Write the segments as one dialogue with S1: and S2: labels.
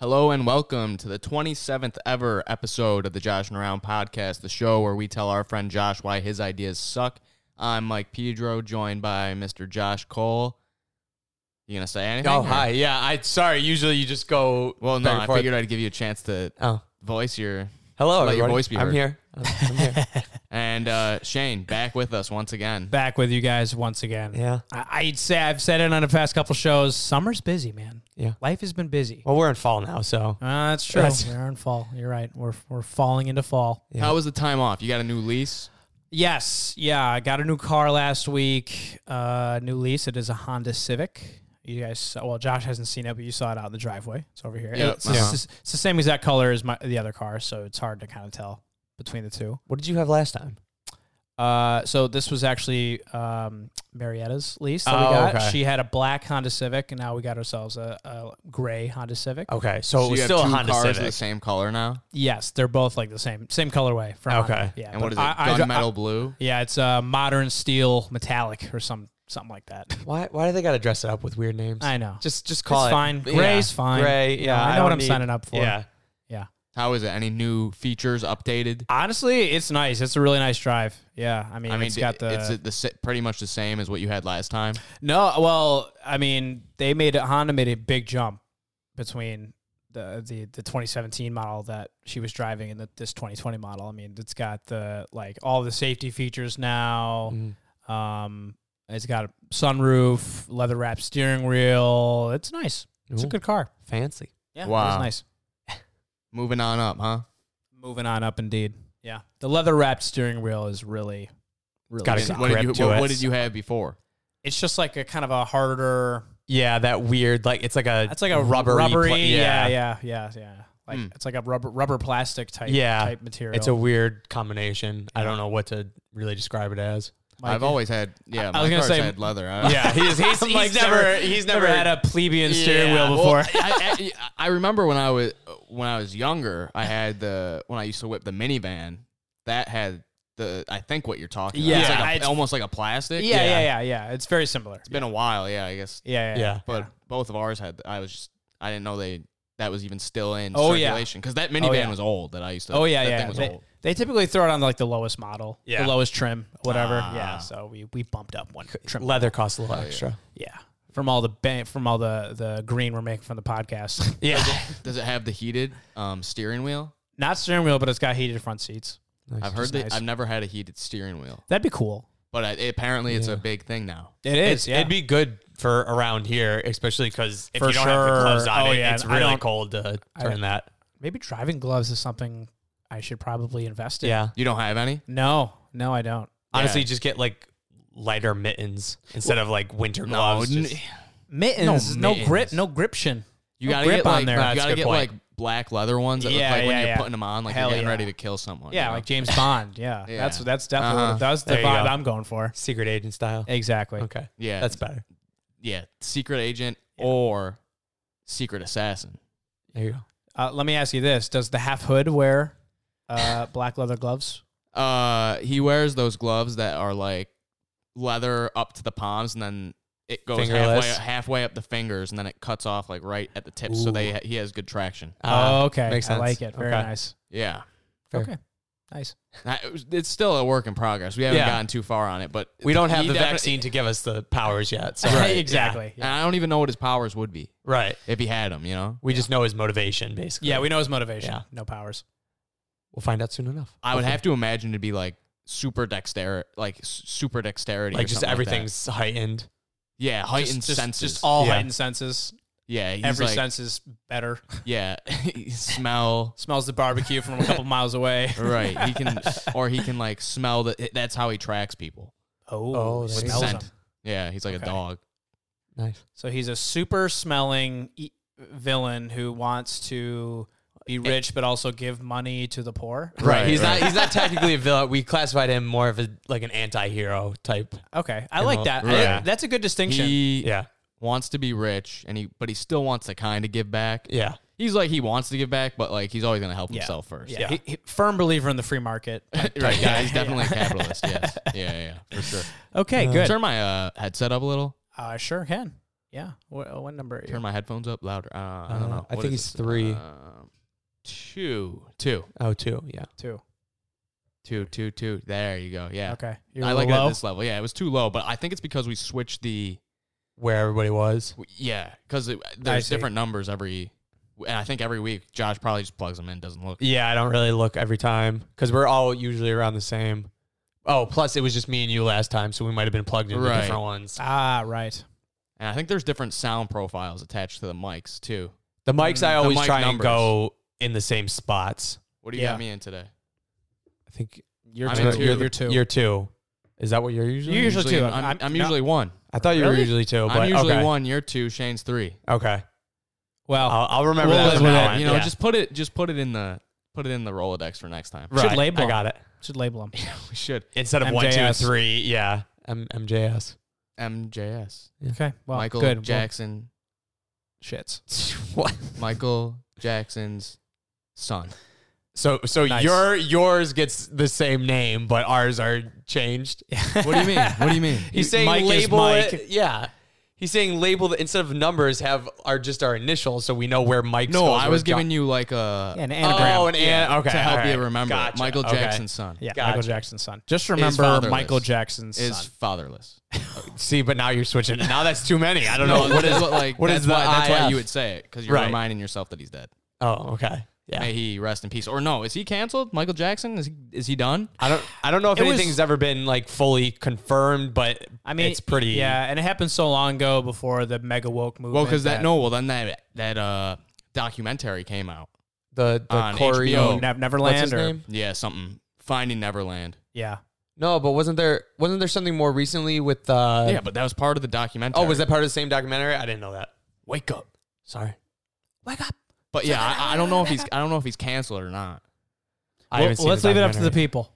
S1: and welcome to the 27th ever episode of the Josh and Around podcast, the show where we tell our friend Josh why his ideas suck. I'm Mike Pedro, joined by Mr. Josh Cole. You gonna say anything?
S2: Oh,
S1: or-
S2: hi. Yeah, I sorry. Usually you just go.
S1: Well,
S2: back
S1: no,
S2: and
S1: I
S2: forth.
S1: figured I'd give you a chance to
S2: Oh,
S1: voice your.
S2: hello.
S1: Let your
S2: everybody.
S1: voice be
S2: I'm
S1: heard.
S2: here. I'm, I'm here.
S1: And uh, Shane back with us once again.
S3: back with you guys once again.
S2: Yeah.
S3: I, I'd say I've said it on the past couple shows. Summer's busy, man.
S2: Yeah.
S3: Life has been busy.
S2: Well, we're in fall now, so
S3: Uh, that's true.
S2: That's-
S3: We're in fall. You're right. We're we're falling into fall.
S2: Yeah.
S1: How was the time off? You got a new lease?
S3: Yes. Yeah. I got a new car last week. Uh, new lease. It is a Honda Civic. You guys, saw, well, Josh hasn't seen it, but you saw it out in the driveway. It's over here.
S1: Yeah,
S3: It's,
S1: uh-huh.
S3: it's- it's the same exact color as my the other car, so it's hard to kind of tell between the two.
S2: what did you have last time?
S3: Uh, so this was actually um, Marietta's lease that we
S2: Oh,
S3: got.
S2: okay.
S3: She had a black Honda Civic, and now we got ourselves a, a gray Honda Civic.
S2: Okay, so, Oh, it
S1: you
S2: was
S1: have
S2: still a
S1: two
S2: Honda
S1: cars
S2: Civic.
S1: Are the same color now.
S3: Yes, they're both like the same same colorway. From Honda.
S2: Okay.
S3: yeah.
S1: And
S3: but
S1: what is it?
S3: I- I-
S1: Gunmetal blue.
S3: yeah, it's uh, modern steel metallic or some something like that.
S2: Why? Why do they got to dress it up with weird names?
S3: I know.
S2: just just call
S3: it's
S2: it
S3: fine.
S2: Yeah.
S3: Gray's fine.
S2: Gray.
S3: You
S2: Yeah,
S3: know, I know
S2: don't
S3: what I'm
S2: need-
S3: signing up for.
S2: Yeah.
S3: Yeah.
S1: How is it? Any new features updated?
S3: Honestly, it's nice. It's a really nice drive. Yeah, I mean,
S1: I mean,
S3: it's got the
S1: it's the, si- pretty much the same as what you had last time.
S3: No, well, I mean, they made it. Honda made a big jump between the the the 2017 model that she was driving and the, this 2020 model. I mean, it's got the like all the safety features now.
S2: Mm.
S3: Um, it's got a sunroof, leather wrapped steering wheel. It's nice. It's
S2: Ooh,
S3: a good car.
S2: fancy.
S3: Yeah,
S1: Wow.
S3: it's nice.
S1: Moving on up, huh?
S3: Moving on up, indeed. Yeah, the leather wrapped steering wheel is really, really.
S2: got a
S1: Did-
S3: solid.
S1: what, did
S2: grip
S1: you,
S2: to
S1: what,
S2: it.
S1: what did you have before?
S3: It's just like a kind of a harder.
S2: Yeah, that weird. Like it's like a.
S3: That's like a
S2: rubbery.
S3: rubbery,
S2: pla-
S3: yeah. yeah, yeah, yeah, Like
S1: Hmm.
S3: it's like a rubber, rubber plastic type,
S2: Yeah.
S3: type material.
S2: It's a weird combination. I don't know what to really describe it as.
S3: Mike-
S1: I've always had, yeah,
S3: I
S1: my
S3: was gonna
S1: cars
S3: say-
S1: had leather. I,
S2: Yeah, he's he's, he's
S3: Mike's
S2: never he's never
S3: had a plebeian steering wheel
S1: Well,
S3: before.
S1: I, I, I remember when I was when I was younger, I had the when I used to whip the minivan that had the I think what you're talking. about.
S3: Yeah,
S1: it's like a,
S3: it's-
S1: almost like a plastic.
S3: yeah, yeah, yeah, yeah. It's very similar.
S1: it's been a while. Yeah, I guess.
S3: Yeah, yeah.
S2: Yeah.
S1: But both of ours had. I was just I didn't know they that was even still in
S3: Oh, yeah.
S1: circulation because that minivan
S3: yeah.
S1: was old that I used to.
S3: Oh yeah,
S1: that
S3: yeah.
S1: Thing was
S3: they,
S1: old.
S3: they typically throw it on like the lowest model,
S2: Yeah.
S3: the lowest trim, whatever.
S1: Ah.
S3: Yeah. So we we bumped up one trim.
S2: leather costs a little
S1: Oh,
S2: extra.
S3: yeah. From all the ban- from all the the green we're making from the podcast.
S2: Yeah.
S1: Does it have the heated um, steering wheel?
S3: Not steering wheel, but it's got heated front seats.
S1: I've heard that.
S3: nice.
S1: I've never had a heated steering wheel,
S3: That'd be cool.
S1: but I, apparently it's
S2: Yeah.
S1: a big thing now.
S3: It
S2: It's- It'd be good for around here, especially because if
S3: For
S2: you don't have the gloves
S3: sure.
S2: on,
S3: Oh,
S2: it,
S3: yeah,
S2: it's
S3: and I
S2: really
S3: don't-
S2: cold to
S3: I-
S2: turn that.
S3: maybe driving gloves is something I should probably invest in.
S2: Yeah.
S1: You don't have any?
S3: No, no, I don't.
S2: Honestly, just get like lighter mittens instead of like winter
S1: No,
S2: gloves.
S1: n-
S2: just-
S3: Mittens, no,
S1: mittens.
S3: grip, no gription.
S1: you
S3: no
S1: gotta
S3: grip
S1: get like,
S3: on there.
S1: You
S2: That's a
S1: gotta
S2: good
S1: get
S2: point.
S1: like black leather ones that
S3: Yeah,
S1: look like when
S3: yeah,
S1: you're
S3: yeah.
S1: putting them on, like
S3: Hell
S1: you're getting
S3: yeah.
S1: ready to kill someone. you
S3: Yeah,
S1: know?
S3: like James Bond. Yeah,
S1: Oh, Yeah.
S3: that's that's definitely
S1: Uh-huh.
S3: that's the
S2: There you
S3: vibe
S2: go.
S3: I'm going for.
S2: secret agent style.
S3: Exactly.
S2: Okay.
S1: yeah,
S2: That's better.
S1: yeah, secret agent
S3: Yeah.
S1: or secret assassin.
S2: There you go.
S3: Uh, let me ask you this: Does the half hood wear uh, black leather gloves?
S1: Uh, he wears those gloves that are like leather up to the palms, and then it goes halfway,
S2: Fingerless?
S1: halfway up the fingers, and then it cuts off like right at the tip, so
S2: Ooh.
S1: they he has good traction.
S2: Ah,
S3: oh, okay.
S2: makes sense.
S3: I like it. Very
S2: Okay.
S3: nice.
S1: Yeah.
S2: Fair.
S3: Okay, nice.
S1: I- it was- It's still a work in progress. We haven't
S2: Yeah.
S1: gotten too far on it, but
S2: We don't have
S1: he
S2: the
S1: definite-
S2: vaccine to give us the powers yet. So
S3: Right,
S2: Yeah.
S3: exactly.
S1: And
S3: Yeah.
S1: I don't even know what his powers would be
S2: Right.
S1: if he had them. You know,
S2: We just know his motivation, basically.
S3: Yeah, we know his motivation.
S2: Yeah.
S3: No powers.
S2: We'll find out soon enough.
S1: I would have to imagine to be like super dexterity, like s- super dexterity,
S2: Like
S1: or
S2: just
S1: something that.
S2: everything's heightened.
S1: yeah, heightened
S3: just, just,
S1: senses,
S3: Just all
S2: Yeah.
S3: heightened senses.
S1: yeah, he's
S3: Every
S1: like,
S3: sense is better.
S1: yeah, he smell,
S3: Smells the barbecue from a couple miles away.
S1: right? He can, or he can like smell the. That's how he tracks people.
S2: Oh,
S3: he
S2: there you
S1: With
S2: go.
S3: smells
S1: scent.
S3: 'em.
S1: Yeah, he's like a
S3: Okay.
S1: dog.
S2: Nice.
S3: So he's a super smelling e- villain who wants to be rich but also give money to the poor.
S1: Eh. Right,
S2: He's
S1: right.
S2: not he's not technically a villain. We classified him more of a like an anti hero type.
S3: Okay, I
S2: And
S3: like
S2: all-
S3: that. I-
S1: Right.
S3: that's a good distinction.
S1: He
S2: Yeah.
S1: wants to be rich, and he, but he still wants to kind of give back.
S2: Yeah.
S1: He's like he wants to give back, but like he's always gonna help
S3: Yeah.
S1: himself first.
S3: yeah, He, he- firm believer in the free market.
S1: right. Yeah, he's definitely a capitalist. Yes. Yeah, yeah, yeah, for sure.
S3: Okay,
S2: Uh,
S3: good.
S1: Turn my uh, headset up a little.
S3: I sure can. Yeah. uh, What, what number? are you?
S1: Turn my headphones up louder. Uh, I
S2: Uh,
S1: don't know.
S2: I
S1: What
S2: think
S1: is
S2: he's
S1: this?
S2: three.
S1: Uh, two, two,
S2: Oh, two. Yeah.
S3: Two.
S1: two, two, two. There you go. Yeah.
S3: Okay. You're
S1: I
S3: a
S1: like it
S3: little
S1: at
S3: low?
S1: this level. Yeah, it was too low, but I think it's because we switched the
S2: Where everybody was.
S1: w- yeah because there's
S3: see.
S1: different numbers every, and I think every week Josh probably just plugs them in, doesn't look.
S2: Yeah, I don't really look every time because we're all usually around the same. Oh, plus it was just me and you last time, so we might have been plugged into
S1: Right.
S2: different ones.
S3: Ah, right.
S1: And I think there's different sound profiles attached to the mics too.
S2: The mics I
S1: The
S2: always
S1: mic
S2: try
S1: numbers.
S2: and go in the same spots.
S1: What do you
S3: Yeah.
S1: got me in today?
S2: I think
S3: You're
S1: I'm
S3: two.
S1: in two.
S3: You're,
S1: You're
S3: two.
S2: You're two. Is that what you're usually?
S3: You're usually two.
S1: I'm, I'm,
S3: I'm- no.
S1: usually one.
S2: I thought you were
S1: Really?
S2: usually two, but
S1: I'm usually
S2: okay.
S1: one. You're two. Shane's three.
S2: Okay,
S3: well,
S2: I'll, I'll remember
S3: We'll
S2: that.
S3: live
S2: from
S3: with
S2: now
S3: it,
S2: on.
S1: You know,
S2: Yeah.
S1: just put it. Just put it in the. Put it in the Rolodex for next time.
S3: should label
S2: I got it.
S3: should label them.
S1: we should.
S2: Instead of one, two, and
S3: MJS.
S2: three, yeah, M- MJS.
S1: MJS.
S3: Okay. Well,
S1: Michael
S3: good. Well,
S1: Jackson.
S3: shits.
S2: what?
S1: Michael Jackson's son.
S2: So, so
S3: Nice.
S2: your yours gets the same name, but ours are changed.
S1: What do you mean? What do you mean?
S2: He's saying
S3: Mike is
S2: label
S3: Mike.
S2: it. Yeah. He's saying label the, instead of numbers have are just our initials, so we know where Mike's.
S1: No,
S2: goes,
S1: I
S2: where
S1: was
S2: John-
S1: giving you like a
S3: Yeah, an
S2: Oh,
S3: anagram.
S2: an an- okay
S1: to help
S2: all right.
S1: you remember. it.
S2: Gotcha,
S1: Michael
S2: okay.
S1: Jackson's son
S3: yeah,
S2: gotcha.
S3: Michael Jackson's son. Just remember
S1: fatherless.
S3: Michael Jackson's
S1: is
S3: son.
S1: fatherless.
S2: See, but now you're switching. Now that's too many. I don't know
S1: what
S2: what
S1: is
S2: is.
S1: what like?
S2: what
S1: that's
S2: is the
S1: why, That's why
S2: IF?
S1: you would say it because you're
S2: Right.
S1: reminding yourself that he's dead.
S2: Oh, okay. Yeah.
S1: May he rest in peace. Or no, is he canceled? Michael Jackson is he is he done?
S2: I don't. I don't know if
S3: It was-
S2: anything's ever been like fully confirmed, but
S3: I mean,
S2: it's pretty.
S3: Yeah, and it happened so long ago before the mega woke movement.
S1: Well, because that no, well then that that uh documentary came out.
S2: The the
S1: On
S2: Corey.
S1: HBO.
S3: Nev- Neverland
S2: What's his
S3: or
S2: name?
S1: Yeah, something Finding Neverland.
S3: yeah,
S2: No, but wasn't there wasn't there something more recently with? Uh,
S1: yeah, but that was part of the documentary.
S2: Oh, was that part of the same documentary? I didn't know that.
S1: Wake Up?
S2: Sorry.
S3: wake up.
S1: But yeah, I, I don't know if he's I don't know if he's canceled or not.
S2: I
S3: Well,
S2: haven't seen
S3: let's
S2: the
S3: leave it up to the
S2: documentary.
S3: people.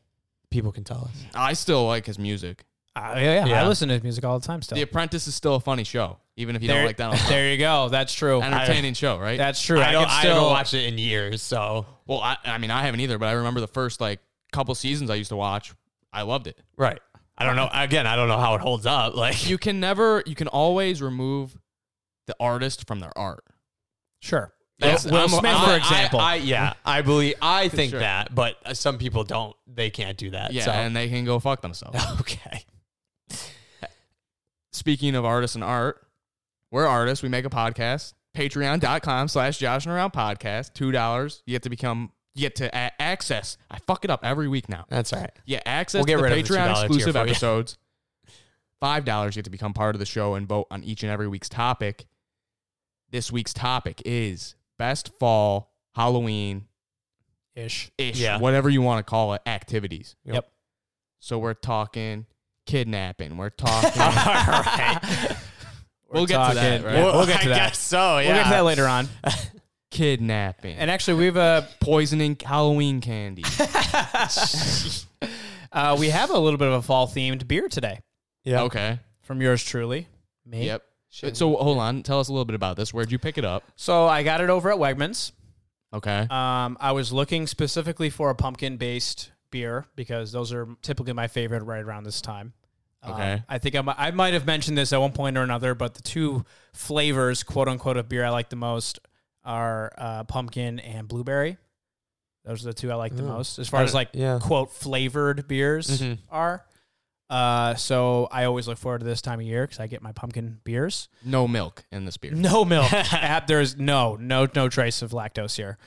S2: People can tell us.
S1: I still like his music.
S3: Uh, yeah, yeah,
S2: Yeah.
S3: I listen to his music all the time. Still,
S1: The Apprentice is still a funny show, even if you don't like Donald Trump.
S3: there you go. That's true.
S1: Entertaining show, right?
S3: That's true.
S2: I,
S3: I,
S2: don't,
S3: can
S2: I
S3: still
S2: haven't watched it in years, so
S1: well, I, I mean, I haven't either, but I remember the first like couple seasons I used to watch. I loved it.
S2: right. I don't know. Again, I don't know how it holds up. Like,
S1: You can never, you can always remove the artist from their art.
S3: Sure.
S1: Yes,
S3: Will
S1: I'm-
S3: Smith,
S1: I'm-
S3: for
S2: I-
S3: example.
S2: I, I- yeah, I believe I think
S1: Sure.
S2: that, but uh, some people don't. They can't do that.
S1: Yeah,
S2: so.
S1: and they can go fuck themselves.
S2: okay.
S1: Speaking of artists and art, we're artists. We make a podcast. Patreon.com slash Josh and Around Podcast. $2. You get to become, you get to a- access. I fuck it up every week now.
S2: That's all right.
S1: Yeah, access
S2: We'll get
S1: to the
S2: rid of the
S1: Patreon
S2: $2 tier
S1: exclusive
S2: for you.
S1: episodes. Five dollars, you get to become part of the show and vote on each and every week's topic. This week's topic is best fall Halloween
S3: Ish.
S1: ish,
S2: Yeah.
S1: whatever you want to call it, activities.
S3: Yep.
S1: So we're talking kidnapping. We're talking.
S2: all right.
S1: we'll get to that.
S3: talking-
S1: Right?
S3: Yeah, we'll get to
S2: I
S3: that.
S2: guess so. Yeah.
S3: We'll get to that later on.
S1: Kidnapping
S3: And actually, we've uh,
S1: poisoning Halloween candy.
S3: uh, we have a little bit of a fall themed beer today
S2: Yeah.
S1: Okay.
S3: from yours truly. Me.
S1: Yep. So hold on. Tell us a little bit about this. Where'd you pick it up?
S3: So I got it over at Wegmans.
S1: Okay.
S3: Um, I was looking specifically for a pumpkin based beer because those are typically my favorite right around this time. Um,
S1: Okay.
S3: I think I'm, I might have mentioned this at one point or another, but the two flavors, quote unquote, of beer I like the most are uh, pumpkin and blueberry. Those are the two I like the
S2: Mm.
S3: most as far
S2: I
S3: as
S2: don't-
S3: like
S2: yeah.
S3: quote flavored beers
S2: Mhm.
S3: are. Uh, so I always look forward to this time of year because I get my pumpkin beers.
S1: No milk in this beer.
S3: No milk. Ab- There's no, no, no trace of lactose here.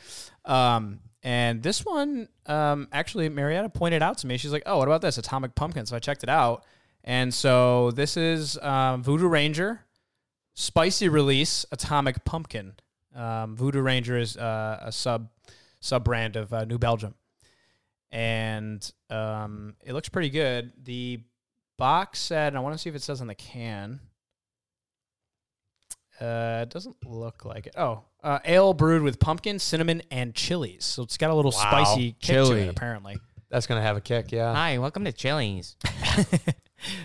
S3: Um, and this one, um, actually, Marietta pointed out to me. She's like, "Oh, what about this Atomic Pumpkin?" So I checked it out, and so this is um, Voodoo Ranger, spicy release Atomic Pumpkin. Um, Voodoo Ranger is uh, a sub sub brand of uh, New Belgium, and um, it looks pretty good. The box said, and I want to see if it says on the can. Uh, it doesn't look like it. Oh, uh, ale brewed with pumpkin, cinnamon, and chilies. So it's got a little
S2: Wow.
S3: spicy kick to
S1: Chili.
S3: it, apparently.
S2: That's gonna have a kick. Yeah.
S1: Hi, welcome to Chili's.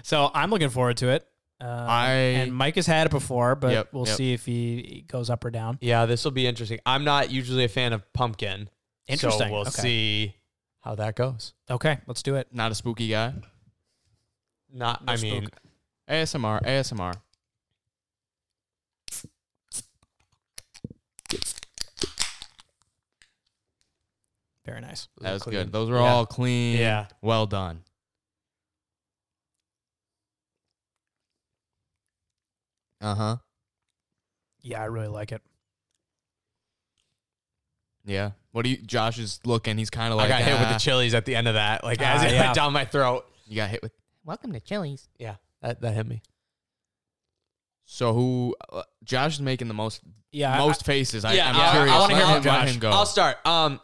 S3: So I'm looking forward to it. Uh,
S1: I-
S3: and Mike has had it before, but
S1: Yep,
S3: we'll
S1: yep.
S3: see if he goes up or down.
S2: Yeah. This will be interesting. I'm not usually a fan of pumpkin.
S3: Interesting.
S2: So we'll
S3: Okay.
S2: see how that goes.
S3: Okay, let's do it.
S1: Not a spooky guy.
S2: Not.
S3: No
S2: I mean,
S3: spook.
S1: ASMR, ASMR.
S3: Very nice.
S1: That was
S2: Clean.
S1: good. Those were
S2: Yeah.
S1: all clean.
S2: Yeah.
S1: Well done. Uh huh.
S3: Yeah, I really like it.
S1: Yeah. What do you? Josh is looking. He's kind of
S2: I
S1: like
S2: got hit with
S1: "Ah."
S2: the chilies at the end of that, like as
S3: Ah,
S2: it
S3: yeah.
S2: went down my throat.
S1: You got hit with. Welcome to Chili's.
S2: Yeah, that, that hit me.
S1: So who? Uh, Josh is making the most
S3: Yeah, I-
S1: most faces. I,
S2: yeah,
S1: I'm
S2: I- I
S1: curious.
S2: wanna
S1: Let
S2: hear
S1: him-
S2: from
S1: let
S3: Josh.
S1: him go.
S2: I'll start. Um,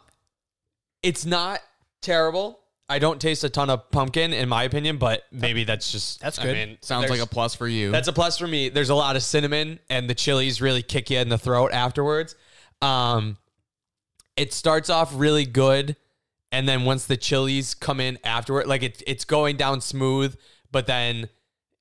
S2: it's not terrible. I don't taste a ton of pumpkin, in my opinion, but maybe that's just
S3: That's
S2: I
S3: good.
S2: mean,
S1: Sounds like
S2: there's-
S1: a plus for you.
S2: That's a plus for me. There's a lot of cinnamon, and the chilies really kick you in the throat afterwards. Um, it starts off really good, and then once the chilies come in afterward, like it, it's going down smooth. But then,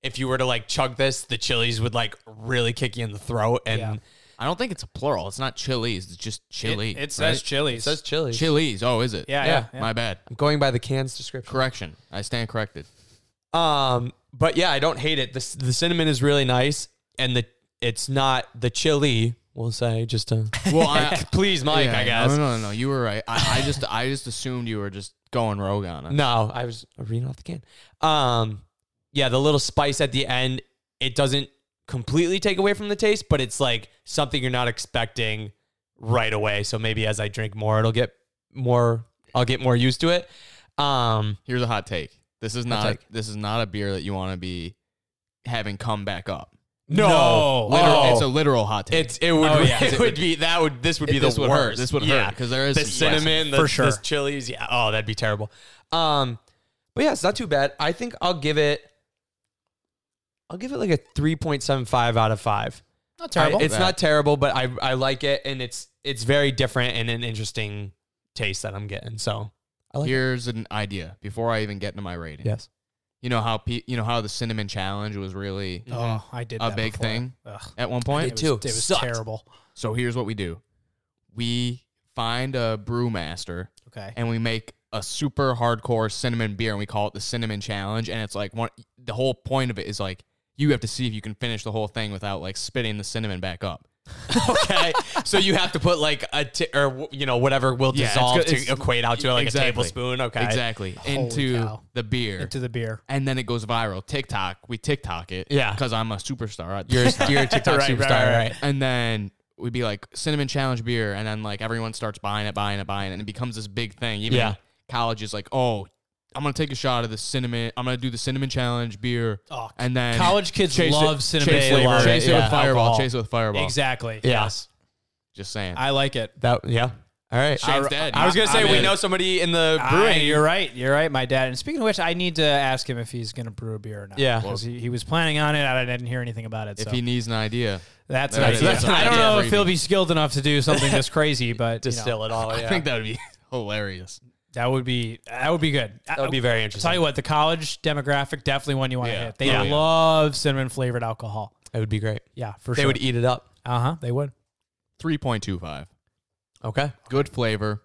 S2: if you were to like chug this, the chilies would like really kick you in the throat, and
S3: Yeah.
S1: I don't think it's a plural. It's not chilies. It's just chili.
S3: It, it says chilies.
S2: it says chilies.
S1: chilies. Oh, is it?
S3: yeah, yeah.
S2: Yeah.
S3: yeah.
S1: My bad.
S2: I'm going by the can's description.
S1: Correction. I stand corrected.
S2: Um, but yeah, I don't hate it. The the cinnamon is really nice, and the it's not the chili. We'll say just to
S1: Well, I,
S2: please, Mike.
S1: yeah,
S2: I guess.
S1: No, no, no, no. You were right. I, I just, I just assumed you were just going rogue on it.
S2: No, I was reading off the can. Um, yeah, the little spice at the end, it doesn't completely take away from the taste, but it's like something you're not expecting right away. So maybe as I drink more, it'll get more. I'll get more used to it. Um,
S1: Here's a hot take. This is not.
S2: take.
S1: This is not a beer that you want to be having come back up.
S2: no,
S3: No.
S1: Literal,
S2: Oh.
S1: It's a literal hot take.
S2: it's it would
S3: Oh, yeah.
S2: it would be that would this would be
S1: It-
S2: the
S1: this would
S2: worst.
S1: hurt. This would hurt,
S2: yeah.
S1: 'cause there is
S2: the
S1: some
S2: cinnamon, the,
S3: For
S2: for
S3: sure.
S2: sure. the chilies. Yeah, oh, that'd be terrible. Um, but yeah, it's not too bad. I think I'll give it. I'll give it like a three point seven five out of five.
S3: Not
S2: I-
S3: terrible.
S2: it's
S1: That-
S2: not terrible, but I I like it, and it's it's very different and an interesting taste that I'm getting. So I like. it.
S1: Here's an idea before I even get into my rating.
S2: Yes.
S1: You know how pe- you know how the cinnamon challenge was really
S3: oh, I did
S1: a
S3: that
S1: big
S3: before.
S1: thing
S3: Ugh.
S1: at one
S3: It
S1: point.
S3: was,
S2: too.
S3: It was
S2: Sucked.
S3: terrible.
S1: So here's what we do: we find a brewmaster
S3: Okay.
S1: and we make a super hardcore cinnamon beer, and we call it the Cinnamon Challenge. And it's like one. The whole point of it is like you have to see if you can finish the whole thing without like spitting the cinnamon back up.
S2: okay. so you have to put like a t- or you know whatever will
S1: Yeah, it's
S2: dissolve
S1: good- it's-
S2: to equate out to like
S1: Exactly.
S2: a tablespoon. Okay.
S1: Exactly
S3: Holy
S1: into
S3: cow.
S1: the beer.
S3: Into the beer.
S1: and then it goes viral. TikTok, we TikTok it.
S2: Yeah.
S1: because I'm a superstar. at
S2: You're,
S1: TikTok.
S2: a- you're a TikTok
S3: Right, right,
S2: superstar,
S3: right.
S2: right?
S1: and then we'd be like cinnamon challenge beer, and then like everyone starts buying it, buying it, buying it, and it becomes this big thing. Even
S2: Yeah.
S1: college is like, oh, I'm gonna take a shot of the cinnamon. I'm gonna do the cinnamon challenge beer,
S3: Oh,
S1: and then
S3: college kids
S1: chase
S3: love
S1: it,
S3: cinnamon
S1: Chase,
S3: flavor.
S1: it, chase it
S2: Yeah.
S1: with fireball.
S3: Alcohol.
S1: Chase it with fireball.
S3: Exactly.
S2: Yeah.
S3: Yes.
S1: Just saying.
S3: I like it.
S2: That yeah. All right.
S1: Shane's dead.
S2: I was gonna say
S1: I'm
S2: we
S1: in.
S2: know somebody in the
S3: I-
S2: brewing.
S3: you're right. You're right, my dad. And speaking of which, I need to ask him if he's going to brew a beer or not.
S2: Yeah.
S3: Because he, he was planning on it. and I didn't hear anything about it.
S1: if
S3: so
S1: he needs an idea,
S3: that's,
S1: That
S3: that's,
S1: is- that's an
S3: I don't
S1: idea.
S3: know if he'll be skilled enough to do something this crazy, but you know,
S2: distill it all. Yeah.
S1: I think that would be hilarious.
S3: that would be that would be good.
S2: that would be very interesting.
S3: Tell you what, the college demographic definitely one you want to
S1: Yeah.
S3: hit. They
S1: Yeah.
S3: love cinnamon flavored alcohol.
S2: Oh, it would be great.
S3: Yeah, for
S2: They
S3: sure.
S2: would e- eat it up.
S3: Uh huh. They would.
S1: Three point two five.
S2: Okay.
S1: Good flavor.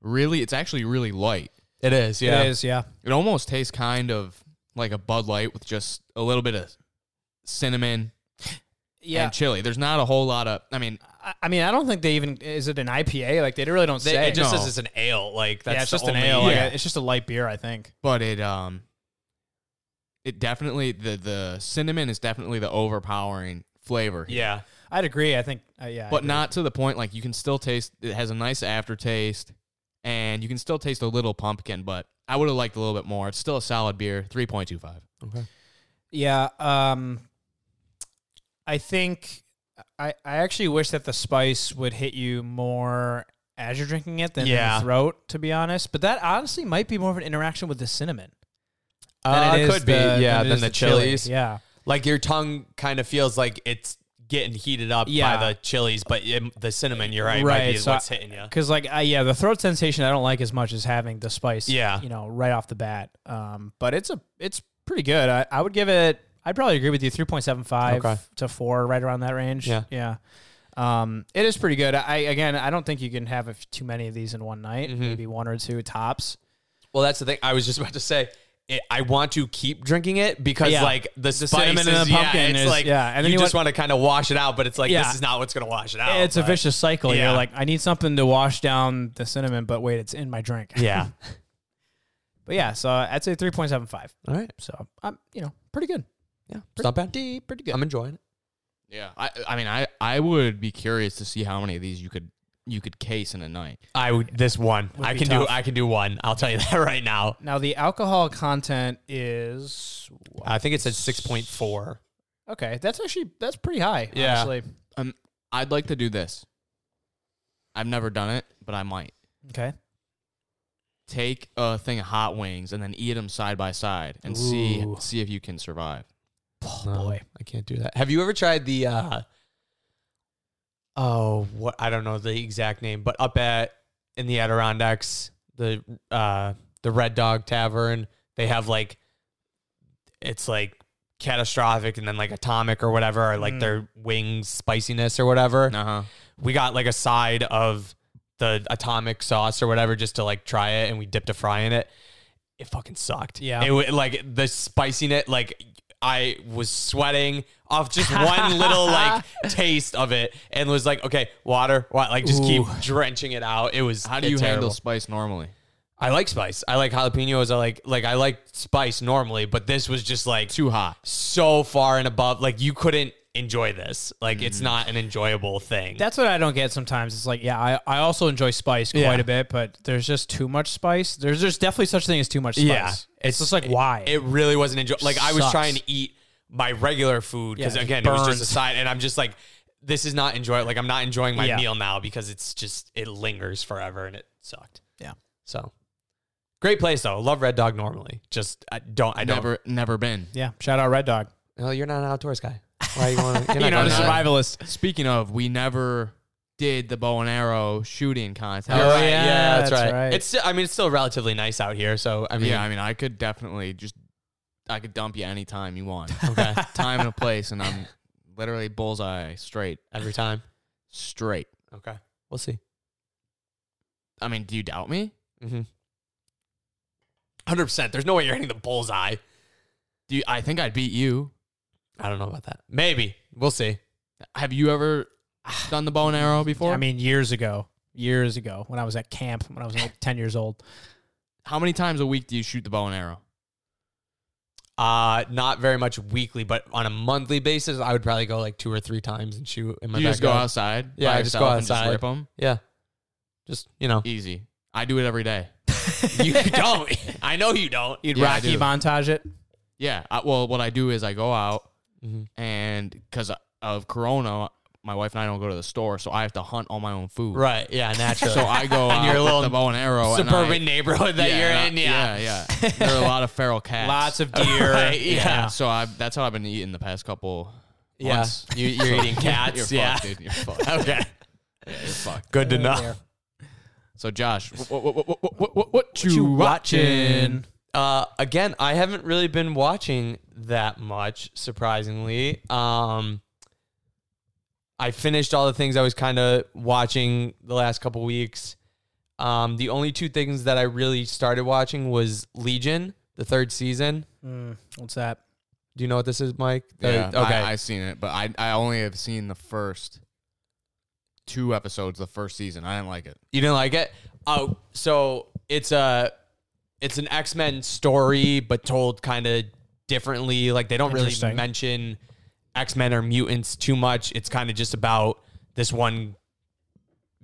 S1: Really, it's actually really light.
S2: It is. Yeah.
S3: It is. Yeah.
S1: It almost tastes kind of like a Bud Light with just a little bit of cinnamon
S3: Yeah.
S1: and chili. There's not a whole lot of. I mean,
S3: I, I mean, I don't think they even is it an IPA? Like they really don't
S2: They-
S3: say.
S2: it just
S1: No.
S2: says it's an ale. Like that's
S3: yeah, it's
S2: the
S3: just an
S2: only-
S3: ale. Like,
S1: Yeah.
S3: it's just a light beer, I think.
S1: but it um, it definitely the the cinnamon is definitely the overpowering flavor. here.
S2: Yeah.
S3: I'd agree. I think. Uh, yeah. I
S1: but
S3: agree.
S1: not to the point like you can still taste. It has a nice aftertaste, and you can still taste a little pumpkin. But I would have liked a little bit more. It's still a solid beer. Three point two five.
S2: Okay.
S3: Yeah. Um, I think I I actually wish that the spice would hit you more as you're drinking it than in
S2: Yeah.
S3: the throat, to be honest. But that honestly might be more of an interaction with the cinnamon.
S2: Uh,
S3: than
S2: it
S3: is
S2: could be.
S3: the-
S2: yeah.
S3: it
S2: Then
S3: is
S2: the,
S3: chili.
S2: chilies.
S3: Yeah.
S2: Like your tongue kind of feels like it's getting heated up
S3: Yeah.
S2: by the chilies, but it, the cinnamon, you're right, might
S3: Right,
S2: be
S3: so
S2: what's hitting you.
S3: Because like I yeah, the throat sensation I don't like as much as having the spice.
S2: Yeah.
S3: you know, right off the bat. Um, but it's a it's pretty good. I, I would give it. I'd probably agree with you. Three point seven five
S2: Okay.
S3: to four, right around that range.
S2: Yeah.
S3: yeah. Um, it is pretty good. I again, I don't think you can have a
S2: Mm-hmm.
S3: f- too many of these in one night. Maybe one or two tops.
S2: Well, that's the thing. I was just about to say. it, I want to keep drinking it because
S3: Yeah.
S2: like the,
S3: The
S2: spice
S3: cinnamon and
S2: is-
S3: the pumpkin
S2: yeah, it's
S3: is-
S2: like
S3: yeah, and then
S2: you,
S3: you
S2: just want to kind of wash it out, but it's like
S3: Yeah.
S2: this is not what's gonna wash it out.
S3: it's a
S2: Oh, but-
S3: vicious cycle.
S2: Yeah.
S3: You're like, I need something to wash down the cinnamon, but wait, it's in my drink.
S2: Yeah.
S3: But yeah, so I'd say 3.75.
S2: All right.
S3: So I'm, you know, pretty good.
S2: Yeah. It's not bad.
S3: Pretty, pretty good.
S2: I'm enjoying it.
S1: Yeah, I I mean I I would be curious to see how many of these you could you could case in a night.
S2: I would this one.
S3: Would
S2: I
S3: be
S2: can do
S3: tough.
S2: I can do one. I'll tell you that right now.
S3: Now the alcohol content is
S2: I think it said six point four.
S3: okay. That's actually that's pretty high.
S2: Yeah.
S3: Honestly.
S1: Um, I'd like to do this. I've never done it, but I might
S3: Okay.
S1: take a thing of hot wings and then eat them side by side and see
S3: Ooh.
S1: see if you can survive.
S3: Oh
S2: No,
S3: boy.
S2: I can't do that. Have you ever tried the uh oh what I don't know the exact name, but up at in the Adirondacks, the uh the Red Dog Tavern, they have like it's like catastrophic and then like atomic or whatever, or like
S3: Mm.
S2: their wings spiciness or whatever.
S1: Uh huh.
S2: We got like a side of the atomic sauce or whatever just to like try it and we dipped a fry in it. It fucking sucked.
S3: Yeah.
S2: It was like the spiciness, like I was sweating off just one little like taste of it and was like, okay, water, wa- like just keep drenching it out. It was
S1: How do you
S2: terrible.
S1: handle spice normally?
S2: I like spice. I like jalapenos. I like like I like spice normally, but this was just like
S1: Too hot.
S2: so far and above. Like you couldn't enjoy this. Like it's not an enjoyable thing.
S3: That's what I don't get sometimes. It's like, yeah, I, I also enjoy spice quite
S2: Yeah.
S3: a bit, but there's just too much spice. There's there's definitely such thing as too much spice.
S2: Yeah.
S3: It's, just like why?
S2: It really wasn't enjoy. Like I was
S3: Sucks.
S2: trying to eat my regular food because
S3: Yeah, it
S2: again, it was just a
S3: burns.
S2: side, and I'm just like, this is not enjoy. Like I'm not enjoying my
S3: Yeah.
S2: meal now because it's just it lingers forever and it sucked.
S3: Yeah.
S2: So great place though. Love Red Dog normally. Just I don't. I
S1: I
S2: don't.
S1: never never been.
S3: yeah. Shout out Red Dog.
S2: No, you're not an outdoors guy. Why are you going? You're
S3: You know,
S2: going
S1: gonna-
S3: the
S2: out.
S3: survivalist.
S1: Speaking of, we never did the bow and arrow shooting contest.
S2: You're
S3: Oh,
S2: right.
S3: yeah,
S2: that's,
S3: that's
S2: right.
S3: right.
S2: It's still, I mean, it's still relatively nice out here. So I mean,
S1: yeah, I mean, I could definitely just I could dump you anytime you want.
S2: okay,
S1: Time and a place, and I'm literally bullseye straight,
S2: every time.
S1: straight.
S2: Okay, we'll see.
S1: I mean, do you doubt me?
S2: Hundred percent. There's no way you're hitting the bullseye.
S1: Do you, I think I'd beat you?
S2: I don't know about that. Maybe we'll see.
S1: Have you ever done the bow and arrow before?
S3: I mean, years ago, years ago, when I was at camp, when I was like ten years old.
S1: how many times a week do you shoot the bow and arrow?
S2: Uh, not very much weekly, but on a monthly basis, I would probably go like two or three times and shoot in my
S1: you just go
S2: backyard.
S1: outside.
S2: Yeah,
S1: by
S2: I just go
S1: yourself and
S2: outside.
S1: Just rip 'em?
S2: Yeah, just you know,
S1: Easy. I do it every day.
S2: you don't. I know you don't.
S3: You'd
S1: Yeah, I
S3: Rocky
S1: do.
S3: montage it.
S1: Yeah. I, well, what I do is I go out
S2: Mhm.
S1: and because of Corona, my wife and I don't go to the store, so I have to hunt all my own food.
S2: Right? Yeah, naturally.
S1: So I go out
S2: your
S1: with
S2: little
S1: the bow and arrow. and I-
S2: suburban neighborhood that you're
S1: and
S2: in.
S1: I-
S2: oh, Yeah,
S1: yeah, yeah. There are a lot of feral cats.
S3: Lots of deer.
S2: Right, yeah.
S1: So I that's how I've been eating the past couple.
S2: Yeah.
S1: months.
S2: You- you're eating cats,
S1: You're
S2: yeah.
S1: fucked, dude. You're fucked.
S2: okay,
S1: Yeah, you're fucked.
S2: good to know.
S3: there.
S1: So Josh, what what what what what, what, what you, watching?
S3: watching?
S2: Uh, again, I haven't really been watching that much, surprisingly. Um, I finished all the things I was kind of watching the last couple weeks. Um, the only two things that I really started watching was Legion, the third season.
S3: Mm, what's that?
S2: Do you know what this is, Mike? The-
S1: Yeah,
S2: Uh, okay.
S1: I, I've seen it, but I I only have seen the first two episodes, the first season. I didn't like it.
S2: You didn't like it? Oh, so it's a it's an X Men story, but told kind of differently. Like they don't really
S3: Interesting.
S2: mention X Men or mutants too much. It's kind of just about this one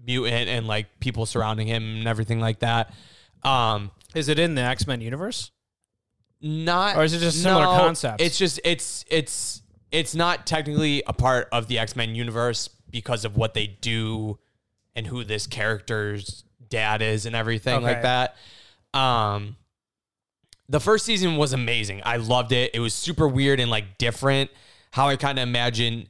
S2: mutant and like people surrounding him and everything like that. Um,
S3: Is it in the X Men universe?
S2: not
S3: Or is it just similar concepts?
S2: It's just it's it's it's not technically a part of the X Men universe because of what they do and who this character's dad is and everything like
S3: Okay.
S2: that. Um, the first season was amazing. I loved it. It was super weird and like different. How I kind of imagine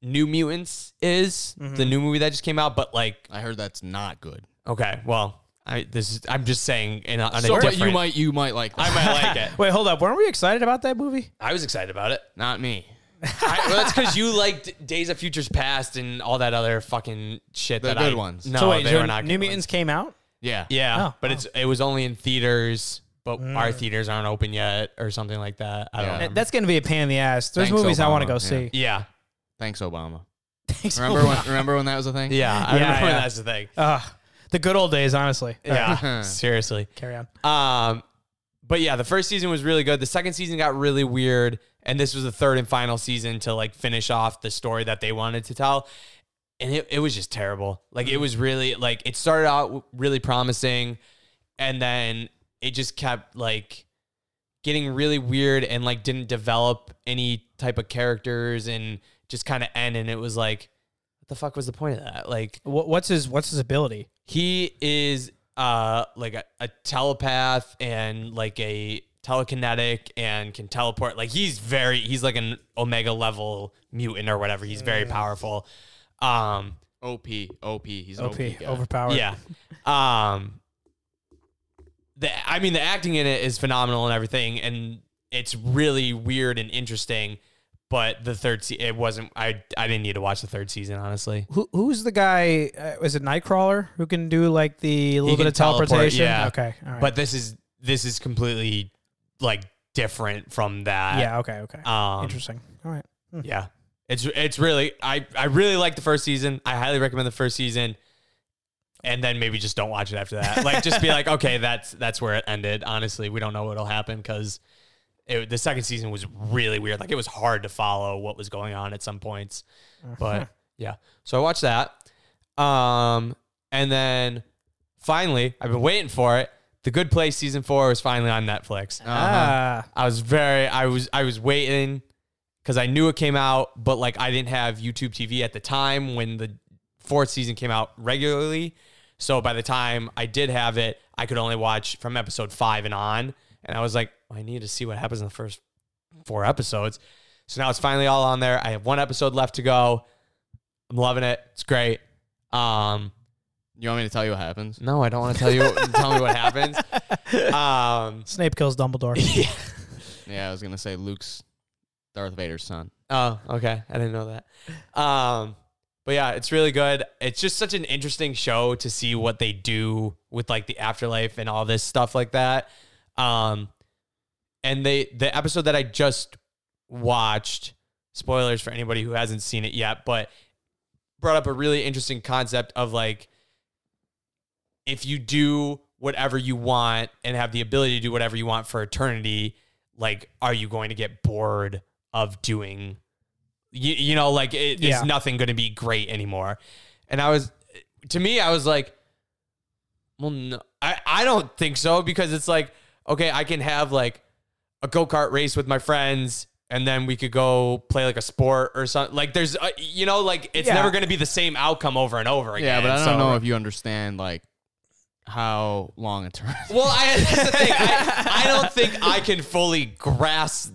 S2: New Mutants is
S3: Mm-hmm.
S2: the new movie that just came out, but like
S1: I heard that's not good.
S2: okay, well, I this is I'm just saying in a, on
S1: So
S2: a
S1: but
S2: different.
S1: you might you might like that.
S2: I might like it.
S3: Wait, hold up. Weren't we excited about that movie?
S2: I was excited about it.
S1: not me.
S2: I, well, that's because you liked Days of Futures Past and all that other fucking shit.
S1: The
S2: that
S1: good
S2: I,
S1: ones.
S2: No,
S3: so wait,
S2: they
S3: so
S2: were not.
S3: New
S2: good
S3: Mutants came out.
S1: Yeah.
S2: ones. Yeah,
S3: Oh,
S2: but
S3: wow.
S2: it's it was only in theaters but our theaters aren't open yet or something like that. I don't
S1: Yeah.
S2: know.
S3: That's going to be a pain in the ass. There's
S1: Thanks,
S3: movies I want
S1: Obama.
S3: to go
S1: Yeah.
S3: see.
S2: Yeah.
S1: Thanks, Obama.
S3: Thanks,
S1: Remember when?
S3: Obama.
S1: Remember when that was a thing?
S2: Yeah. I
S3: Yeah,
S2: remember
S3: yeah.
S2: that's the thing.
S3: Ugh, the good old days, honestly. All right,
S2: Yeah. seriously.
S3: carry on.
S2: Um, but yeah, the first season was really good. The second season got really weird, and this was the third and final season to like finish off the story that they wanted to tell. And it, it was just terrible. Like it was really like it started out w- really promising, and then it just kept like getting really weird and like didn't develop any type of characters and just kind of end. And it was like, what the fuck was the point of that? Like
S3: Wh- What's his What's his ability?
S2: he is uh like a, a telepath and like a telekinetic and can teleport. Like he's very he's like an omega level mutant or whatever. He's very powerful. Um
S1: OP, OP. He's
S2: Oh,
S1: an
S3: OP,
S1: OP. guy.
S3: overpowered.
S2: yeah. Um the I mean the acting in it is phenomenal and everything and it's really weird and interesting, but the third se- it wasn't I I didn't need to watch the third season honestly.
S3: Who, who's the guy? Uh, is it Nightcrawler who can do like the little
S2: can
S3: bit of
S2: teleport,
S3: teleportation?
S2: yeah.
S3: Okay. All right.
S2: But this is this is completely like different from that.
S3: yeah. Okay. Okay.
S2: uh, Um,
S3: Interesting. All right.
S2: Yeah. It's it's really I I really like the first season. I highly recommend the first season. And then maybe just don't watch it after that. Like just be like, okay, that's that's where it ended. Honestly, we don't know what'll happen because the second season was really weird. Like it was hard to follow what was going on at some points. But yeah, so I watched that. Um, and then finally, I've been waiting for it. The Good Place season four was finally on Netflix.
S1: Uh-huh.
S3: Ah,
S2: I was very I was I was waiting because I knew it came out, but like I didn't have YouTube TV at the time when the fourth season came out regularly. So by the time I did have it, I could only watch from episode five and on. And I was like, I need to see what happens in the first four episodes. So now it's finally all on there. I have one episode left to go. I'm loving it. It's great. Um,
S1: You want me to tell you what happens?
S2: no, I don't want to tell you. tell me what happens. Um,
S3: Snape kills Dumbledore.
S1: Yeah, I was gonna say Luke's Darth Vader's son.
S2: Oh, okay. I didn't know that. Um, but yeah, it's really good. It's just such an interesting show to see what they do with like the afterlife and all this stuff like that. Um, and they the episode that I just watched, spoilers for anybody who hasn't seen it yet, but brought up a really interesting concept of like if you do whatever you want and have the ability to do whatever you want for eternity, like are you going to get bored of doing you, you know like it,
S3: Yeah.
S2: it's nothing going to be great anymore. And I was to me I was like well no I I don't think so because it's like okay, I can have like a go kart race with my friends, and then we could go play like a sport or something. Like there's, uh, you know, like it's
S3: Yeah.
S2: never going to be the same outcome over and over again.
S1: Yeah, but I don't
S2: so-
S1: know if you understand like how long it turns.
S2: Well, I, that's the thing. I, I don't think I can fully grasp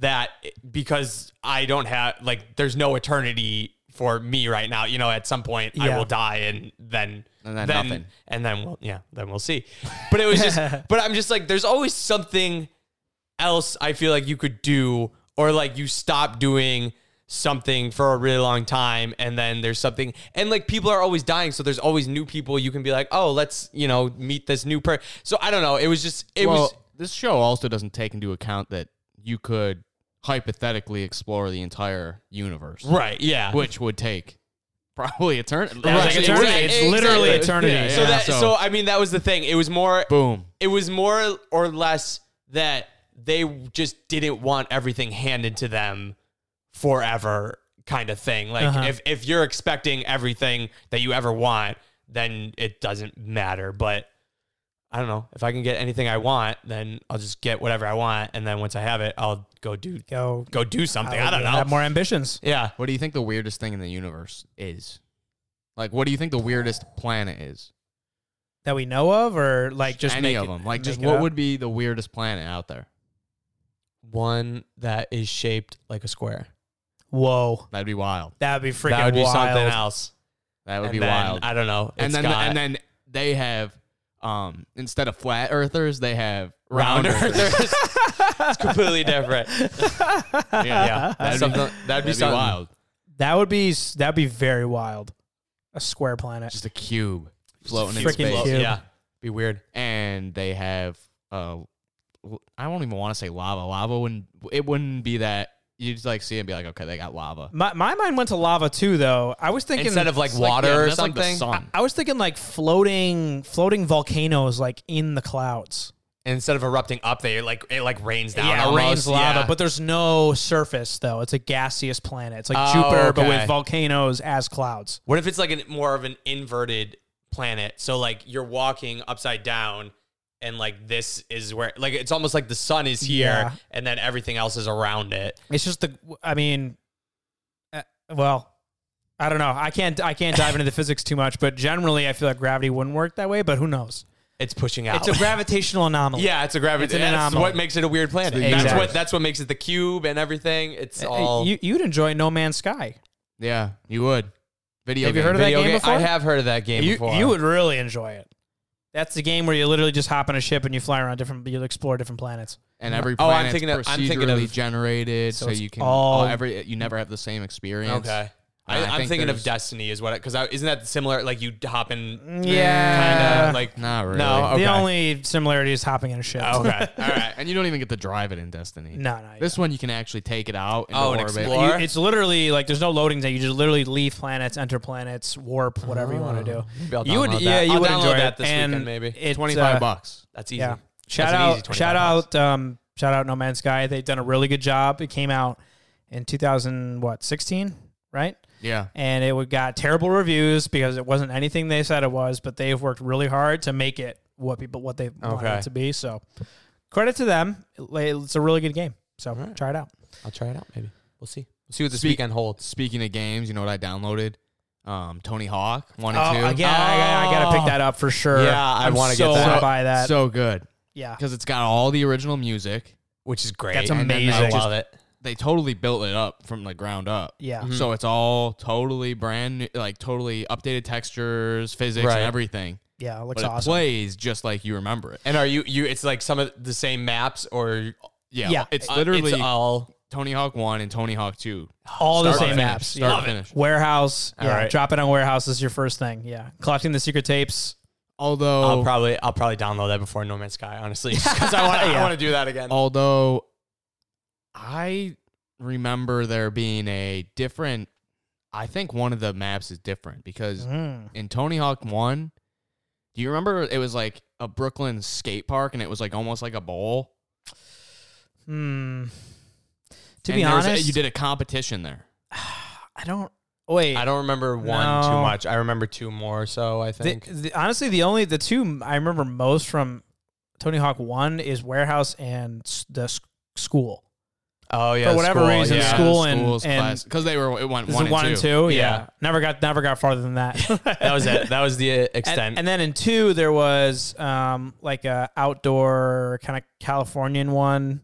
S2: that because I don't have like there's no eternity for me right now. You know, at some point
S3: Yeah.
S2: I will die, and then
S1: And then nothing.
S2: and then we'll yeah, then we'll see. But it was just, but I'm just like, there's always something else I feel like you could do, or like you stop doing something for a really long time and then there's something and like people are always dying so there's always new people you can be like oh let's you know meet this new person so i don't know it was just it
S1: well,
S2: was
S1: this show also doesn't take into account that you could hypothetically explore the entire universe,
S2: right yeah
S1: which would take probably eternity.
S3: Right.
S1: Actually,
S3: Eternity.
S1: exactly.
S3: It's literally eternity.
S1: Yeah,
S2: so
S1: yeah.
S2: that
S1: So-
S2: so i mean that was the thing it was more
S1: Boom.
S2: it was more or less that they just didn't want everything handed to them forever kind of thing like
S3: Uh-huh.
S2: if, if you're expecting everything that you ever want then it doesn't matter but i don't know if i can get anything i want then i'll just get whatever i want and then once i have it i'll go do
S3: Go. Uh,
S2: go do something i don't know
S3: Have more ambitions.
S2: yeah
S1: What do you think the weirdest thing in the universe is? Like, what do you think the weirdest planet is?
S3: that we know of, or like just
S1: any
S3: make
S1: of
S3: it-
S1: them. Like, just
S3: make it
S1: what
S3: up?
S1: would be the weirdest planet out there?
S2: one that is shaped like a square
S3: whoa,
S1: That'd be wild.
S3: that would be freaking
S2: that would be
S3: wild.
S2: something else
S1: That would
S2: And
S1: be
S2: then,
S1: wild.
S2: i don't know
S1: and
S2: It's
S1: then
S2: got-
S1: and then they have um instead of flat earthers they have round
S2: round
S1: earthers.
S2: earthers. it's completely different.
S1: yeah,
S2: Yeah,
S1: that'd,
S2: something-
S1: be,
S2: that'd be
S1: that'd be
S2: something.
S1: wild.
S3: That would be s- that'd be very wild. A square planet.
S1: Just a cube floating in
S3: freaking
S1: space,
S3: cube.
S2: Yeah, be weird.
S1: and they have uh I won't even want to say lava. Lava wouldn't it wouldn't be that you'd just like see it and be like, okay, they got lava.
S3: My, my mind went to lava too, though. I was thinking
S2: instead of like
S1: It's like,
S2: water
S1: yeah,
S2: or
S1: that's like the
S2: something.
S1: sun.
S3: I was thinking like floating floating volcanoes like in the clouds.
S2: instead of erupting up, they like it like rains down.
S3: it
S2: almost.
S3: rains lava,
S2: Yeah.
S3: but there's no surface though. It's a gaseous planet. It's like
S2: Oh,
S3: Jupiter, but
S2: okay.
S3: with volcanoes as clouds.
S2: what if it's like an, more of an inverted planet? So like you're walking upside down, and like this is where like it's almost like the sun is here,
S3: Yeah.
S2: and then everything else is around it.
S3: It's just the. I mean, uh, well, I don't know. I can't. I can't dive into the physics too much, but generally, I feel like gravity wouldn't work that way. But who knows?
S2: It's pushing out.
S3: It's a gravitational anomaly.
S2: yeah, it's a gravity.
S3: It's an
S2: that's
S3: anomaly.
S2: what makes it a weird planet.
S1: It's the
S2: That's
S3: universe.
S2: what that's what makes it the cube and everything. It's
S3: Uh,
S2: all.
S3: You, you'd enjoy No Man's Sky.
S1: Yeah, you would. Video.
S3: Have you
S1: game.
S3: heard of that
S2: Video
S3: game
S2: game-
S3: before?
S2: I have heard of that game
S3: You,
S2: before.
S3: you would really enjoy it. That's the game where you literally just hop on a ship and you fly around different. You explore different planets.
S1: And every
S2: Oh, I'm
S1: planet's
S2: thinking of-
S1: procedurally
S2: I'm thinking of-
S1: generated,
S3: So
S1: so,
S3: it's
S1: you can
S3: all-
S1: all every you never have the same experience.
S2: Okay. I,
S1: And I
S2: I am
S1: think
S2: thinking
S1: there's-
S2: of Destiny is what because isn't that similar? Like you hop in,
S3: Yeah.
S2: kind of like
S1: Not really.
S2: No, okay.
S3: The only similarity is hopping in a ship.
S2: okay, all right.
S1: And you don't even get to drive it in Destiny.
S3: No, no,
S1: This one you can actually take it out into
S2: Oh, and
S1: orbit.
S2: explore.
S3: You- it's literally like there's no loading that you just literally leave planets, enter planets, warp, whatever you
S2: Oh,
S3: want to do.
S2: Maybe I'll
S3: you would,
S2: download
S3: yeah,
S2: that.
S3: you
S2: I'll
S3: would
S2: download
S3: enjoy
S2: that
S3: it.
S2: this
S3: and
S2: weekend, maybe.
S3: it's,
S1: Twenty five
S3: uh,
S1: bucks.
S2: That's easy.
S3: Yeah, shout
S2: That's an easy
S3: out,
S2: 25
S3: shout
S2: bucks.
S3: out, um, shout out, No Man's Sky. They've done a really good job. It came out in 2000, what 16, right?
S1: Yeah.
S3: And it would got terrible reviews because it wasn't anything they said it was, but they've worked really hard to make it what people what they want
S2: Okay.
S3: it to be. So credit to them. It's a really good game. So try it out.
S2: I'll try it out. Maybe we'll see. We'll see what this
S1: Speak-
S2: weekend holds.
S1: Speaking of games, you know what I downloaded? Um, Tony Hawk one
S3: Oh,
S1: and two.
S3: again, I, I gotta pick that up for sure.
S2: Yeah, I
S3: I'm
S2: wanna get
S3: so
S2: that.
S3: gonna
S1: So-
S3: buy that.
S1: So good
S3: yeah,
S1: because it's got all the original music.
S2: which is great.
S3: That's
S1: and then they
S3: amazing.
S2: I
S1: just-
S2: love it.
S1: They totally built it up from the ground up.
S3: yeah.
S2: Mm-hmm.
S1: So it's all totally brand new, like totally updated textures, physics,
S2: Right.
S1: and everything.
S3: Yeah, it looks
S1: But it
S3: awesome.
S1: plays just like you remember it.
S2: And are you you? It's like some of the same maps or
S1: Yeah,
S3: Yeah.
S1: it's
S2: uh,
S1: literally
S2: it's all
S1: Tony Hawk one and Tony Hawk two.
S3: All the
S1: Start
S3: same
S1: to
S3: apps.
S1: finish,
S3: yeah.
S1: Start to finish.
S3: Warehouse. yeah,
S2: right.
S3: drop it on warehouse is your first thing. Yeah, collecting the secret tapes.
S1: Although,
S2: I'll probably I'll probably download that before No Man's Sky, honestly, because I want I
S3: Yeah.
S2: want to do that
S1: Oh.
S2: again.
S1: although, I remember there being a different. I think one of the maps is different because
S3: Mm.
S1: in Tony Hawk one, do you remember it was like a Brooklyn skate park and it was like almost like a bowl.
S3: Hmm. To
S1: And
S3: be
S1: there was
S3: honest,
S1: a- you did a competition there.
S3: I don't. Wait,
S2: I don't remember one too
S3: No.
S2: much. I remember two more. So I
S3: The,
S2: think
S3: the, honestly, the only the two I remember most from Tony Hawk One is warehouse and s- the s- school.
S2: oh yeah,
S3: for whatever
S2: school,
S3: reason,
S2: yeah.
S3: school and- and-
S1: because they were it went
S3: Is
S1: one,
S3: it
S1: and,
S3: one
S1: two.
S3: and two?
S2: Yeah.
S3: never got never got farther than that.
S2: that was it. That was the
S3: And,
S2: extent.
S3: and then in two, there was um, like a outdoor kind of Californian one.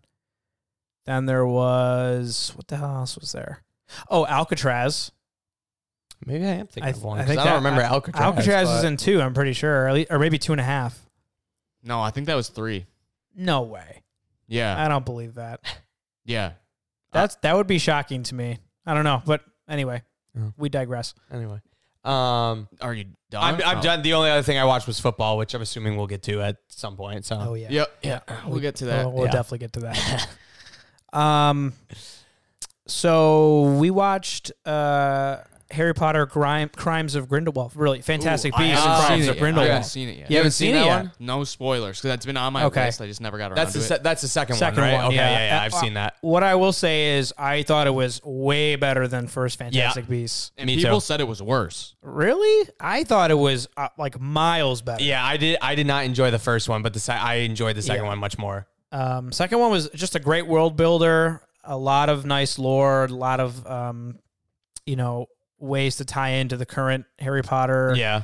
S3: Then there was what the hell else was there? Oh, Alcatraz.
S2: Maybe I am thinking
S3: I
S2: of one.
S3: I
S2: 'cause I,
S3: think
S2: don't
S3: that-
S2: remember
S3: I-
S2: Alcatraz.
S3: Alcatraz was
S2: but-
S3: in two, I'm pretty sure, or, at least, or maybe two and a half.
S1: No, I think that was three.
S3: No way,
S1: Yeah,
S3: I don't believe that.
S1: yeah.
S3: That's that would be shocking to me. I don't know, but anyway,
S2: Yeah.
S3: we digress.
S2: anyway. Um,
S1: Are you done?
S2: I'm, I'm
S1: Oh.
S2: done. The only other thing I watched was football, which I'm assuming we'll get to at some point. So
S3: Oh yeah,
S1: Yep. Yeah. We'll get to that.
S3: We'll, we'll
S2: Yeah.
S3: definitely get to that. um, so we watched uh, Harry Potter Grime, Crimes of Grindelwald. Really fantastic
S1: Ooh, I
S3: Beasts and
S1: haven't
S3: Crimes
S1: seen it
S3: of
S1: yet. I
S3: Grindelwald.
S1: haven't seen it yet.
S2: You haven't seen
S3: seen
S2: that
S3: it yet?
S2: one?
S1: No spoilers because that's been on my
S3: Okay.
S1: list. I just never got around
S2: That's
S1: to
S2: the
S1: it.
S2: se- that's the second,
S3: Second
S2: one, right?
S3: one,
S2: okay,
S3: yeah.
S2: yeah, yeah.
S3: Uh,
S2: I've
S3: uh,
S2: seen that.
S3: What I will say is, I thought it was way better than first Fantastic Beasts.
S1: and
S2: Me
S1: people
S2: too.
S1: said it was worse.
S3: Really, I thought it was uh, like miles better.
S2: Yeah, I did. I did not enjoy the first one, but the se- I enjoyed the second
S3: Yeah.
S2: one much more.
S3: Um, second one was just a great world builder, a lot of nice lore, a lot of um, you know ways to tie into the current Harry Potter
S2: Yeah,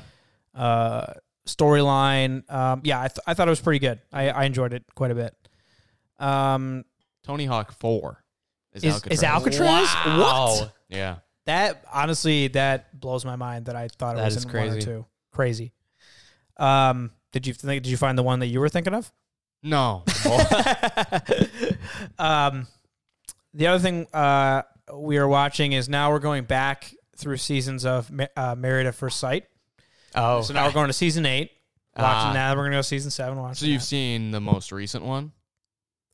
S3: uh, storyline. Um, yeah, I, th- I thought it was pretty good. I, I enjoyed it quite a bit. Um,
S1: Tony Hawk Four is,
S3: is
S1: Alcatraz.
S3: is Alcatraz?
S2: Wow.
S3: What?
S1: yeah.
S3: That honestly, that blows my mind. That I thought it
S2: That
S3: was
S2: is
S3: in one or
S2: crazy.
S3: two. Crazy. Um, did you think? Did you find the one that you were thinking of?
S1: No.
S3: um, the other thing uh, we are watching is now we're going back through seasons of Ma- uh, Married at First Sight.
S2: Oh,
S3: So now we're going to season eight. Watching
S2: Ah.
S3: now we're going to go season seven. Watching
S1: so you've
S3: that.
S1: seen the most recent one?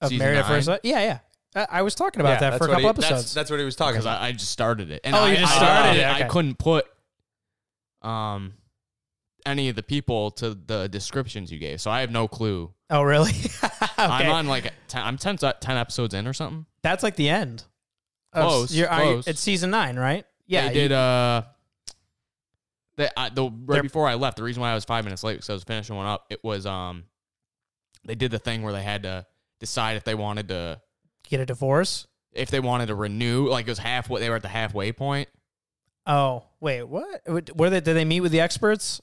S3: of
S1: Season
S3: Married at
S1: nine?
S3: First Sight. Yeah, yeah. I, I was talking about
S2: Yeah,
S3: that for a
S2: that's what
S3: couple
S2: he- that's-
S3: episodes.
S2: That's, what he was talking
S1: because
S2: about.
S1: I, I just started it. And
S3: Oh,
S1: I,
S3: you just
S1: I-
S3: started it,
S1: I, I
S3: okay.
S1: couldn't put um any of the people to the descriptions you gave, so I have no clue.
S3: oh, really?
S1: I'm
S3: Okay.
S1: on like ten, I'm 10, 10 episodes in or something.
S3: that's like the end. of-
S1: Close,
S3: you're- are you-
S1: close.
S3: it's season nine, right?
S1: they
S3: Yeah. you-
S1: did. uh, they, I, the right
S3: They're-
S1: before I left, the reason why I was five minutes late because I was finishing one up. It was um, they did the thing where they had to decide if they wanted to
S3: get a divorce.
S1: if they wanted to renew. Like it was halfway. They were at the halfway point.
S3: Oh, wait, what? What- Were they? Did they meet with the experts?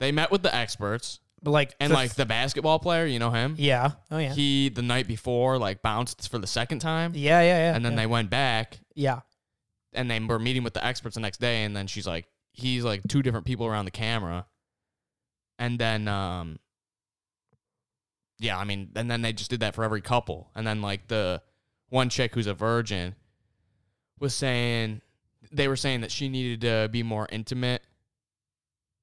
S1: They met with the experts
S3: But like
S1: and
S3: the-
S1: like the basketball player. You know him.
S3: yeah. Oh yeah.
S1: He the night before like bounced for the second time,
S3: yeah, yeah, yeah.
S1: and then they went back
S3: they yeah.
S1: and they were meeting with the experts the next day and then she's like he's like two different people around the camera and then um yeah i mean and then they just did that for every couple and then like the one chick who's a virgin was saying they were saying that she needed to be more intimate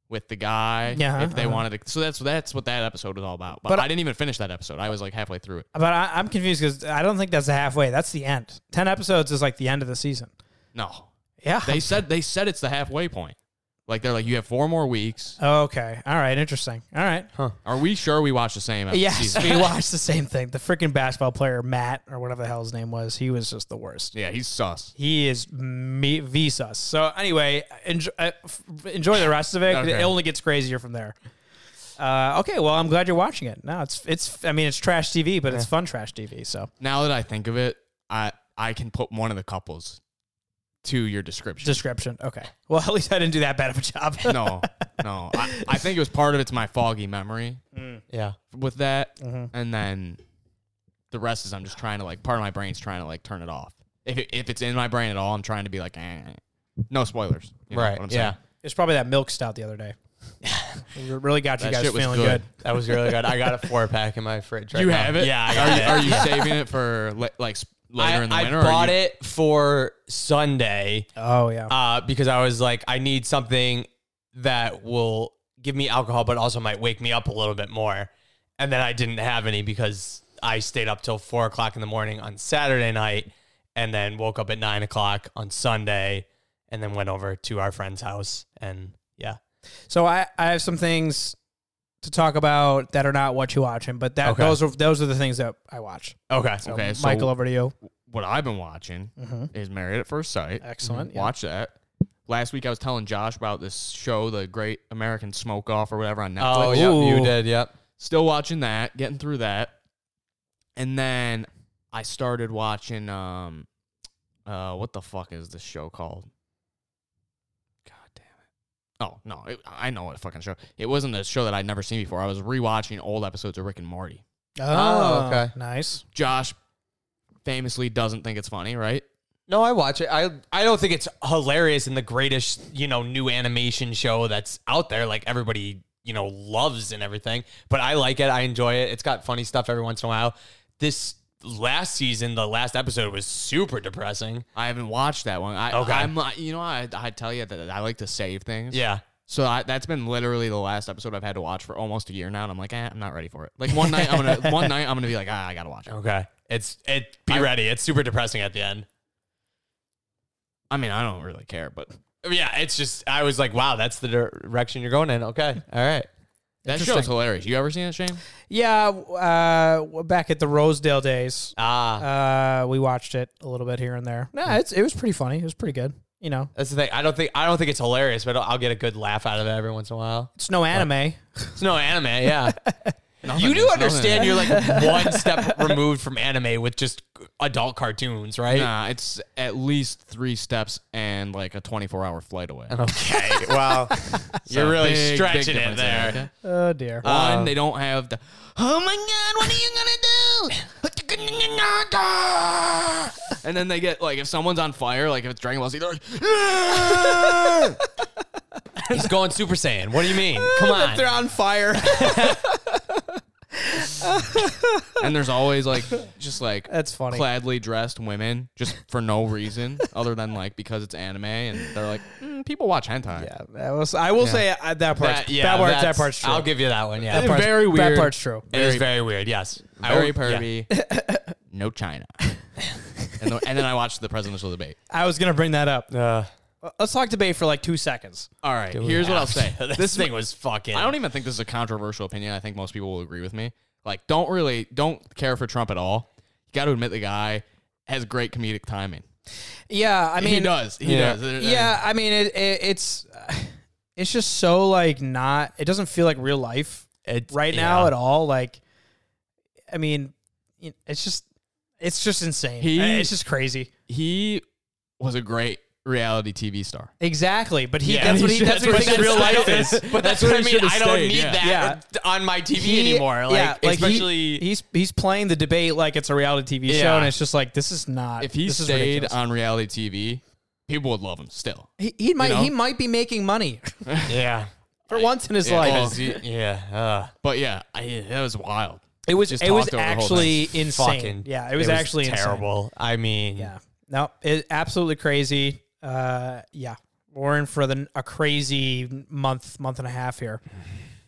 S1: with the guy
S3: Yeah,
S1: if they
S3: uh-huh.
S1: wanted to so that's that's what that episode was all about but,
S3: But
S1: i
S3: I-
S1: didn't even finish that episode i was like halfway through it
S3: But I, I'm confused because I don't think that's the halfway. That's the end. Ten episodes is like the end of the season.
S1: no
S3: Yeah.
S1: they said they said it's the halfway point like they're like you have four more weeks
S3: Oh, okay. All right. Interesting. All right.
S1: Are we sure we watched the same episode?
S3: Yes, we watched the same thing. The freaking basketball player Matt or whatever the hell his name was, he was just the worst.
S1: Yeah, he's sus.
S3: He is me Vsauce. So anyway, enjoy, uh, f- enjoy the rest of it. 'cause
S1: Okay.
S3: It only gets crazier from there. Uh, okay, well, I'm glad you're watching it. No, it's it's. I mean, it's trash TV, but it's fun trash TV. So
S1: Now that I think of it, I I can put one of the couples to your description.
S3: description. Okay. Well, at least I didn't do that bad of a job.
S1: no, no. I, I think it was part of it's my foggy memory
S2: yeah.
S1: with that,
S2: Mm-hmm.
S1: and then the rest is I'm just trying to like part of my brain's trying to like turn it off. If it, if it's in my brain at all, I'm trying to be like, eh. no spoilers. You know
S2: Right.
S1: what I'm
S2: yeah.
S1: saying?
S3: It's probably that milk stout the other day. It really got you
S1: That
S3: guys
S1: shit was
S3: feeling
S1: good.
S3: good.
S2: That was really good. I got a four pack in my fridge. Right
S1: You
S2: now.
S1: have it.
S2: Yeah. I got it.
S1: Are, you- are you saving it for li- like s- later
S2: I,
S1: in the
S2: I
S1: winter? or are
S2: bought
S1: you-
S2: it for Sunday
S3: Oh yeah.
S2: uh, because I was like, I need something that will give me alcohol, but also might wake me up a little bit more. And then I didn't have any because I stayed up till four o'clock in the morning on Saturday night and then woke up at nine o'clock on Sunday and then went over to our friend's house. And yeah.
S3: So I, I have some things to talk about that are not what you watching, but that
S2: Okay.
S3: those are those are the things that I watch.
S2: Okay.
S3: So
S1: Okay, so-
S3: Michael, over to you. Mm-hmm.
S1: What I've been watching is Married at First Sight. Mm-hmm.
S3: Excellent. yeah.
S1: Watch that. Last week I was telling Josh about this show, The Great American Smoke Off or whatever on Netflix.
S2: Oh, yep. You
S3: Ooh.
S2: did. Yep.
S1: Still watching that, getting through that. And then I started watching um uh what the fuck is this show called? God damn it. Oh, no. It, I know what fucking show. It wasn't a show that I'd never seen before. I was rewatching old episodes of Rick and Morty.
S2: Oh, okay.
S3: Nice.
S1: Josh famously doesn't think it's funny, right?
S2: No, I watch it. I I don't think it's hilarious and the greatest, you know, new animation show that's out there. Like everybody, you know, loves and everything. But I like it. I enjoy it. It's got funny stuff every once in a while. This last season, the last episode was super depressing.
S1: I haven't watched that one. I,
S2: Okay.
S1: I'm not, you know, I, I tell you that I like to save things.
S2: Yeah.
S1: So I, that's been literally the last episode I've had to watch for almost a year now, and I'm like, eh, I'm not ready for it. Like one night, I'm gonna one night I'm gonna be like, ah, I gotta watch it.
S2: Okay. It's it. Be
S1: I-
S2: ready. It's super depressing at the end.
S1: I mean, I don't really care, but
S2: Yeah. It's just I was like, wow, that's the direction you're going in. Okay. All right.
S1: that
S3: Interesting.
S1: show's hilarious. You ever seen it, Shane?
S3: Yeah. Uh, we're back at the Rosedale days,
S2: Ah.
S3: uh, we watched it a little bit here and there. No, it's it was pretty funny. It was pretty good. You know,
S2: that's the thing. I don't think I don't think it's hilarious, but I'll- I'll get a good laugh out of it every once in a while.
S3: it's no anime.
S2: It's no anime, yeah.
S1: Nothing.
S2: You do
S1: It's
S2: understand
S1: nothing.
S2: you're like one step removed from anime with just adult cartoons, right?
S1: Nah, it's at least three steps and like a 24 hour flight away.
S2: Okay. Wow. you're
S1: So
S2: really
S1: big, big
S2: stretching it
S1: difference
S2: there.
S1: okay?
S3: Oh dear.
S1: One, they don't have the. Oh my god, what are you gonna do? and then they get like if someone's on fire, like if it's Dragon Ball Z, they're like. "Ah!"
S2: He's going Super Saiyan. What do you mean? Come on.
S1: They're on fire. and there's always like just like
S3: That's funny.
S1: cladly dressed women just for no reason other than like because it's anime and they're like "Mm, people watch hentai.
S3: yeah, that was. I will say uh, that part. That,
S2: That- yeah,
S3: part. That
S2: that's-
S3: part's true.
S2: I'll give you that one. Yeah.
S1: Very
S3: That
S1: weird.
S3: part's true. Oh,
S2: it is very weird. Yes. I
S1: Very
S2: will- yeah.
S1: pervy. no China. and, the- and then I watched the presidential debate.
S3: I was gonna bring that up.
S2: Uh,
S3: Let's talk debate for like two seconds.
S1: All right, here's what I'll say.
S2: this thing was fucking.
S1: I don't even think this is a controversial opinion. I think most people will agree with me. Like, don't really don't care for Trump at all. You got to admit the guy has great comedic timing.
S3: Yeah, I mean,
S1: he does. He
S2: yeah.
S1: does. Uh,
S3: yeah, I mean, it, it, it's it's just so like not. It doesn't feel like real life
S2: It's-
S3: right
S2: yeah.
S3: now at all. Like, I mean, you- it's just it's just insane. Uh,
S1: He-
S3: it's just crazy.
S1: he was a great reality TV star.
S3: Exactly, but he
S2: Yeah.
S3: that's what he
S2: But
S3: that's what
S2: that's-
S3: he thinks real
S2: I
S3: life
S2: don't-
S3: is.
S2: But that's what I mean. I don't need
S1: yeah.
S2: that on my TV
S3: He-
S2: anymore. Like,
S3: yeah, he-
S2: especially
S3: he's he's playing the debate like it's a reality TV
S2: Yeah.
S3: show, and it's just like this is not.
S1: If he
S3: this is
S1: stayed
S3: ridiculous.
S1: on reality TV, people would love him still.
S3: he, he might
S1: know?
S3: he might be making money
S2: yeah,
S3: for once in his
S1: Yeah,
S3: life.
S1: because he-
S2: yeah. Uh,
S1: but yeah, I, that was wild.
S3: it was
S1: just
S3: it was
S1: talked over the whole
S3: actually insane.
S2: fucking.
S3: yeah, it was actually insane.
S2: terrible. I mean,
S3: Yeah. No, it, absolutely crazy. Uh, yeah. We're in for the, a crazy month, month and a half here.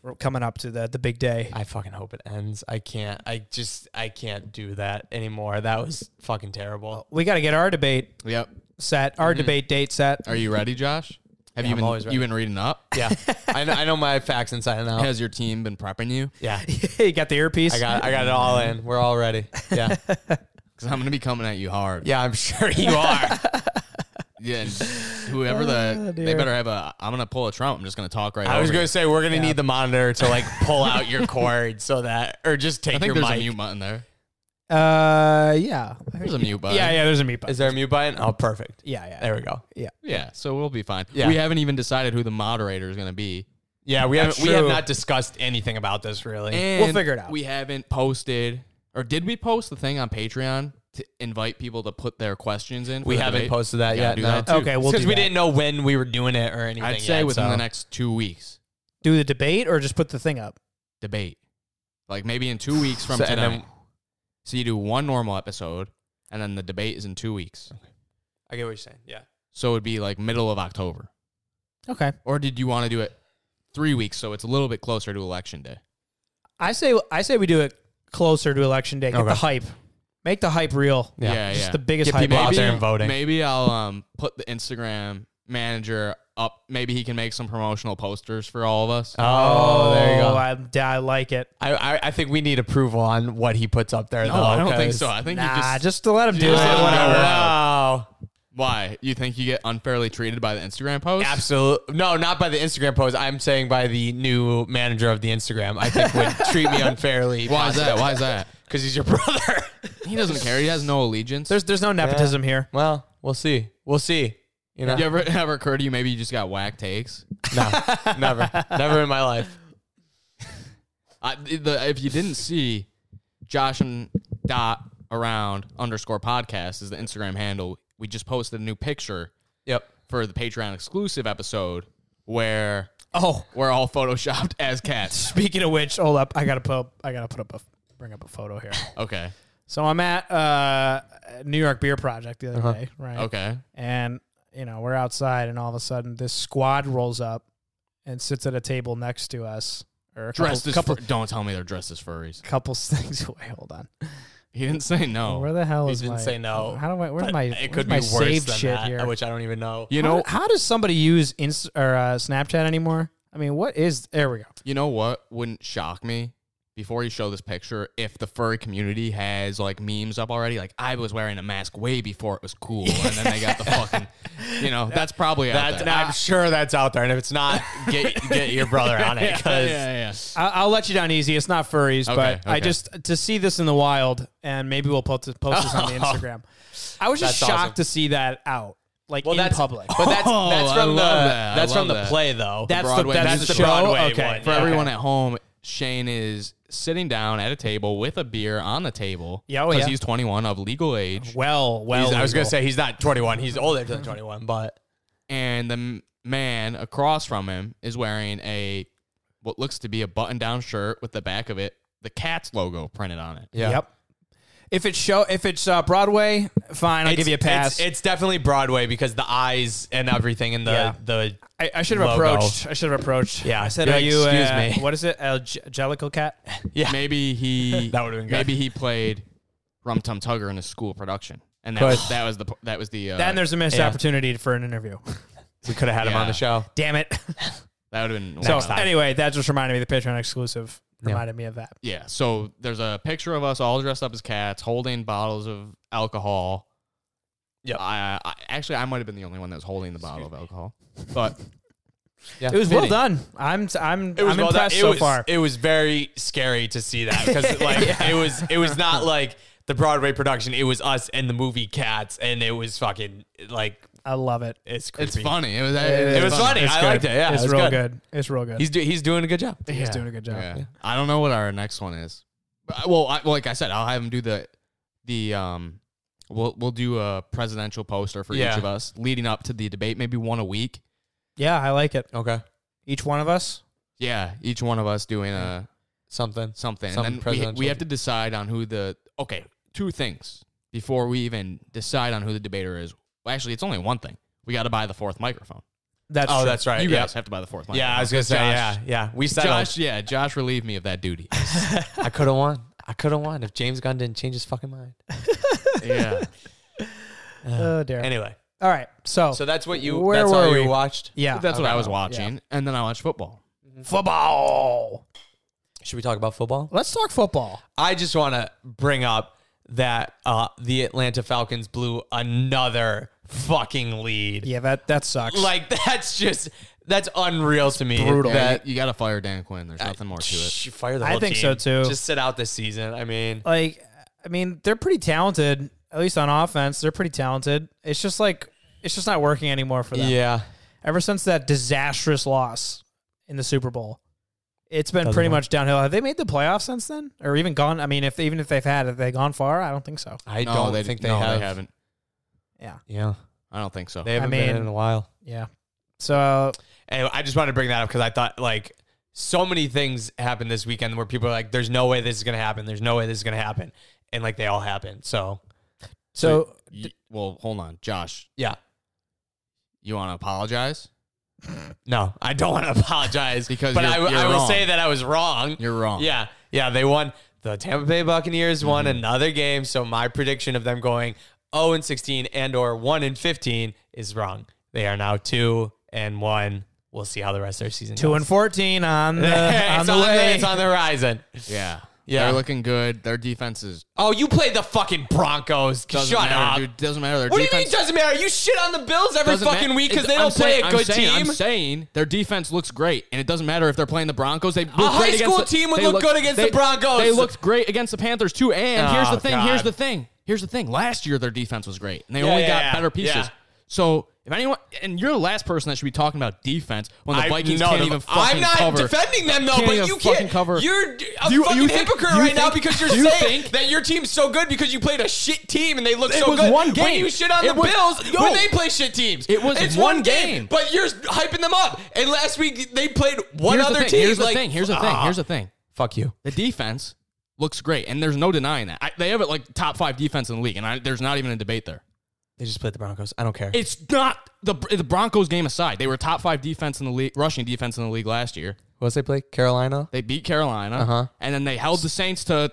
S3: We're coming up to the, the big day.
S2: I fucking hope it ends. I can't. I just. I can't do that anymore. That was fucking
S1: Oh.
S2: terrible.
S3: We got to get our debate
S1: Yep.
S3: set,
S2: Mm-hmm.
S3: our debate date set.
S1: Are you ready, Josh? Have you
S2: I'm
S1: been
S2: always ready.
S1: you been reading up?
S2: Yeah, I know. I know my facts inside and out.
S1: Has your team been prepping you?
S2: Yeah,
S3: you got the earpiece?
S2: I got. I got it all in. We're all ready. Yeah,
S1: Because I'm gonna be coming at you hard.
S2: yeah. I'm sure you are.
S1: Yeah, and whoever the they
S3: Ah, dear.
S1: better have a. I'm gonna pull a Trump. I'm just gonna talk right.
S2: I was
S1: over you.
S2: gonna say we're gonna need the monitor to like pull out your cord so that, or just take
S1: I think
S2: your
S1: there's
S2: mic.
S1: a mute button there.
S3: Uh, yeah.
S1: There's a mute button.
S3: Yeah, yeah, there's a meat
S2: Is
S3: button.
S2: there a mute button? Oh, perfect.
S3: Yeah, yeah.
S2: There we go.
S1: Yeah, So we'll be fine.
S2: Yeah.
S1: We haven't even decided who the moderator is gonna be.
S2: Yeah, we haven't.
S3: That's
S2: We have
S3: true.
S2: not discussed anything about this really.
S1: And
S3: figure it out.
S1: We haven't posted, or did we post the thing on Patreon to invite people to put their questions in? for
S2: we
S1: the
S2: haven't
S1: debate?
S2: posted that
S1: Yeah,
S2: yet.
S1: do
S2: No.
S1: that too.
S3: Okay, we'll do
S2: because we
S3: that.
S2: didn't know when we were doing it or anything.
S1: I'd say
S2: yet,
S1: within
S2: so.
S1: the next two weeks
S3: Do the debate or just put the thing up?
S1: debate, like maybe in two weeks from
S2: So- and
S1: tonight.
S2: then-
S1: so you do one normal episode, and then the debate is in two weeks.
S2: I get what you're saying. Yeah.
S1: So it'd be like middle of October.
S3: Okay.
S1: Or did you want to do it three weeks so it's a little bit closer to election day?
S3: I say I say we do it closer to election day. Get
S2: Okay.
S3: the hype. Make the hype real.
S2: Yeah.
S1: yeah.
S3: Just the biggest
S2: Get
S3: hype.
S2: people out there and voting.
S1: Maybe I'll um put the Instagram manager up. Maybe he can make some promotional posters for all of us.
S2: Oh, there you
S3: Oh,
S2: go.
S3: I, I like it.
S2: I, I I think we need approval on what he puts up there.
S1: no,
S2: though,
S1: I don't think
S2: 'cause-
S1: so. I think
S3: nah,
S1: you
S3: just,
S1: just,
S3: to let him do it.
S1: just let 'em
S3: whatever.
S1: go.
S2: No,
S1: why you think you get unfairly treated by the Instagram post?
S2: absolutely no, not by the Instagram post. I'm saying by the new manager of the Instagram. I think would treat me unfairly.
S1: Why is that? Why is that?
S2: Because he's your brother.
S1: He doesn't care. He has no allegiance.
S3: There's there's no nepotism here.
S2: well, we'll see. We'll see. You know,
S1: you ever ever occur to you maybe you just got whack takes?
S2: no, never, never in my life.
S1: I, the, if you didn't see Josh and dot around underscore podcast is the Instagram handle. We just posted a new picture
S2: Yep.
S1: for the Patreon exclusive episode where
S3: Oh,
S1: we're all photoshopped as cats.
S3: speaking of which, hold up, I gotta put up, I gotta put up a bring up a photo here.
S1: Okay.
S3: so I'm at uh, New York Beer Project the other
S2: Uh-huh.
S3: day, right?
S1: Okay.
S3: And you know we're outside, and all of a sudden this squad rolls up and sits at a table next to us, or a
S1: Dressed
S3: couple,
S1: as
S3: couple
S1: fur- don't tell me they're dressed as furries.
S3: couple things away. Hold on,
S1: He didn't say
S3: where
S1: no.
S3: the hell
S2: He
S3: is
S2: didn't
S3: my?
S2: say no,
S3: How do I? Where's
S2: But
S3: my?
S2: it could
S3: where's
S2: be
S3: my
S2: worse
S3: saved
S2: than
S3: shit
S2: that,
S3: here?
S2: which I don't even know.
S1: You
S3: How-
S1: know.
S3: how, does somebody use Inst- or uh, Snapchat anymore? I mean, what is? There we go.
S1: You know what wouldn't shock me before you show this picture if the furry community has like memes up already. Like I was wearing a mask way before it was cool, and then they got the fucking. You know that's probably out
S2: That-
S1: there.
S2: I'm sure that's out there, and if it's not, get get your brother on it
S1: yeah,
S2: because
S1: yeah,
S3: I- I'll let you down easy. It's not furries, but
S1: Okay,
S3: I
S1: okay.
S3: just to see this in the wild, and maybe we'll post, post this on the Instagram. I was just
S2: That's
S3: shocked
S2: awesome.
S3: to see that out, like in
S2: that's
S3: public.
S2: But that's
S1: Oh,
S2: that's
S1: I
S2: from the
S1: love that. I
S2: that's
S1: love
S2: from the
S1: that.
S2: play though.
S3: That's the-
S1: Broadway-
S3: that's
S1: that's
S3: the
S1: the
S3: show.
S2: Broadway
S3: okay,
S2: one,
S1: For
S2: yeah.
S1: everyone at home, Shane is sitting down at a table with a beer on the table.
S3: Yeah, oh, yeah.
S1: he's 21 of legal age,
S3: well, well,
S2: He's- I was gonna
S3: legal.
S2: say he's not 21. He's older than 21, but
S1: and the m- man across from him is wearing a what looks to be a button-down shirt with the back of it the Cats logo printed on it.
S2: yeah.
S3: yep. If it's show, if it's uh, Broadway, fine, I'll
S2: It's-
S3: give you a pass.
S2: It's, it's definitely Broadway because the eyes and everything and the
S3: Yeah.
S2: the
S3: I, I should have
S2: logo.
S3: approached. I should have approached.
S2: Yeah,
S3: I said,
S2: you're
S3: "Are
S2: like,
S3: you?
S2: "Excuse
S3: uh,
S2: me."
S3: What is it? A j- jellicle cat?
S2: yeah.
S1: Maybe he
S2: That would've been good.
S1: Maybe he played Rum Tum Tugger in a school production, and that
S2: But-
S1: was, that was the that was the uh,
S3: Then there's a missed
S2: Yeah.
S3: opportunity for an interview.
S2: We could have had him on
S1: Yeah.
S2: the show.
S3: Damn it.
S1: that would have been
S3: so
S1: wow.
S3: anyway, that just reminded me the Patreon exclusive
S2: Yeah.
S3: reminded me of that.
S1: yeah. So there's a picture of us all dressed up as cats, holding bottles of alcohol.
S2: Yep.
S1: I, I actually I might have been the only one that was holding the bottle of alcohol, but
S2: Yeah.
S3: It was well
S1: Fitting.
S3: done. I'm I'm
S2: It was
S3: I'm
S2: well done.
S3: impressed
S2: It
S3: so
S2: was,
S3: far.
S2: It was very scary to see that because like it was it was not like the Broadway production. It was us and the movie Cats, and it was fucking like
S3: I love it.
S2: it's creepy.
S1: it's funny. It was
S2: It was funny.
S3: It's
S2: I
S3: good.
S2: liked it. Yeah,
S3: it's
S2: it was
S3: real
S2: good.
S3: good. It's real good.
S2: He's do, he's doing a good job.
S3: He's doing a good job.
S1: Yeah. I don't know what our next one is. But, well, I, well, like I said, I'll have him do the the um. We'll we'll do a presidential poster for
S2: Yeah.
S1: each of us leading up to the debate, maybe one a week.
S3: Yeah, I like it.
S2: Okay,
S3: Each one of us.
S1: Yeah, each one of us doing a
S2: something.
S1: something,
S2: Some
S1: and then we,
S2: presidential-
S1: we have to decide on who the okay. Two things before we even decide on who the debater is. Well, actually, it's only one thing. We got to buy the fourth microphone.
S3: That's
S2: Oh,
S3: true.
S2: that's right.
S1: You
S2: yeah.
S1: guys have to buy the fourth microphone.
S2: yeah, I was gonna say yeah,
S1: Josh-
S2: yeah. We settled.
S1: Josh, yeah, Josh relieved me of that duty.
S2: I could have won. I could have won if James Gunn didn't change his fucking mind.
S1: yeah.
S3: Oh dear.
S2: Anyway,
S3: All right. So,
S2: so that's what you.
S3: Where
S2: that's all
S3: were
S2: you
S3: we?
S2: watched.
S3: yeah,
S1: That's what
S3: Okay.
S1: I was watching. And then I watched football.
S3: Football.
S2: Should we talk about football?
S3: Let's talk football.
S2: I just want to bring up that uh, the Atlanta Falcons blew another fucking lead.
S3: Yeah, that that sucks.
S2: Like that's just that's unreal to me.
S3: Brutal.
S2: That,
S1: you got to fire Dan Quinn. There's nothing more to it.
S2: Shh, fire the
S3: I
S2: whole
S3: think
S2: team.
S3: so, too.
S2: Just sit out this season. I mean,
S3: like I mean, they're pretty talented. At least on offense, they're pretty talented. It's just like it's just not working anymore for them.
S2: yeah,
S3: Ever since that disastrous loss in the Super Bowl, it's been
S2: Doesn't
S3: pretty
S2: work.
S3: much downhill. Have they made the playoffs since then, or even gone? I mean, if even if they've had, have they gone far? I don't think so.
S2: I
S1: No,
S2: don't
S1: they,
S2: think they,
S1: no,
S2: have.
S1: they haven't.
S2: Yeah,
S1: I don't think so.
S2: they haven't been
S3: mean-
S2: in a while.
S3: Yeah. So
S2: Anyway, I just wanted to bring that up because I thought like so many things happened this weekend where people are like, "There's no way this is gonna happen. There's no way this is gonna happen," and like they all happened. So
S3: so
S1: Y- well, hold on. Josh,
S2: yeah,
S1: you want to apologize?
S2: no, I don't want to apologize
S1: Because
S2: but
S1: you're-
S2: I, w-
S1: you're
S2: I will
S1: wrong.
S2: say that I was wrong.
S1: You're wrong. Mm-hmm.
S2: Yeah, yeah, they won. The Tampa Bay Buccaneers won another game, so my prediction of them going 0 and 16 and or 1 and 15 is wrong. They are now 2 and 1. We'll see how the rest of their season
S3: two
S2: goes.
S3: and fourteen on the on
S2: it's,
S3: the
S2: on the,
S3: way.
S2: it's on the horizon.
S1: Yeah.
S2: Yeah.
S1: They're looking good. Their defense is.
S2: Oh, you play the fucking Broncos.
S1: Doesn't
S2: Shut
S1: matter,
S2: up.
S1: Dude, doesn't matter. Their
S2: What do you
S1: defense
S2: mean it doesn't matter? You shit on the Bills every
S1: doesn't ma-
S2: fucking week because
S1: It-
S2: they
S1: I'm
S2: don't play
S1: saying-
S2: a
S1: I'm
S2: good
S1: saying-
S2: team.
S1: I'm saying their defense looks great, and it doesn't matter if they're playing the Broncos. They a
S2: high school team would look good against the Broncos.
S1: They looked great against the Panthers too. And here's
S2: Oh,
S1: the thing.
S2: God.
S1: Here's the thing. Here's the thing. Last year their defense was great, and they
S2: Yeah,
S1: only
S2: yeah,
S1: got
S2: yeah.
S1: better pieces.
S2: Yeah.
S1: So if anyone, and you're the last person that should be talking about defense when the
S2: I
S1: Vikings
S2: know
S1: can't
S2: them.
S1: even fucking
S2: I'm not
S1: cover.
S2: defending them though,
S1: Can't
S2: but
S1: even
S2: you
S1: fucking
S2: can't.
S1: cover.
S2: You're d- a
S1: Do you-
S2: fucking
S1: you think-
S2: hypocrite
S1: you
S2: right now
S1: think-
S2: because you're
S1: do you
S2: saying
S1: think-
S2: that your team's so good because you played a shit team and they look
S1: It
S2: so
S1: was
S2: good.
S1: one
S2: When
S1: game.
S2: you shit on
S1: It
S2: the
S1: was-
S2: Bills
S1: No.
S2: when they play shit teams,
S1: It was
S2: it's
S1: one
S2: one game.
S1: game.
S2: But you're hyping them up. And last week they played one
S1: Here's the
S2: other
S1: thing.
S2: team.
S1: Here's the
S2: like,
S1: thing. Here's the thing.
S2: ah,
S1: Here's the thing.
S2: fuck you.
S1: The defense looks great, and there's no denying that. I, they have it like top five defense in the league, and I, there's not even a debate there.
S2: They just played the Broncos. I don't care.
S1: It's not the the Broncos game aside. They were top five defense in the league, rushing defense in the league last year.
S2: Who else they play? Carolina.
S1: They beat Carolina,
S2: Uh-huh.
S1: and then they held the Saints to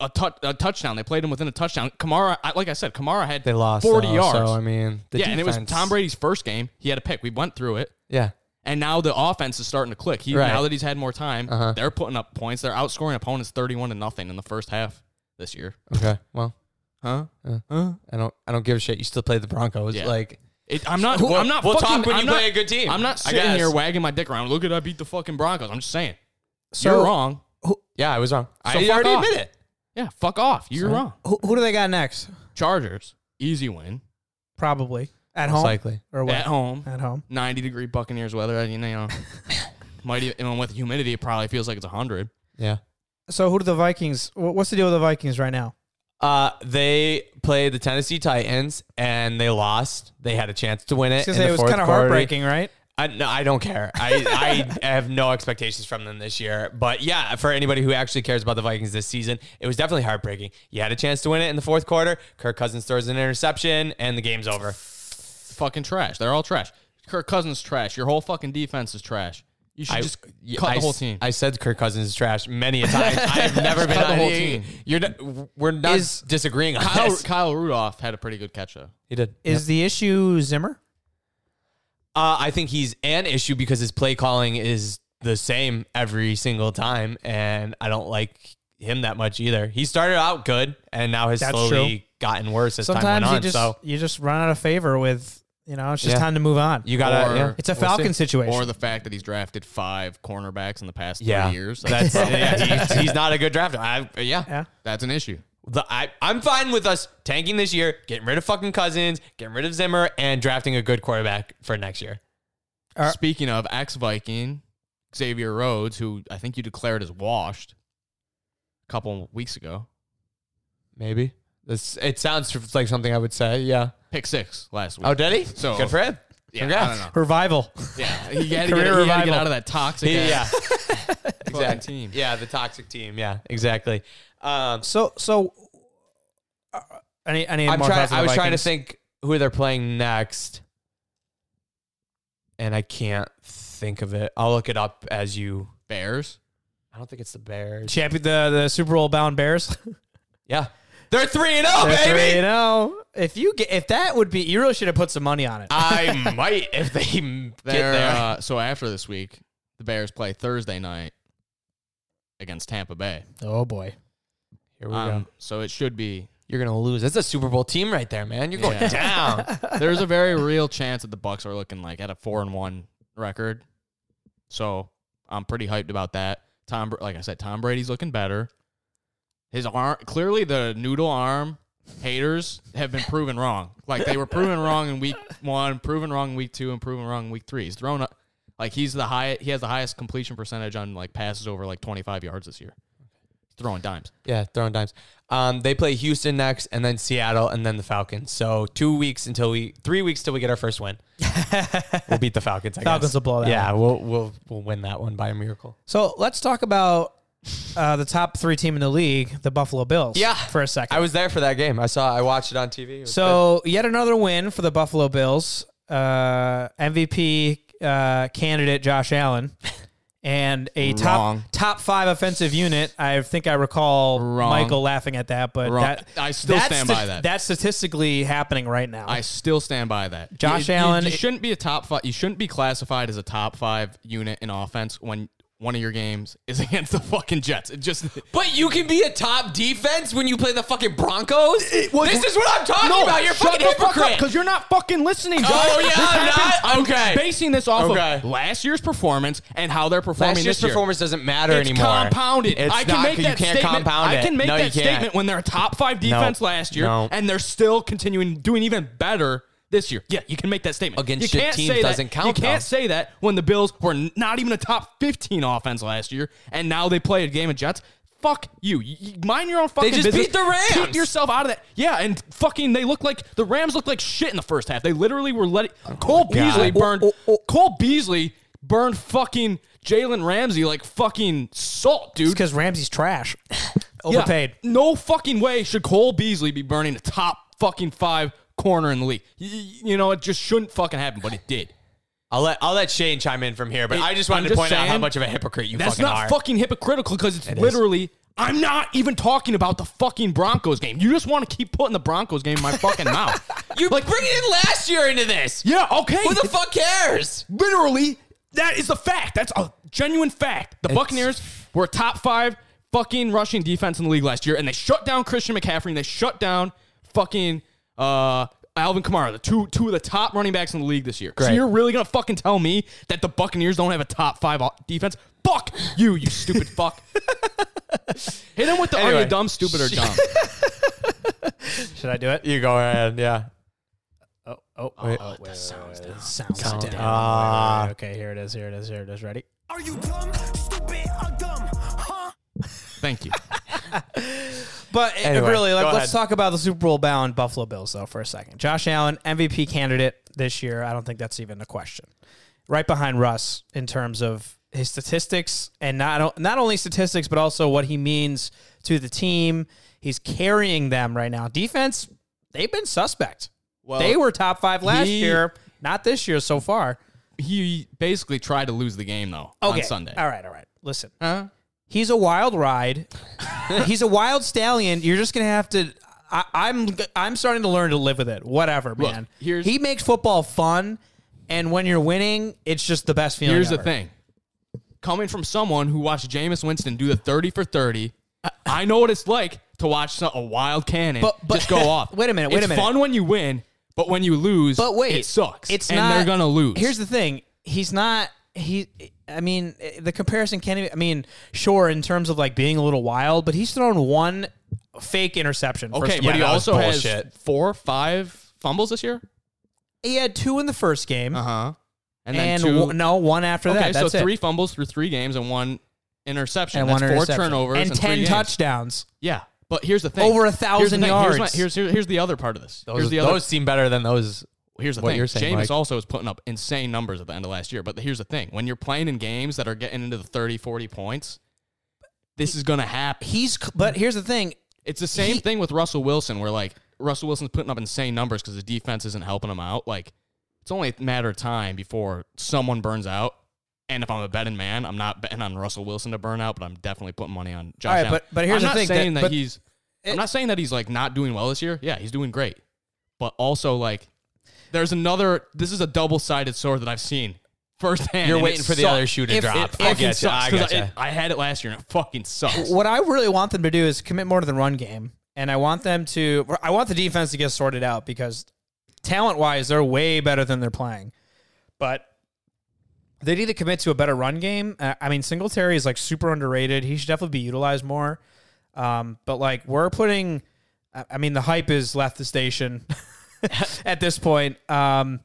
S1: a, tou- a touchdown. They played them within a touchdown. Kamara, I, like I said, Kamara had
S2: They lost
S1: forty
S2: though,
S1: yards.
S2: So I mean, the
S1: yeah, and it was
S2: defense-
S1: Tom Brady's first game. He had a pick. We went through it,
S2: Yeah,
S1: and now the offense is starting to click. He
S2: Right.
S1: now that he's had more time,
S2: Uh-huh.
S1: they're putting up points. They're outscoring opponents thirty-one to nothing in the first half this year.
S2: Okay. Well,
S1: Huh?
S2: I don't. I don't give a shit. You still play the Broncos.
S1: Yeah.
S2: Like,
S1: It, I'm not.
S2: We'll-
S1: I'm not.
S2: we'll
S1: fucking,
S2: talk when
S1: I'm
S2: you
S1: not-
S2: play a good team,
S1: I'm
S2: I
S1: not sitting
S2: guess.
S1: here wagging my dick around. Look at I beat the fucking Broncos. I'm just saying.
S3: So-
S1: You're wrong.
S2: yeah, I was wrong. I
S1: So fuck
S2: already
S1: off.
S2: admit it.
S1: Yeah, fuck off. You're wrong.
S3: who, who do they got next?
S1: Chargers, easy win
S3: Probably at
S2: Most
S3: home
S2: likely.
S3: or what?
S1: at home.
S3: At home.
S1: 90 degree Buccaneers weather. I mean, you know, might even and with humidity, it probably feels like it's 100.
S2: Yeah.
S3: So who do the Vikings? wh- What's the deal with the Vikings right now?
S2: Uh, they played the Tennessee Titans and they lost. They had a chance to win
S3: I was
S2: it.
S3: gonna
S2: in
S3: say
S2: the
S3: it was
S2: fourth
S3: kind of
S2: quarter.
S3: heartbreaking, right?
S2: I, no, I don't care. I, I have no expectations from them this year. But yeah, for anybody who actually cares about the Vikings this season, it was definitely heartbreaking. You had a chance to win it in the fourth quarter. Kirk Cousins throws an interception and the game's over.
S1: Fucking trash. They're all trash. Kirk Cousins trash. Your whole fucking defense is trash. You should
S2: I-
S1: just
S2: Yeah,
S1: cut
S2: I
S1: the whole
S2: s-
S1: team.
S2: I said Kirk Cousins is trash many a time. I've never been
S1: Cut
S2: on
S1: the whole
S2: any-
S1: team.
S2: You're not, we're not
S3: Is-
S2: disagreeing on
S1: Kyle,
S2: this.
S1: Kyle Rudolph had a pretty good catch though.
S2: He did.
S3: Is the issue Zimmer?
S2: Uh, I think he's an issue because his play calling is the same every single time, and I don't like him that much either. He started out good, and now has
S3: That's
S2: slowly gotten worse as time
S3: Sometimes
S2: went
S3: you
S2: on.
S3: just
S2: so
S3: you just run out of favor with you know it's just
S2: Yeah.
S3: time to move on.
S2: you gotta.
S1: Or-
S2: Uh, yeah.
S3: it's a
S2: We'll see.
S3: Falcon situation.
S1: Or the fact that he's drafted five cornerbacks in the past
S2: Yeah.
S1: three years.
S2: That's yeah, he's, he's not a good drafter. I, yeah,
S3: yeah.
S1: that's an issue.
S2: The, I, I'm fine with us tanking this year, getting rid of fucking Cousins, getting rid of Zimmer, and drafting a good quarterback for next year.
S3: Are-
S1: Speaking of ex Viking, Xavier Rhodes, who I think you declared as washed a couple weeks ago,
S2: Maybe this. It sounds like something I would say. Yeah.
S1: pick six last week.
S2: Oh, did he?
S1: So-
S2: good for him.
S1: yeah, I
S2: Congrats.
S1: don't know.
S3: Revival.
S1: Yeah, he had, to get,
S3: Career
S1: he had to
S3: revival.
S1: get out of that toxic.
S2: He- yeah.
S1: ass fucking
S2: exactly.
S1: Team.
S2: Yeah, the toxic team. Yeah, exactly. Um,
S3: So so. uh, Any any
S2: I'm
S3: more
S2: trying.
S3: thoughts on
S2: I
S3: the
S2: was trying to
S3: Vikings?
S2: think who they're playing next, and I can't think of it. I'll look it up as you.
S1: Bears.
S2: I don't think it's the Bears.
S3: Champion the, the Super Bowl bound Bears.
S2: Yeah, they're three and zero,
S3: That's right, You
S2: baby.
S3: know, if you get if that would be, you really should have put some money on it.
S2: I might if they m- get
S1: They're,
S2: there.
S1: Uh, so after this week, the Bears play Thursday night against Tampa Bay.
S3: oh boy,
S2: Here we
S1: Um,
S2: go.
S1: so it should be.
S2: You're gonna lose. That's a Super Bowl team right there, man. You're going
S1: Yeah.
S2: down.
S1: There's a very real chance that the Bucks are looking like at a four and one record. So I'm pretty hyped about that. Tom, Br- like I said, Tom Brady's looking better. His arm, clearly the noodle arm haters have been proven wrong. Like they were proven wrong in week one, proven wrong in week two, and proven wrong in week three. He's thrown up. Like he's the high, he has the highest completion percentage on like passes over like 25 yards this year. Throwing dimes.
S2: yeah, throwing dimes. Um, they play Houston next, and then Seattle, and then the Falcons. So two weeks until we, three weeks till we get our first win. we'll beat the Falcons. I
S3: Falcons
S2: guess.
S3: will blow that
S2: Yeah, we'll we'll we'll win that one by a miracle.
S3: So let's talk about uh, the top three team in the league, the Buffalo Bills.
S2: Yeah.
S3: for a second.
S2: I was there for that game. I saw. I watched it on TV. It was
S3: so yet another win for the Buffalo Bills. Uh, MVP uh, candidate Josh Allen. And a top
S1: Wrong.
S3: top five offensive unit. I think I recall
S1: Wrong.
S3: Michael laughing at that, but
S1: Wrong.
S3: that
S1: I still
S3: that's
S1: stand
S3: sta-
S1: by that.
S3: That's statistically happening right now.
S1: I still stand by that.
S3: Josh
S1: You- you-
S3: Allen-
S1: you shouldn't be a top five. You shouldn't be classified as a top five unit in offense when one of your games is against the fucking Jets. It just
S2: good. but you can be a top defense when you play the fucking Broncos. this is what I'm talking about. You're a fucking hypocrite.
S1: because you're not fucking listening. Josh.
S2: oh yeah,
S1: This
S2: I'm
S1: happens-
S2: not. Okay.
S1: basing this off
S2: Okay.
S1: of last year's performance and how they're performing
S2: Last year's
S1: this year.
S2: performance doesn't matter
S1: It's
S2: anymore.
S1: compounded.
S2: It's
S1: I can
S2: not-
S1: make
S2: you
S1: that
S2: can't
S1: statement.
S2: compound it.
S1: I can make
S2: No, you
S1: that
S2: can't.
S1: statement when they're a top five defense last year,
S2: No.
S1: and they're still continuing doing even better this year. Yeah, you can make that statement
S2: Against
S1: You
S2: shit
S1: can't
S2: teams
S1: say that-
S2: doesn't count,
S1: You can't
S2: though.
S1: say that when the Bills were n- not even a top fifteen offense last year, and now they play a game of Jets. Fuck you. You- you mind your own fucking
S2: just
S1: business.
S2: beat the Rams.
S1: Keep yourself out of that. Yeah, and fucking they look like the Rams look like shit in the first half. They literally were letting Cole
S2: Oh my God. oh,
S1: Beasley burned Cole Beasley burned fucking Jalen Ramsey like fucking salt, dude.
S3: because Ramsey's trash.
S1: Yeah.
S3: Overpaid.
S1: No fucking way should Cole Beasley be burning the top fucking five corner in the league. Y- y- you know, it just shouldn't fucking happen, but it did.
S2: I'll let I'll let Shane chime in from here, but
S1: It-
S2: I just wanted
S1: I'm
S2: to
S1: just
S2: point out how
S1: saying,
S2: much of a hypocrite you
S1: That's
S2: fucking
S1: not
S2: are.
S1: fucking hypocritical because it's literally. I'm not even talking about the fucking Broncos game. You just want to keep putting the Broncos game in my fucking mouth.
S2: You're bringing in last year into this.
S1: Yeah, okay.
S2: Who the fuck cares?
S1: literally that is the fact that's a genuine fact the buccaneers were a top five fucking rushing defense in the league last year and they shut down christian mccaffrey and they shut down fucking uh Alvin Kamara, the two two of the top running backs in the league this year. So
S2: Great.
S1: you're really gonna fucking tell me that the Buccaneers don't have a top five o- defense? Fuck you, you stupid fuck. Hit him with the are
S2: Anyway.
S1: you dumb, stupid, or dumb?
S3: Should I do it?
S2: You go ahead. Yeah.
S3: Oh, oh, oh, oh, that sounds down. Sounds down.
S1: uh,
S2: Ah.
S3: Wait, wait, wait. Okay, here it is. Here it is. Here it is. Ready?
S4: Are you dumb, stupid, or dumb? Huh?
S1: Thank you.
S3: But it-
S2: Anyway,
S3: really,
S2: go
S3: let, let's
S2: ahead.
S3: talk about the Super Bowl bound Buffalo Bills though for a second. Josh Allen, MVP candidate this year. I don't think that's even a question. Right behind Russ in terms of his statistics and not not only statistics but also what he means to the team. He's carrying them right now. Defense, they've been suspect.
S1: Well,
S3: they were top five last
S1: he-
S3: year, not this year so far.
S1: he basically tried to lose the game though on Sunday.
S3: All right, all right. Listen,
S1: Huh?
S3: he's a wild ride. he's a wild stallion. You're just gonna have to. I, I'm I'm starting to learn to live with it. Whatever,
S1: Look,
S3: man.
S1: here's-
S3: he makes football fun, and when you're winning, it's just the best feeling.
S1: Here's the
S3: ever.
S1: thing. Coming from someone who watched Jameis Winston do the 30 for 30, I know what it's like to watch some, a wild cannon
S3: But- but-
S1: just go off.
S3: Wait a minute, wait
S1: it's
S3: a minute.
S1: fun when you win, but when you lose,
S3: But wait,
S1: it sucks.
S3: It's
S1: and
S3: not.
S1: they're going to lose.
S3: Here's the thing. He's not. He. I mean, the comparison can't. Even, I mean, sure, in terms of like being a little wild, but he's thrown one fake interception.
S1: okay,
S3: First,
S1: but he
S2: that was
S1: also has
S2: bullshit.
S1: four, five fumbles this year.
S3: he had two in the first game,
S1: Uh huh. And then
S3: Uh-huh. and
S1: two.
S3: one- no one after
S1: okay,
S3: that. That's
S1: so
S3: it.
S1: three fumbles through three games and one interception.
S3: and
S1: That's
S3: one
S1: four
S3: interception.
S1: turnovers
S3: and
S1: in three
S3: ten
S1: games.
S3: touchdowns.
S1: Yeah, but here's the thing:
S3: Over a
S1: Here's the
S3: thousand
S1: thing. Here's, my-
S3: yards.
S1: here's, here- here's the other part of this.
S2: Those,
S1: here's the
S2: those
S1: other
S2: seem better than those.
S1: Here's the
S2: what
S1: thing.
S2: you're saying,
S1: Jameis
S2: Mike.
S1: also is putting up insane numbers at the end of last year. But here's the thing. When you're playing in games that are getting into the 30, 40 points, this is going to happen.
S3: He's. c- But here's the thing.
S1: It's the same
S3: he-
S1: thing with Russell Wilson where, like, Russell Wilson's putting up insane numbers because the defense isn't helping him out. Like, it's only a matter of time before someone burns out. And if I'm a betting man, I'm not betting on Russell Wilson to burn out, but I'm definitely putting money on Josh
S3: All right,
S1: Allen.
S3: but- but here's
S1: I'm
S3: the
S1: not
S3: thing, that-
S1: saying that,
S3: but
S1: he's
S3: it-
S1: I'm not saying that he's like not doing well this year. Yeah, he's doing great. But also like there's another this is a double sided sword that I've seen firsthand.
S2: You're
S1: and it
S2: waiting for the
S1: sucks.
S2: other shoe to
S1: It
S2: drop.
S1: fucking
S2: I get you.
S1: sucks,
S2: I
S1: 'cause
S2: get you.
S1: it- I had it last year and it fucking sucks.
S3: What I really want them to do is commit more to the run game, and I want them to. I want the defense to get sorted out because talent wise, they're way better than they're playing. But they need to commit to a better run game. Uh, I mean, Singletary is like super underrated. He should definitely be utilized more. Um, but like we're putting, I I mean, the hype has left the station at this point. Um,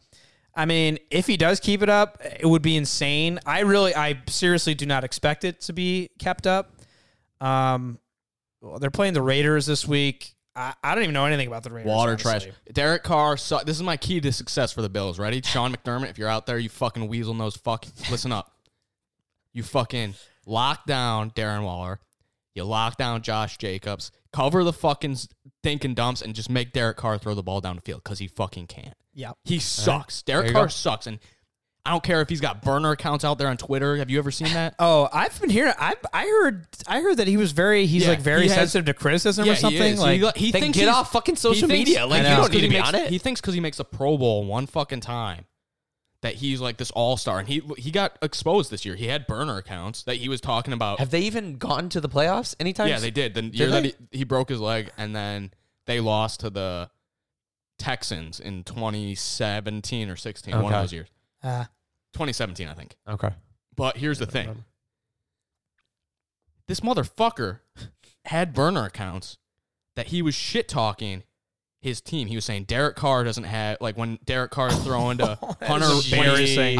S3: I mean, if he does keep it up, it would be insane. I really, I seriously do not expect it to be kept up. Um, well, they're playing the Raiders this week. I, I don't even know anything about the Raiders.
S1: Water
S3: honestly.
S1: trash. Derek Carr. Su- this is my key to success for the Bills. Ready, Sean McDermott. If you're out there, you fucking weasel nose. Fuck. Listen up. You fucking lock down Darren Waller. You lock down Josh Jacobs. Cover the fucking thinking dumps and just make Derek Carr throw the ball down the field because he fucking can't.
S3: Yeah.
S1: He sucks. Derek
S2: you
S1: Carr
S2: go.
S1: sucks, and I don't care if he's got burner accounts out there on Twitter. Have you ever seen that?
S3: Oh, I've been hearing. I I heard. I heard that he was very. He's
S1: Yeah,
S3: like very
S1: he has-
S3: sensitive to criticism
S1: Yeah,
S3: or
S1: he
S3: something.
S1: is.
S3: like
S1: he, he
S2: Then
S1: thinks
S2: get
S1: he's-
S2: off fucking social
S1: he thinks-
S2: media. Like,
S1: I
S2: you
S1: know.
S2: don't need to
S1: He
S2: be
S1: makes-
S2: on it.
S1: He thinks because he makes a Pro Bowl one fucking time that he's like this all star, and he he got exposed this year. He had burner accounts that he was talking about.
S2: Have they even gotten to the playoffs anytime?
S1: yeah, they did. The year that
S2: they?
S1: he, he broke his leg, and then they lost to the Texans in 2017 or 16, one
S2: Okay.
S1: of those years.
S3: Ah.
S1: 2017, I think.
S2: Okay.
S1: But here's the thing. This motherfucker had burner accounts that he was shit talking his team. He was saying Derek Carr doesn't have like when Derek Carr is throwing to Hunter
S3: is embarrassing.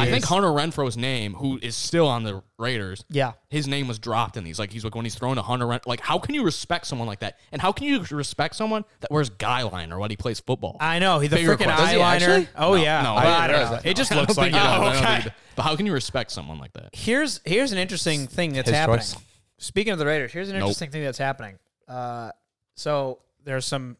S1: Renfro. I think Hunter Renfro's name, who is still on the Raiders,
S3: yeah.
S1: his name was dropped in these. Like he's like when he's throwing to Hunter Renfro. Like how can you respect someone like that? And how can you respect someone that wears guy liner when he plays football?
S3: I know. He the
S1: Bigger
S3: freaking
S1: question. Does he
S3: eyeliner.
S2: actually?
S3: Oh
S1: No,
S3: yeah.
S1: no,
S3: Well,
S1: I
S3: I
S1: didn't
S3: don't know.
S1: realize
S3: It just
S1: I don't
S3: looks like.
S1: think he does. I
S3: Oh,
S1: don't think he
S3: okay.
S1: does. But how can you respect someone like that?
S3: Here's here's an interesting thing that's
S2: his
S3: happening.
S2: choice.
S3: Speaking of the Raiders, here's an
S1: Nope.
S3: interesting thing that's happening. Uh, so there's some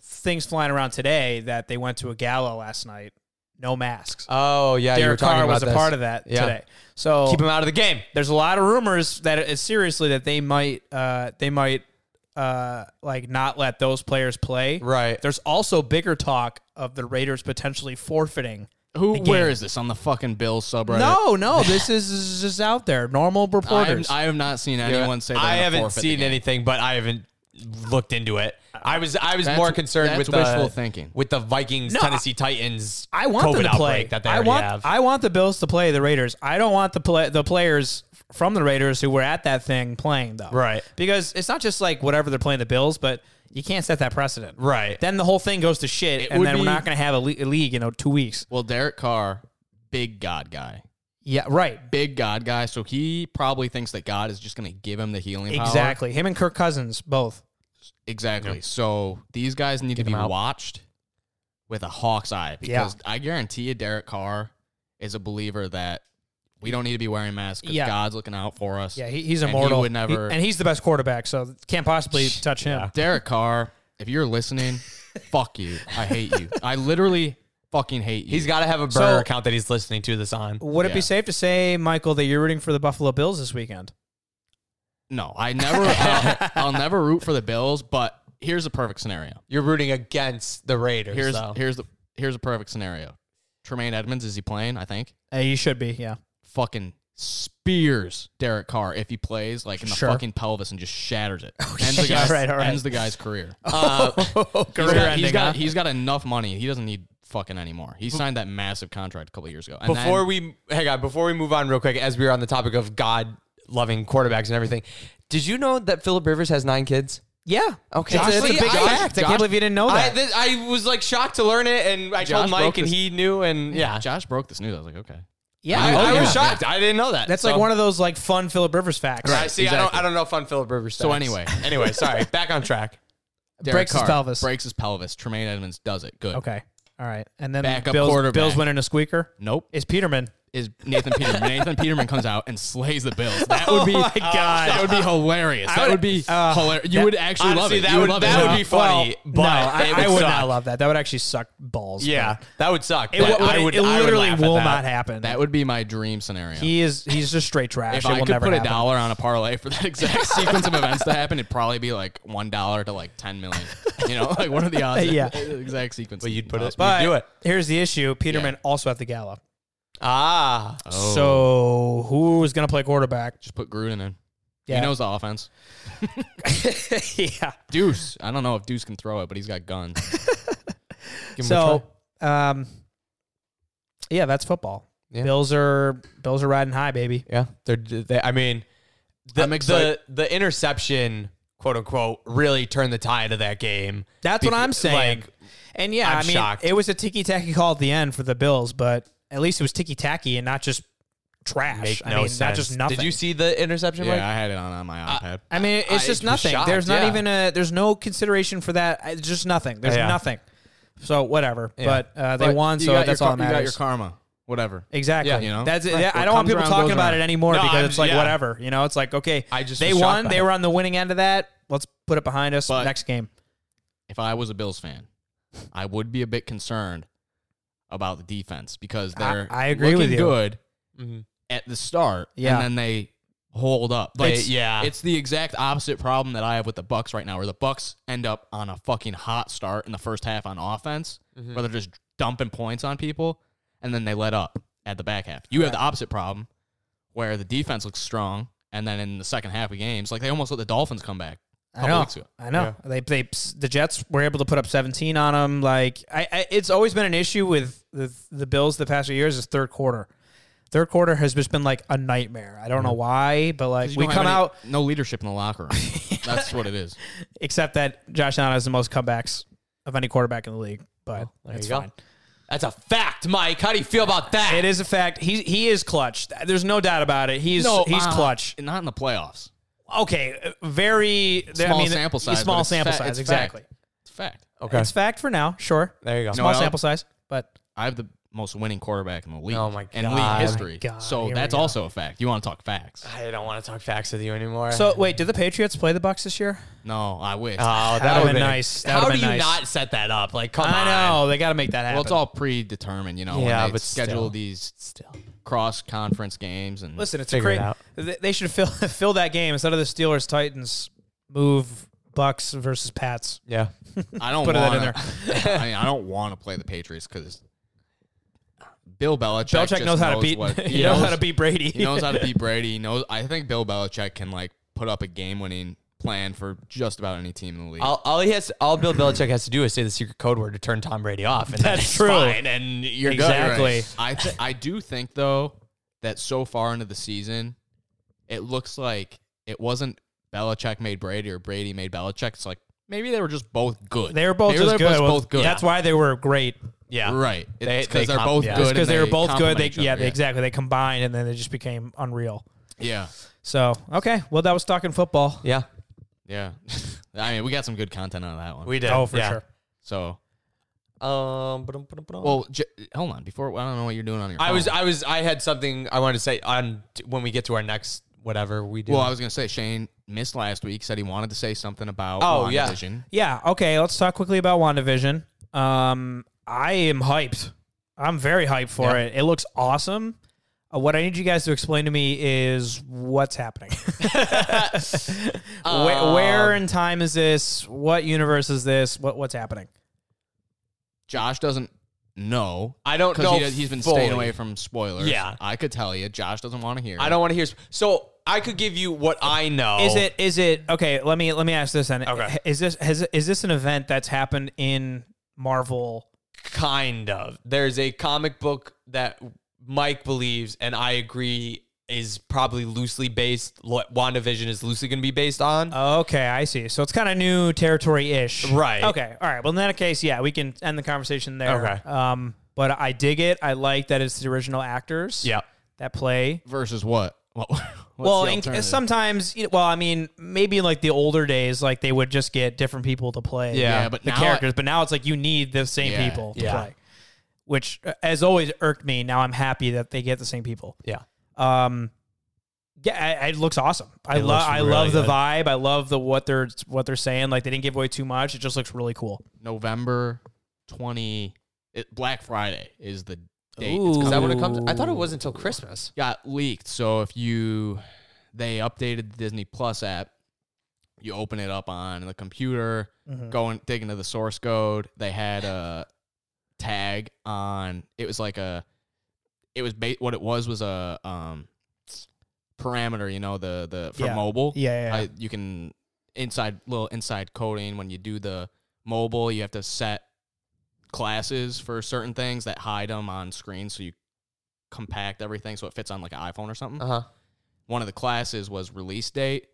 S3: things flying around today that they went to a gala last night. No masks.
S2: Oh yeah, you were
S3: Derek
S2: talking
S3: Carr
S2: about
S3: was a
S2: this.
S3: part of that
S2: Yeah.
S3: today. So
S2: Keep him out of the game.
S3: there's a lot of rumors that it's seriously that they might uh they might uh like not let those players play.
S2: Right.
S3: There's also bigger talk of the Raiders potentially forfeiting.
S1: Who?
S3: the
S1: Where
S3: game.
S1: is this on the fucking Bills subreddit?
S3: No, no, this is, this is just out there. Normal
S1: I have,
S3: reporters.
S1: I have not seen anyone say. They're
S2: I
S1: gonna
S2: haven't
S1: forfeit the
S2: seen
S1: game.
S2: anything, but I haven't looked into it. I was I was
S1: That's-
S2: more concerned
S1: that's
S2: with the,
S1: wishful thinking.
S2: with the Vikings
S3: No,
S2: Tennessee Titans.
S3: I want
S2: COVID
S3: them to play.
S2: outbreak that they
S3: I
S2: already
S3: want
S2: have.
S3: I want the Bills to play the Raiders. I don't want the play, the players from the Raiders who were at that thing playing though.
S2: Right.
S3: Because it's not just like whatever they're playing the Bills, but you can't set that precedent.
S2: Right.
S3: Then the whole thing goes to shit, and
S1: would
S3: then
S1: be-
S3: we're not going to have a, le- a league in uh, two weeks.
S1: Well, Derek Carr, big God guy,
S3: Yeah, right.
S1: big God guy. So he probably thinks that God is just going to give him the healing power.
S3: Exactly. Him and Kirk Cousins both.
S1: Exactly. So these guys need to be
S2: him out.
S1: watched with a hawk's eye because I guarantee you, Derek Carr is a believer that we don't need to be wearing masks because
S3: Yeah.
S1: God's looking out for us.
S3: Yeah, he, he's
S1: And he
S3: immortal.
S1: would never-
S3: and he's the best quarterback, so can't possibly touch him.
S1: Derek Carr, if you're listening, fuck you. I hate you. I literally fucking hate you.
S2: He's got to have a burner
S3: So-
S2: account that he's listening to this on.
S3: Would it
S1: Yeah.
S3: be safe to say, Michael, that you're rooting for the Buffalo Bills this weekend?
S1: no, I never. I'll, I'll never root for the Bills. But here's a perfect scenario.
S2: You're rooting against the Raiders.
S1: Here's
S2: though.
S1: here's the here's a perfect scenario. Tremaine Edmonds is he playing? I think
S3: Uh, you should be, yeah.
S1: fucking spears Derek Carr if he plays like in the
S3: Sure.
S1: fucking pelvis and just shatters it. ends the
S3: shit.
S1: guy's,
S3: All right, all right.
S1: ends the guy's career.
S2: Uh,
S1: He's got,
S3: ending,
S1: he's got
S3: huh?
S1: he's got enough money. He doesn't need fucking anymore. He signed that massive contract a couple years ago. And
S2: before
S1: then-
S2: we hang on, before we move on real quick, as we were on the topic of God loving quarterbacks and everything, did you know that Philip Rivers has nine kids?
S3: Yeah.
S2: Okay.
S3: Josh,
S2: See,
S3: that's a big
S2: I-
S3: fact. I
S1: Josh-
S3: can't believe you didn't know
S2: I,
S3: that.
S2: this, I was like shocked to learn it, and I
S1: Josh
S2: told Mike,
S1: broke
S2: and
S1: this-
S2: he knew, and yeah,
S1: Josh broke this news, I was like, okay,
S3: yeah.
S2: I, I
S3: oh,
S2: was
S3: yeah.
S2: shocked. I didn't know that.
S3: That's like one of those like fun Philip Rivers facts.
S2: I see. I don't.
S1: exactly.
S2: I don't know fun Philip Rivers.
S1: So
S2: facts.
S1: anyway.
S2: anyway, sorry. Back on track.
S1: Derek
S3: Breaks his
S1: Carr
S3: pelvis.
S1: Breaks his pelvis. Tremaine Edmonds does it. Good.
S3: Okay. All right. And then
S1: Backup
S3: Bills,
S1: quarterback.
S3: Bills winning a squeaker
S1: Nope.
S3: is Peterman.
S1: Is Nathan Peterman? Nathan Peterman comes out and slays the Bills. That would be
S3: Oh my God.
S1: That would be hilarious. that
S3: would-
S1: would be
S3: uh,
S1: hilarious. You
S3: that-
S1: would actually love
S2: honestly,
S1: it.
S2: that
S1: You
S2: would-
S1: love
S2: that
S1: it.
S2: would be funny, but
S3: no, I,
S2: it
S3: I
S2: would
S3: would
S2: suck.
S3: not love that. That would actually suck balls.
S2: Yeah,
S3: but-
S2: that would suck.
S3: It,
S2: but
S3: would-
S2: I would.
S3: it
S2: I would
S3: literally
S2: laugh at
S3: will
S2: that.
S3: not happen.
S1: That would be my dream scenario.
S3: he is he's just straight trash.
S1: if
S3: it
S1: I
S3: will
S1: could
S3: never
S1: put a
S3: happen.
S1: dollar on a parlay for that exact sequence of events to happen, it'd probably be like one dollar to like ten million. You know, like one of the odds.
S3: Yeah.
S1: the exact sequence.
S2: But you'd put it.
S3: But
S2: You'd do it.
S3: here's the issue: Peterman
S1: Yeah.
S3: also at the gala.
S2: Ah,
S1: Oh.
S3: So who's gonna play quarterback?
S1: just put Gruden in.
S3: Yeah.
S1: He knows the offense.
S3: yeah.
S1: Deuce. I don't know if Deuce can throw it, but he's got guns.
S2: Give him a
S3: So, um, yeah, that's football.
S2: Yeah.
S3: Bills are Bills are riding high, baby.
S2: Yeah, they're. They, I mean, the,
S1: I'm excited.
S2: the the interception, quote unquote, really turned the tide of that game.
S3: That's what
S2: Bef-
S3: I'm saying.
S2: like,
S3: and yeah,
S2: I'm
S3: i mean,
S2: shocked.
S3: it was a ticky tacky call at the end for the Bills, but at least it was ticky tacky and not just trash.
S2: make
S3: I
S2: no
S3: mean,
S2: sense.
S3: not just nothing.
S2: Did you see the interception?
S1: yeah,
S2: Mike?
S1: I had it on, on my iPad.
S3: I mean, it's
S2: I
S3: just
S2: was
S3: nothing.
S2: shocked,
S3: there's not
S2: yeah.
S3: even a. There's no consideration for that. It's just nothing. There's
S2: Yeah.
S3: nothing. So whatever.
S2: Yeah.
S3: But uh, they
S1: But
S3: won,
S1: you
S3: so
S1: got
S3: that's
S1: your,
S3: all
S1: car- You
S3: that
S1: got your
S3: matters.
S1: karma. Whatever.
S3: Exactly.
S2: Yeah,
S1: you know?
S3: that's it.
S1: Right.
S3: Yeah, I
S1: What
S3: don't want
S1: comes
S3: people
S1: around
S3: talking
S1: goes
S3: about
S1: around.
S3: it anymore
S2: No,
S3: because
S2: I'm-
S3: it's like
S2: yeah.
S3: whatever. You know, it's like okay,
S2: I just
S3: they
S2: was shocked
S3: won.
S2: by
S3: They
S2: it.
S3: were on the winning end of that. Let's put it behind us.
S1: But-
S3: Next game.
S1: If I was a Bills fan, I would be a bit concerned about the defense because
S3: I-
S1: they're
S3: I agree with
S1: looking
S3: you.
S1: good
S2: Mhm.
S1: at the start,
S3: Yeah.
S1: and then they hold up. Like,
S2: They- yeah.
S1: it's the exact opposite problem that I have with the Bucks right now, where the Bucks end up on a fucking hot start in the first half on offense, where they're just dumping points on people, and then they let up at the back half. You have the opposite problem, where the defense looks strong, and then in the second half of games, like they almost let the Dolphins come back. a
S3: I
S1: couple
S3: know.
S1: Weeks ago.
S3: I know. They, they the Jets were able to put up 17 on them. Like I, I it's always been an issue with the the Bills the past few years is third quarter. Third quarter has just been like a nightmare. I don't know why, but like
S1: Mm-hmm. 'Cause you
S3: we
S1: don't have
S3: come
S1: any-
S3: out
S1: no leadership in the locker room. That's what it is.
S3: except that Josh Allen has the most comebacks of any quarterback in the league. But
S2: There
S3: that's
S2: you go.
S3: fine.
S2: That's a fact, Mike. How do you feel about that?
S3: It is a fact. He he is clutch. There's no doubt about it. He's he's
S1: uh,
S3: clutch.
S1: Not in the playoffs.
S3: Okay, very
S1: Small
S3: I mean,
S1: sample size. but
S3: Small
S1: it's
S3: sample
S1: fa-
S3: size.
S1: it's
S3: Exactly.
S1: Fact. It's fact.
S2: Okay.
S3: It's fact for now. Sure.
S2: There you go.
S3: Small
S1: No, I-
S3: sample size, but
S1: I have the most winning quarterback in the league.
S2: Oh my
S1: In
S2: God.
S1: league
S2: Oh my
S1: history.
S3: God.
S1: So
S3: Here we
S1: that's
S3: go.
S1: also a fact. You want to talk facts?
S2: I don't want to talk facts with you anymore.
S3: So wait, did the Patriots play the Bucks this year?
S1: No, I wish.
S2: oh,
S3: That
S2: that
S3: would've
S2: would
S3: been nice. That
S2: How
S3: would've
S2: do
S3: been
S2: you
S3: nice.
S2: not set that up? Like, come
S3: I
S2: on.
S3: know they got to make that happen.
S1: well, it's all predetermined, you know.
S2: Yeah,
S1: when they
S2: but
S1: schedule
S2: still.
S1: these
S2: Still.
S1: cross conference games and
S3: listen. It's a
S2: Figure it
S3: great.
S2: out.
S3: th- They should fill fill that game instead of the Steelers Titans move Bucks versus Pats.
S2: Yeah.
S1: I don't
S3: put that in
S1: want to. I, mean, I don't want to play the Patriots because Bill Belichick.
S3: Belichick
S1: just
S3: knows how to beat.
S1: What,
S3: he knows how to beat Brady.
S1: He knows how to beat Brady. He knows. I think Bill Belichick can like put up a game-winning plan for just about any team in the league.
S2: All, all he has, all Bill Belichick has to do is say the secret code word to turn Tom Brady off, and
S3: That's
S2: that's
S3: true.
S2: Fine, and you're
S1: You're
S2: good.
S1: right.
S3: Exactly.
S1: I th- I do think though that so far into the season, it looks like it wasn't Belichick made Brady or Brady made Belichick. It's like maybe they were just both good.
S3: They were both
S1: Maybe they're
S3: just good.
S1: both-
S3: Well,
S1: both good.
S3: That's why they were great.
S2: Yeah.
S1: Right.
S2: They-
S1: Because
S2: they
S1: they, are
S2: comp-
S1: both
S2: yeah.
S1: good.
S2: It's
S3: Because
S1: and
S3: they were both good.
S1: complement
S3: They
S1: each
S3: yeah,
S1: other.
S3: they, exactly. They combined and then they just became unreal.
S1: Yeah.
S3: So okay, well that was talking football.
S2: Yeah.
S1: Yeah. I mean, we got some good content out of that one.
S2: We did.
S3: Oh, for
S2: yeah.
S3: sure.
S1: so,
S2: Um, ba-dum, ba-dum, ba-dum.
S1: well, j- hold on. Before I don't know what you're doing on your.
S2: I
S1: phone.
S3: Oh.
S2: was, I was, I had something I wanted to say on t- when we get to our next whatever we do.
S1: well, I was gonna say Shane missed last week. Said he wanted to say something about.
S2: Oh, yeah.
S1: WandaVision.
S3: Yeah. Okay. Let's talk quickly about WandaVision. Um, I am hyped. I'm very hyped for it. It looks awesome. Uh, what I need you guys to explain to me is what's happening. Wh- where, in time is this? What universe is this? What what's happening?
S1: Josh doesn't know.
S2: I don't
S1: because
S2: know
S1: He, does- he's been
S2: fully.
S1: staying away from spoilers.
S2: Yeah.
S1: I could tell you. Josh doesn't want to hear.
S2: I
S1: it.
S2: don't want to hear. sp- So I could give you what I know.
S3: Is it is it okay? Let me let me ask this then.
S2: Oh. Okay.
S3: is this has, is this an event that's happened in Marvel?
S2: kind of? There's a comic book that Mike believes, and I agree, is probably loosely based. What WandaVision is loosely going to be based on.
S3: Okay, I see. So it's kind of new territory ish,
S2: Right.
S3: Okay, all right. Well, in that case, yeah, we can end the conversation there.
S2: Okay.
S3: Um, but I dig it. I like that it's the original actors.
S2: yeah.
S3: That play.
S1: Versus what? What- what's
S3: well,
S1: the
S3: in,
S1: alternative?
S3: sometimes, you know, well, I mean, maybe in like the older days, like they would just get different people to play.
S2: Yeah,
S1: but
S3: the
S1: now
S3: characters. but now it's like you need the same
S1: Yeah,
S3: people to
S2: yeah.
S3: play, which uh, as always irked me. Now I'm happy that they get the same people.
S2: Yeah.
S3: Um, yeah, I- I- it looks awesome.
S2: It
S3: I love,
S2: looks
S3: I
S2: really
S3: love the
S2: good.
S3: vibe. I love the what they're what they're saying. Like they didn't give away too much. It just looks really cool.
S1: November twenty. It, Black Friday is the date.
S3: Ooh.
S2: Is that when it comes? I thought it was until Christmas.
S1: got leaked. So if you they updated the Disney Plus app, you open it up on the computer, go and dig into the source code. They had a tag on it was like a it was ba- what it was was a um parameter, you know, the the for
S3: Yeah.
S1: mobile.
S3: Yeah, yeah,
S1: I-
S3: yeah.
S1: you can inside little inside coding when you do the mobile, you have to set classes for certain things that hide them on screen so you compact everything so it fits on like an iPhone or something.
S2: Uh
S3: Uh-huh.
S2: huh.
S1: One of the classes was release date,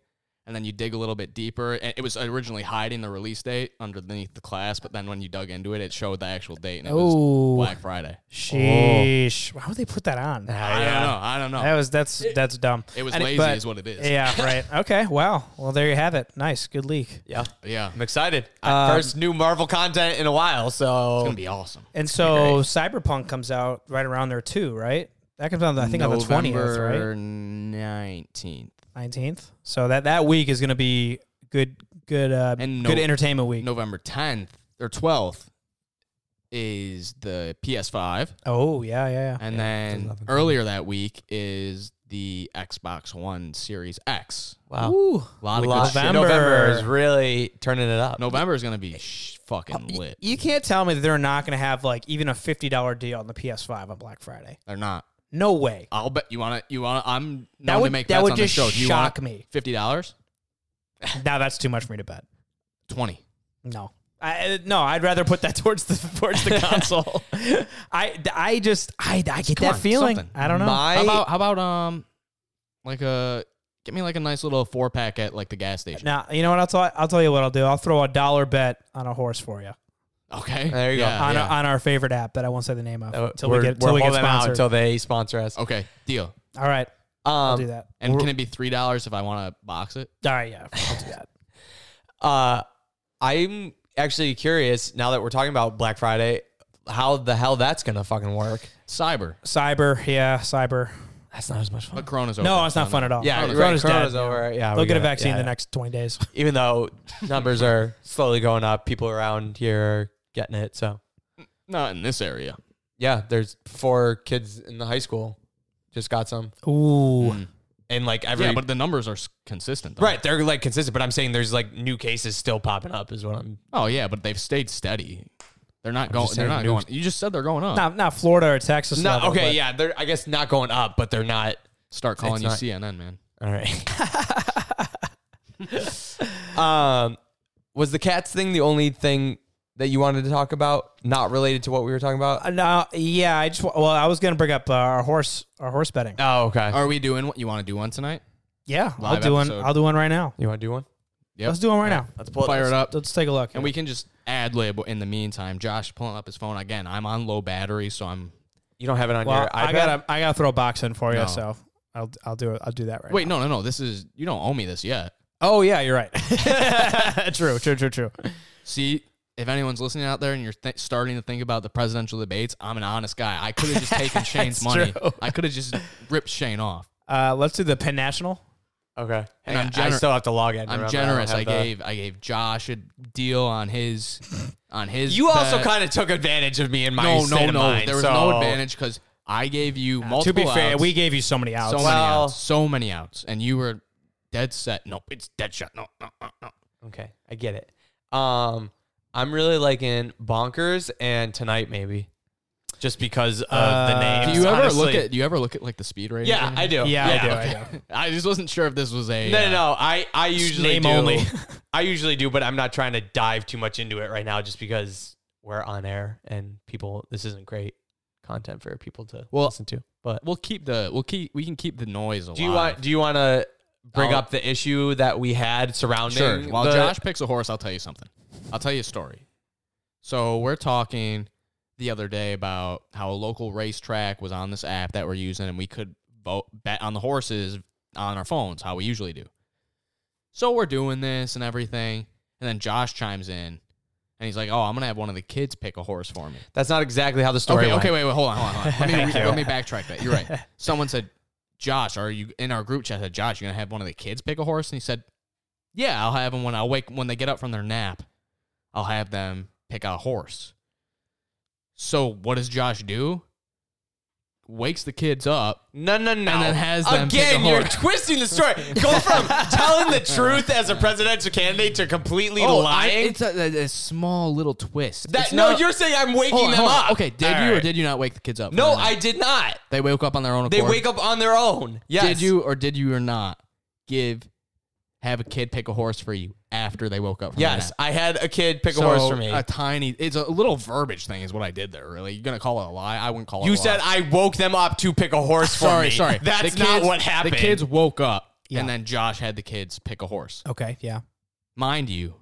S1: and then you dig a little bit deeper. And it was originally hiding the release date underneath the class, but then when you dug into it, it showed the actual date, and it was
S3: Oh,
S1: Black Friday.
S3: sheesh! Why would they put that on?
S1: I don't know. I don't know.
S3: That was that's that's dumb.
S1: It was
S3: And
S1: lazy,
S3: but-
S1: is what it is.
S3: Yeah, right. Okay. Wow. Well, there you have it. Nice. Good leak.
S2: Yeah.
S1: Yeah,
S2: I'm excited.
S3: Um,
S2: First new Marvel content in a while, so
S1: it's gonna be awesome.
S3: And so Cyberpunk comes out right around there too, right? That comes out I think on the twentieth, right?
S1: nineteenth.
S3: Nineteenth. So that that week is going to be good, good, uh,
S1: And
S3: good
S1: no-
S3: entertainment week.
S1: November tenth or twelfth is the PS5.
S3: Oh yeah, yeah, yeah.
S1: And
S2: doesn't
S1: then
S2: have a color.
S1: earlier that week is the Xbox One Series X.
S2: wow.
S3: Ooh.
S1: A lot of
S2: Lot-
S1: good shit.
S3: November.
S2: November is really turning it up.
S1: November is going to be sh- fucking
S3: Y-
S1: lit.
S3: You can't tell me that they're not going to have like even a fifty dollar deal on the PS5 on Black Friday.
S1: They're not.
S3: No way.
S1: I'll bet you want to. You want to. I'm
S3: That
S1: known
S3: would-
S1: to make
S3: that
S1: bets
S3: would
S1: on this
S3: just
S1: show. Do you
S3: shock
S1: wanna-
S3: me.
S1: Fifty dollars,
S3: now that's too much for me to bet.
S1: twenty.
S3: No. I, uh, no, I'd rather put that towards the towards the console. I, I just I, I get
S1: Come
S3: that
S1: on,
S3: feeling.
S1: something.
S3: I don't know.
S2: My-
S1: How about how about um, like a get me like a nice little four pack at like the gas station.
S3: Now you know what I'll tell. I'll tell you what I'll do. I'll throw a dollar bet on a horse for you
S1: Okay,
S2: There you go.
S1: Yeah,
S3: on,
S1: yeah.
S3: on our favorite app that I won't say the name of
S2: Uh,
S3: until we
S2: we're-
S3: get until
S2: we're
S3: we get
S2: holding out
S3: sponsored.
S2: until they sponsor us.
S1: okay, deal.
S3: All right, I'll do
S2: Um,
S3: that.
S1: And can it be three dollars if I want to box it?
S3: All right, yeah, I'll do that.
S2: uh, I'm actually curious now that we're talking about Black Friday, how the hell that's gonna fucking work?
S1: Cyber,
S3: Cyber, yeah, cyber.
S2: That's not as much fun.
S1: but Corona's over.
S3: No, it's not fun at all.
S2: Yeah,
S3: Corona's,
S2: Corona's, right,
S3: dead.
S2: Corona's over. Yeah,
S3: They'll
S2: we
S3: get a
S2: got it.
S3: vaccine
S2: Yeah,
S3: in the
S2: yeah.
S3: next twenty days.
S2: Even though numbers are slowly going up, people around here are getting it. So
S1: Not in this area.
S2: yeah, there's four kids in the high school just got some,
S3: Ooh,
S2: and like every
S1: Yeah, but the numbers are s- consistent. Though.
S2: right, they're like consistent. But I'm saying there's like new cases still popping up. Is what I'm.
S1: Oh yeah, but they've stayed steady. They're not going.
S2: just
S1: They're
S2: saying
S1: not
S2: new-
S1: going. You just said they're going up.
S3: not not Florida or Texas.
S2: No,
S3: level,
S2: okay,
S3: but-
S2: yeah, they're I guess not going up, but they're not.
S1: Start calling
S2: It's
S1: you
S2: not-
S1: CNN, man.
S2: All right. um, was the cats thing the only thing that you wanted to talk about, not related to what we were talking about?
S3: Uh, No, yeah, I just wa- well, I was gonna bring up uh, our horse, our horse betting.
S2: Oh, okay.
S1: Are we doing what you want to do one tonight?
S3: yeah, I'll
S1: live
S3: do one.
S1: episode.
S3: I'll do one right now.
S2: You want to do one?
S1: Yep.
S3: Let's do one right now.
S2: Let's pull
S1: Fire it up,
S3: Let's take a look.
S1: and we can just ad lib in the meantime. Josh pulling up his phone again. I'm on low battery, so I'm.
S2: You don't have it on
S3: Well,
S2: your iPad.
S3: I gotta, I gotta throw a box in for you.
S1: No.
S3: So I'll, I'll do it. I'll do that right.
S1: Wait,
S3: now.
S1: no, no, no. This is you don't owe me this yet.
S3: Oh yeah, you're right. true, true, true, true.
S1: See, if anyone's listening out there and you're th- starting to think about the presidential debates, I'm an honest guy. I could have just taken Shane's money.
S3: true.
S1: I could have just ripped Shane off.
S3: Uh, let's do the Penn National.
S2: Okay.
S1: And I'm
S2: I- I
S1: gener-
S2: still have to log in. Remember,
S1: I'm
S2: don't
S1: generous.
S2: have
S1: I
S2: the-
S1: gave I gave Josh a deal on his on his.
S2: You also
S1: bet.
S2: kind of took advantage of me in my
S1: no
S2: state
S1: no
S2: of
S1: no.
S2: mind,
S1: there was
S2: so-
S1: no advantage because I gave you
S3: to
S1: multiple.
S3: be fair,
S1: outs,
S3: we gave you so many outs.
S1: so many
S2: Well-
S1: outs, so many outs, and you were dead set. No, it's dead shot. No, no, no, no.
S2: Okay, I get it. Um, I'm really liking Bonkers and Tonight maybe, just because of the
S3: Uh,
S2: names.
S1: Do you ever
S2: honestly.
S1: look at? Do you ever look at like the speed rating?
S2: Yeah, I do.
S3: yeah, I do.
S2: okay.
S3: I do.
S1: I just wasn't sure if this was a
S2: No,
S1: uh,
S2: no, no. I I usually
S3: name
S2: do.
S3: only.
S2: I usually do, but I'm not trying to dive too much into it right now, just because we're on air and people. This isn't great content for people to
S1: Well,
S2: listen to. But
S1: We'll keep the we'll keep we can keep the noise alive.
S2: do you want do you want to bring
S1: I'll-
S2: up the issue that we had surrounding?
S1: Sure. While
S2: the-
S1: Josh picks a horse, I'll tell you something. I'll tell you a story. So we're talking the other day about how a local racetrack was on this app that we're using, and we could vote, bet on the horses on our phones, how we usually do. So we're doing this and everything, and then Josh chimes in, and he's like, "Oh, I'm gonna have one of the kids pick a horse for me."
S2: that's not exactly how the story.
S1: okay,
S2: went.
S1: okay, wait, wait, hold on, hold on. Hold on. Let, me,
S2: Thank
S1: re-
S2: you.
S1: let me backtrack that. You're right. Someone said, Josh, are you in our group chat? I said, Josh, you're gonna have one of the kids pick a horse, and he said, Yeah, I'll have them when I wake when they get up from their nap. I'll have them pick a horse. So what does Josh do? Wakes the kids up.
S2: No, no, no.
S1: And then has them pick
S2: Again,
S1: a
S2: you're
S1: horse.
S2: twisting the story. Go from telling the truth as a presidential candidate to completely
S1: Oh, I-
S2: lying.
S1: it's a, a- a small little twist.
S2: that,
S1: It's
S2: no,
S1: not-
S2: you're saying I'm waking
S1: hold on,
S2: them
S1: hold on.
S2: up.
S1: Okay, did
S2: All
S1: you or
S2: right.
S1: did you not wake the kids up?
S2: No,
S1: Or
S2: I did not.
S1: They woke up on their own.
S2: They
S1: accord?
S2: wake up on their own. Yes.
S1: Did you or did you or not give have a kid pick a horse for you after they woke up? From their
S2: Yes,
S1: nap?
S2: I had a kid pick
S1: So, uh,
S2: a horse for me.
S1: A tiny, it's a little verbiage thing, is what I did there. Really, you're gonna call it a lie? I wouldn't call it.
S2: you
S1: a
S2: said
S1: lie.
S2: I woke them up to pick a horse for
S1: sorry,
S2: me.
S1: sorry.
S2: That's
S1: The
S2: not
S1: kids-
S2: what happened.
S1: The kids woke up,
S3: Yeah.
S1: and then Josh had the kids pick a horse.
S3: Okay, yeah.
S1: Mind you,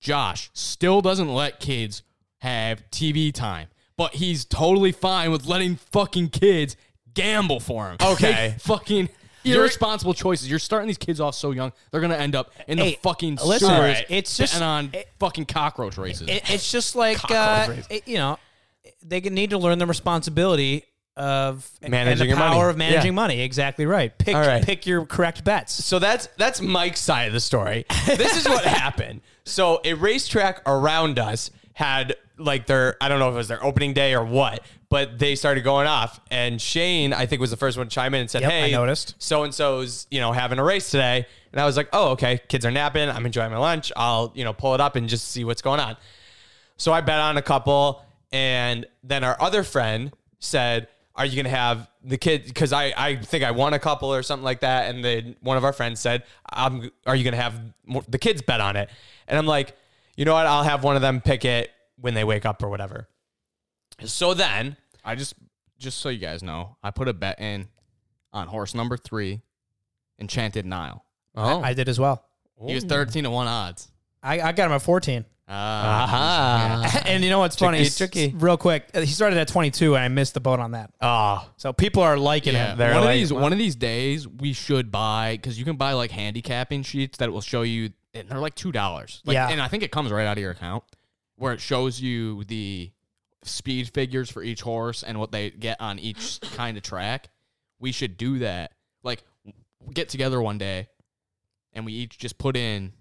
S1: Josh still doesn't let kids have TV time, but he's totally fine with letting fucking kids gamble for him.
S2: Okay.
S1: Make fucking irresponsible choices. You're starting these kids off so young, they're gonna end up in the
S3: Hey,
S1: fucking sewers.
S3: listen,
S1: Right.
S3: it's just-
S1: on fucking cockroach races.
S3: It, it's just like uh, it- you know, they can need to learn the responsibility of and
S2: Managing
S3: the
S2: your
S3: power
S2: money.
S3: of managing
S2: Yeah.
S3: money. Exactly right. Pick
S2: All right.
S3: pick your correct bets.
S2: So that's that's Mike's side of the story. This is what happened. So a racetrack around us had like their I don't know if it was their opening day or what, but they started going off. And Shane, I think, was the first one to chime in and said,
S3: Yep, I
S2: "Hey,
S3: noticed.
S2: so and so's you know having a race today." And I was like, "Oh, okay. Kids are napping. I'm enjoying my lunch. I'll you know pull it up and just see what's going on." So I bet on a couple, and then our other friend said, "Are you gonna have the kid?" Because I, I think I won a couple or something like that, and then one of our friends said, "I'm. Are you gonna have mo- the kids bet on it?" And I'm like, "You know what? I'll have one of them pick it when they wake up or whatever." So then,
S1: I just just so you guys know, I put a bet in on horse number three, Enchanted Nile.
S2: oh,
S3: I did as well.
S1: He was thirteen to one odds.
S3: I, I got him at fourteen.
S1: Uh,
S2: aha,
S3: and you know what's funny?
S2: Ah. Tricky,
S3: S-
S2: tricky.
S3: Real quick, uh, he started at 22, and I missed the boat on that.
S2: oh,
S3: So people are liking
S1: Yeah,
S3: him.
S2: They're
S1: one
S2: like-
S1: of these one of these days we should buy because you can buy like handicapping sheets that will show you, and they're like two dollars. Like,
S3: Yeah.
S1: and I think it comes right out of your account where it shows you the speed figures for each horse and what they get on each kind of track. We should do that. Like, get together one day, and we each just put in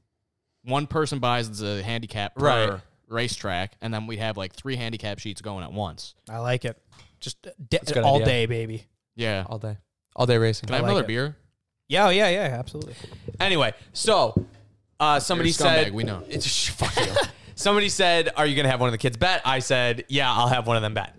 S1: one person buys the handicap per
S2: Right.
S1: racetrack, and then we have like three handicap sheets going at once.
S3: I like it. Just de-
S2: a good
S3: all
S2: idea.
S3: day, baby.
S1: Yeah.
S2: all day, all day racing.
S1: Can I have
S3: like
S1: another
S3: it.
S1: beer?
S3: Yeah, oh, yeah, yeah, absolutely.
S2: Anyway, so uh, somebody
S1: You're a scumbag,
S2: said,
S1: we know.
S2: It's- shh, fuck you. somebody said, "Are you gonna have one of the kids bet?" I said, "Yeah, I'll have one of them bet."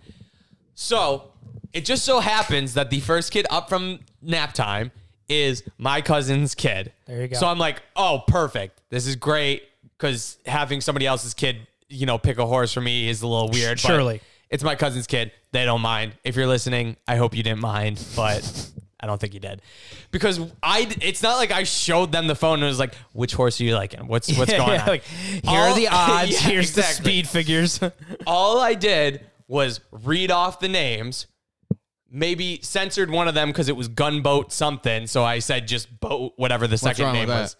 S2: So it just so happens that the first kid up from nap time is my cousin's kid.
S3: There you go.
S2: So I'm like, "Oh, perfect. This is great." Because having somebody else's kid, you know, pick a horse for me is a little weird. but
S3: Surely.
S2: it's my cousin's kid. They don't mind. If you're listening, I hope you didn't mind, but I don't think you did. Because I it's not like I showed them the phone and was like, which horse are you liking? What's what's going
S3: Yeah,
S2: on?
S3: like, here
S2: All-
S3: are the odds.
S2: Yeah,
S3: here's
S2: exactly.
S3: the speed figures.
S2: All I did was read off the names, maybe censored one of them because it was gunboat something. So I said just boat whatever the second
S1: wrong
S2: name
S1: with that?
S2: was.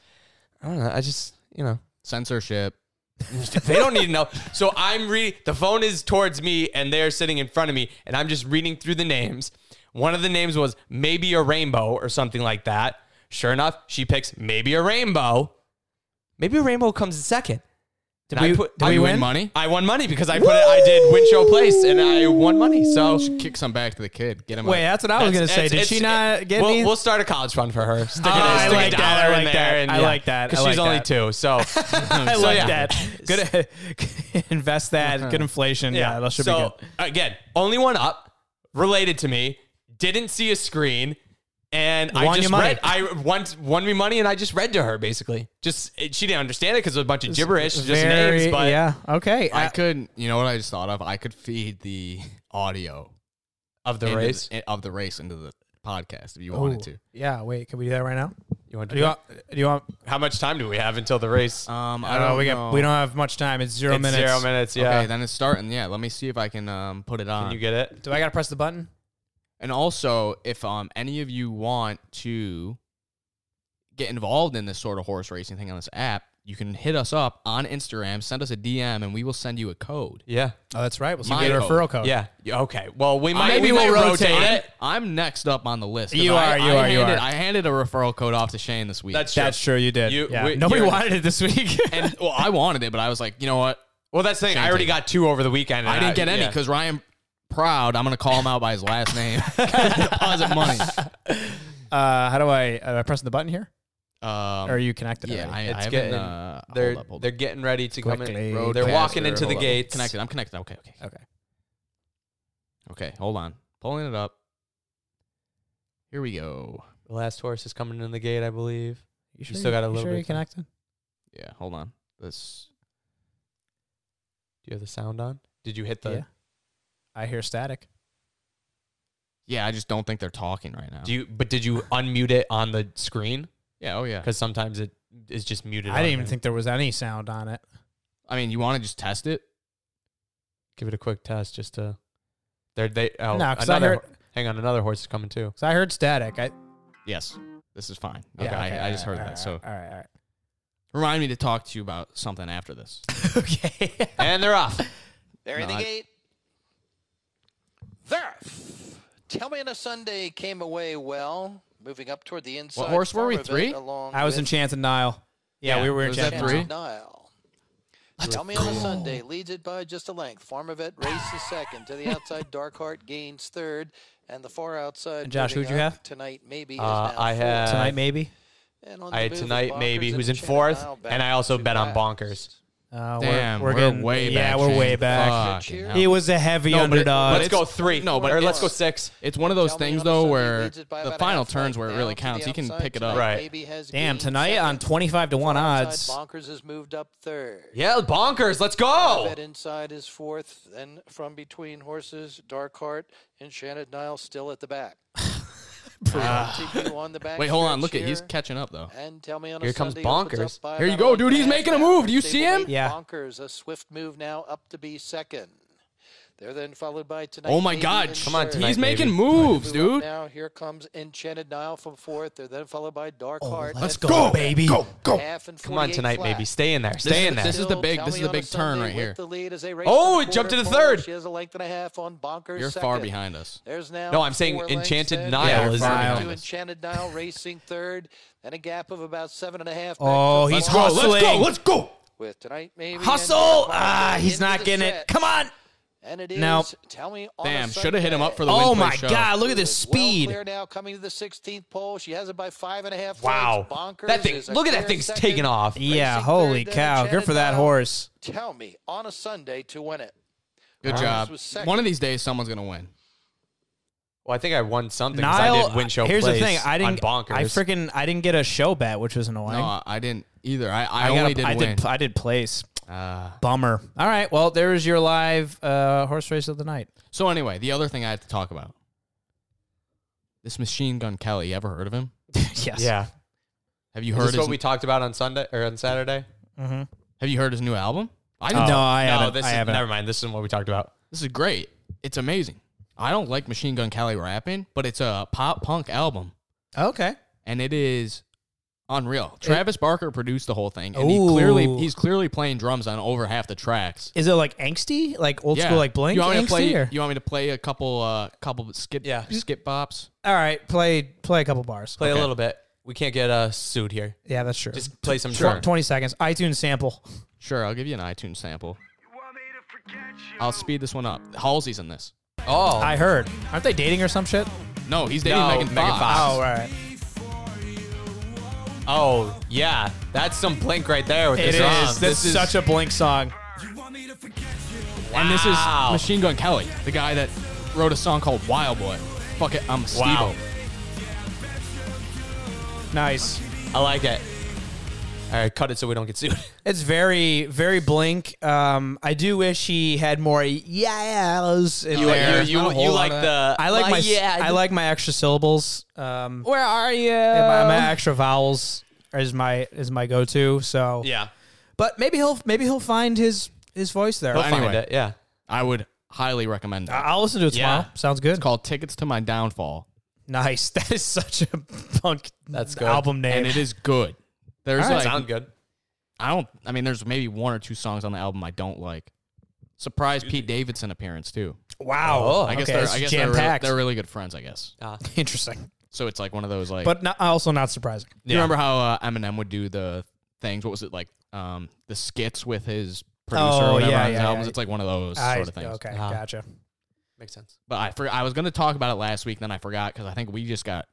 S2: I don't know. I just you know.
S1: Censorship.
S2: They don't need to know. So I'm reading. The phone is towards me, and they're sitting in front of me, and I'm just reading through the names. One of the names was maybe a rainbow or something like that. Sure enough, she picks maybe a rainbow. Maybe a rainbow comes in second. Did
S3: we- did
S1: Did
S3: we
S1: you
S3: win?
S1: win money?
S2: I won money because I put it. I did win show place and I won money. So
S1: Kick some back to the kid. Get him.
S3: Wait,
S1: a-
S3: that's what I was gonna
S2: It's-
S3: say. Did
S2: it's-
S3: she not get
S2: we'll,
S3: me?
S2: We'll start a college fund for her. Stick, it-
S3: Oh, I
S2: stick
S3: like
S2: a
S3: that,
S2: dollar
S3: I
S2: in
S3: like
S2: there.
S3: that,
S2: and
S3: I
S2: yeah.
S3: like that, I
S2: Because she's
S3: like
S2: only
S3: that.
S2: two. So
S3: I
S2: so,
S3: like
S2: yeah.
S3: that. Good invest that. Good inflation. Yeah, that should
S2: Uh-huh. so,
S3: be good.
S2: again, only one up, related to me, didn't see a screen, and I
S3: Won
S2: just
S3: you money.
S2: read. I won, won me money, and I just read to her basically. Just it- she didn't understand it because it was a bunch of gibberish, just
S3: Very-
S2: names. But
S3: yeah, okay. Uh,
S1: I
S3: I-
S1: could. You know what I just thought of? I could feed the audio
S2: of the
S1: into
S2: race,
S1: the- of the race into the podcast if you wanted to.
S3: Yeah, wait. Can we do that right now?
S2: you want
S3: Do you want? Do you want?
S2: how much time do we have until the race?
S1: Um,
S3: I
S1: I
S3: don't
S1: don't
S3: know. We
S1: know.
S3: got. We don't have much time. It's zero
S2: It's
S3: minutes.
S2: Zero minutes. Yeah.
S1: Okay, then it's starting. Yeah, let me see if I can um, put it on.
S2: Can you get it?
S3: Do I gotta press the button?
S1: And also, if um any of you want to get involved in this sort of horse racing thing on this app, you can hit us up on Instagram, send us a DM, and we will send you a code.
S2: Yeah.
S3: Oh, that's right. We'll
S1: My
S3: send you a
S1: code.
S3: referral code.
S2: Yeah. Yeah, Okay. Well, we might
S3: Maybe
S2: we might
S3: we'll
S2: rotate,
S3: rotate
S2: it.
S1: I'm next up on the list. and
S3: You
S1: I-
S3: are, you
S1: I
S3: are, you
S1: handed-
S3: are.
S1: I handed a referral code off to Shane this week.
S2: That's true.
S3: that's true. You did.
S2: You-
S3: yeah.
S2: we-
S3: Nobody
S2: you're-
S3: wanted it this week.
S1: and well, I wanted it, but I was like, you know what?
S2: well, that's the thing. I already
S1: Shane
S2: got two over the weekend. and
S1: I didn't get any
S2: yeah.
S1: because Ryan Proud. I'm gonna call him out by his last name. Deposit money.
S3: uh, how do I? Am I pressing the button here?
S1: Um,
S3: Or are you connected?
S1: yeah, I,
S3: already?
S1: I
S2: It's
S1: haven't.
S2: getting.
S1: uh, hold
S2: they're
S1: up, hold
S2: they're
S1: up.
S2: getting ready to come in.
S3: Quickly.
S1: Roadcaster,
S2: They're walking into the
S1: hold up.
S2: gates.
S1: Connected. I'm connected. Okay. Okay.
S3: okay.
S1: Okay, hold on. Pulling it up. Here we go.
S2: The last horse is coming in the gate, I believe.
S3: You
S2: sure still you- got a you little sure bit you
S3: You
S2: of time.
S3: connected?
S1: Yeah, hold on. This
S2: Do you have the sound on? Did you hit the?
S3: Yeah. I hear static.
S1: Yeah, I just don't think they're talking right now.
S2: Do you? But did you unmute it on the screen?
S1: yeah, oh yeah.
S2: Because sometimes it is just muted.
S3: I
S2: on
S3: didn't even
S2: there.
S3: think there was any sound on it.
S1: I mean, you want to just test it?
S2: Give it a quick test just to. There they. Oh,
S3: No, 'cause I
S2: another.
S3: heard-
S2: ho- Hang on, another horse is coming too.
S3: So I heard static. I
S1: Yes. This is fine.
S3: yeah,
S1: Okay, I, I just heard
S3: all
S1: that.
S3: right,
S1: So
S3: all right, all right.
S1: remind me to talk to you about something after this.
S3: okay.
S2: And they're off.
S5: They're in
S1: Not-
S5: the gate. There. Tell me on a Sunday came away well, moving up toward the inside.
S1: horse were we,
S5: curve of it
S1: three?
S5: Along
S3: I was in
S5: with
S3: Chance and Nile. Yeah,
S2: Yeah,
S3: we were in
S1: was
S3: Chance
S1: that
S3: and
S1: three?
S3: Nile.
S5: Nile. Tell me on a Sunday leads it by just a length. Farmavet races second to the outside. Dark Heart gains third, and the far outside.
S3: And Josh,
S5: moving
S3: who'd you
S5: up
S3: have?
S5: tonight? Maybe.
S2: Uh,
S5: is now
S2: I
S5: fourth.
S2: had.
S3: Tonight, maybe.
S5: And on
S2: I
S5: the
S2: had
S5: move with
S2: tonight,
S5: Bonkers
S2: maybe,
S5: and
S2: who's in
S5: Chan
S2: fourth,
S5: Nile back
S2: and I also
S5: to
S2: bet on
S5: last.
S2: Bonkers.
S3: Uh, we're-
S1: Damn,
S3: we're,
S1: we're,
S3: getting-
S1: way back.
S3: Yeah, we're
S1: Shane.
S3: way back.
S1: Fucking
S5: Fuck.
S1: hell.
S3: He was a heavy
S1: No, but it-
S3: underdog.
S1: but
S2: let's
S1: it's-
S2: go three.
S1: no, but
S2: or
S1: it's-
S2: let's go six.
S1: It's one of those
S5: Tell me
S1: things
S5: on a
S1: though
S5: Sunday
S1: where
S5: leads it by
S1: the
S5: about a
S1: final
S5: half length
S1: turns where it
S5: now
S1: really
S5: to the
S1: counts, he can
S5: outside.
S1: pick it
S5: Tonight
S1: up.
S2: Right.
S5: maybe has
S3: Damn,
S5: gained
S3: tonight on
S5: second.
S3: 25 to 1 odds.
S5: Outside, Bonkers has moved up third.
S2: Yeah, bonkers. Let's go.
S5: That inside is fourth, and from between horses, Dark Heart and Shannon Nile still at the back.
S3: Ah.
S5: Continue on the back
S1: Wait, hold on.
S5: stretch
S1: Look at he's
S5: here,
S1: catching up though.
S5: And tell me on
S2: Here
S5: a
S2: comes
S5: Sunday opens up
S2: Bonkers.
S5: by
S1: Here you
S5: about
S1: go,
S5: one
S1: dude. He's
S5: and half
S1: making a
S5: now.
S1: move. Do you see
S5: Stablemate
S1: him?
S3: Yeah.
S5: Bonkers, a swift move now up to be second. They're then followed by tonight.
S1: Oh my
S5: Maybe
S1: god.
S5: in
S1: sh-
S2: Come on,
S5: third.
S2: Tonight
S1: He's
S2: Maybe.
S1: making
S5: Move
S1: moves,
S5: up
S1: dude.
S5: Now here comes Enchanted Nile from fourth. They're then followed by Dark
S3: Oh,
S5: Heart.
S3: let's
S5: at
S3: go,
S5: fifth.
S3: baby.
S5: Half and
S2: Come on
S5: 48
S2: tonight,
S5: flat.
S2: maybe. Stay in there. Stay
S1: is-
S2: in there.
S1: this is the
S5: Still,
S1: big-
S5: tell
S1: this is
S5: me
S1: the
S5: on a
S1: big turn
S5: Sunday
S1: right
S5: with
S1: here.
S5: the lead as they race
S2: Oh,
S5: to the
S2: it jumped to the
S5: quarter pole.
S2: third.
S5: She has a length and a half on bonkers.
S1: You're far
S5: second.
S1: behind us.
S5: There's now
S2: No, I'm saying
S5: four lengths
S2: Enchanted
S5: then.
S2: Nile
S1: Yeah, is far behind
S5: to
S1: us.
S5: Enchanted Nile racing third, and a gap of about seven and a half. back
S3: Oh,
S5: to
S3: he's
S5: Bonkers
S3: hustling.
S2: go.
S5: With tonight, maybe
S3: Hustle. Ah, he's not getting it. Come on.
S5: And it is.
S3: No.
S5: Tell me. On
S1: Damn, should have hit him up for the win
S3: Oh,
S1: for
S3: my
S1: show.
S3: God. Look at this
S5: Is Well
S3: speed.
S5: clear now coming to the 16th pole. She has it by five and a half.
S2: Wow.
S5: lengths. Bonkers
S2: That thing.
S5: is a
S2: Look at
S5: clear
S2: that thing's
S5: second.
S2: taking off.
S3: Yeah,
S5: Racing
S3: holy
S5: third, uh,
S3: cow. Good for that
S5: Shenandoah.
S3: horse.
S5: Tell me on a Sunday to win it.
S1: Good
S5: Thomas
S1: job.
S5: was second.
S1: One of these days, someone's gonna win.
S2: Well, I think I won something. 'cause I
S3: Nile,
S2: did win show
S3: here's the
S2: place
S3: thing. I didn't.
S2: On bonkers.
S3: I freaking. I didn't get a show bet, which was annoying.
S1: No, I- I didn't either. I, I,
S3: I, got
S1: only
S3: a-
S1: did
S3: I
S1: win.
S3: did. I did place.
S1: Uh,
S3: Bummer. All right. Well, there is your live uh, horse race of the night.
S1: so anyway, the other thing I had to talk about. This Machine Gun Kelly, you ever heard of him?
S3: yes.
S2: Yeah.
S1: Have you
S2: Is
S1: heard
S2: this
S1: his,
S2: what we talked about on Sunday or on Saturday?
S1: Have you heard his new album? I
S3: No,
S1: didn't.
S3: I
S2: no,
S3: haven't.
S2: this
S3: I
S2: is
S3: haven't.
S2: never mind. This isn't what we talked about.
S1: This is great. It's amazing. I don't like Machine Gun Kelly rapping, but it's a pop punk album
S3: Okay.
S1: and it is unreal. Travis Barker produced the whole thing and he clearly
S3: Ooh.
S1: he's clearly playing drums on over half the tracks.
S3: Is it like angsty, like old
S1: Yeah.
S3: school, like Blink
S1: You want me to
S3: angsty?
S1: play?
S3: or-
S1: You want me to play a couple, uh, couple skip,
S2: Yeah.
S1: skip bops?
S3: All right, play play a couple bars.
S2: Play
S3: Okay.
S2: a little bit. We can't get a suit here.
S3: Yeah, that's true.
S2: Just play some
S1: Sure.
S2: sure.
S3: 20 seconds. iTunes sample.
S1: Sure, I'll give you an iTunes sample. I'll speed this one up. Halsey's in this.
S2: Oh,
S3: I heard. Aren't they dating or some shit?
S1: No, he's dating
S2: No,
S1: Megan,
S2: Megan
S1: Fox.
S2: Fox.
S3: Oh, right.
S2: oh, yeah. That's some blink right there with
S3: It
S2: this
S3: is.
S2: song.
S3: This, is such a Blink song.
S1: And this is
S2: Wow.
S1: Machine Gun Kelly, the guy that wrote a song called Wild Boy. Fuck it, I'm a Steve.
S2: Wow.
S3: Nice.
S2: I like it. All right, cut it so we don't get sued.
S3: It's very, very Blink. Um, I do wish he had more yeahs in
S2: You,
S3: there.
S2: you, you,
S1: not a whole
S2: you
S1: lot
S2: like
S1: of-
S2: the?
S3: I like my
S2: yeah.
S3: I like my extra syllables. Um,
S2: Where are you?
S3: and my,
S2: Um,
S3: my extra vowels is my is my go to. So
S2: yeah.
S3: but maybe he'll maybe he'll find his his voice there.
S2: He'll
S3: I-
S2: find
S1: anyway.
S2: it. Yeah.
S1: I would highly recommend that.
S3: I'll listen to it
S2: Yeah.
S3: tomorrow. Sounds good.
S1: It's called Tickets to My Downfall,
S3: Nice. That is such a punk
S2: That's good.
S3: album name.
S1: and it is good. There's
S3: All right.
S1: like
S2: Sound good.
S1: I don't. I mean, there's maybe one or two songs on the album I don't like. Surprise Pete Davidson appearance too.
S3: wow.
S2: Oh,
S1: I guess
S3: Okay,
S1: they're
S3: it's
S1: I guess they're really,
S3: jam-packed.
S1: they're really good friends. I guess
S2: Ah.
S3: Interesting,
S1: so. It's like one of those like.
S3: but not, also not surprising.
S1: do you remember how uh, Eminem would do the things? What was it like? Um, the skits with his producer
S3: Oh,
S1: or whatever
S3: yeah,
S1: on his
S3: yeah,
S1: albums.
S3: yeah.
S1: It's like one of those
S3: I-
S1: sort of things.
S3: Okay,
S2: Ah.
S3: gotcha.
S2: Makes sense.
S1: But I for, I was gonna talk about it last week, then I forgot because I think we just got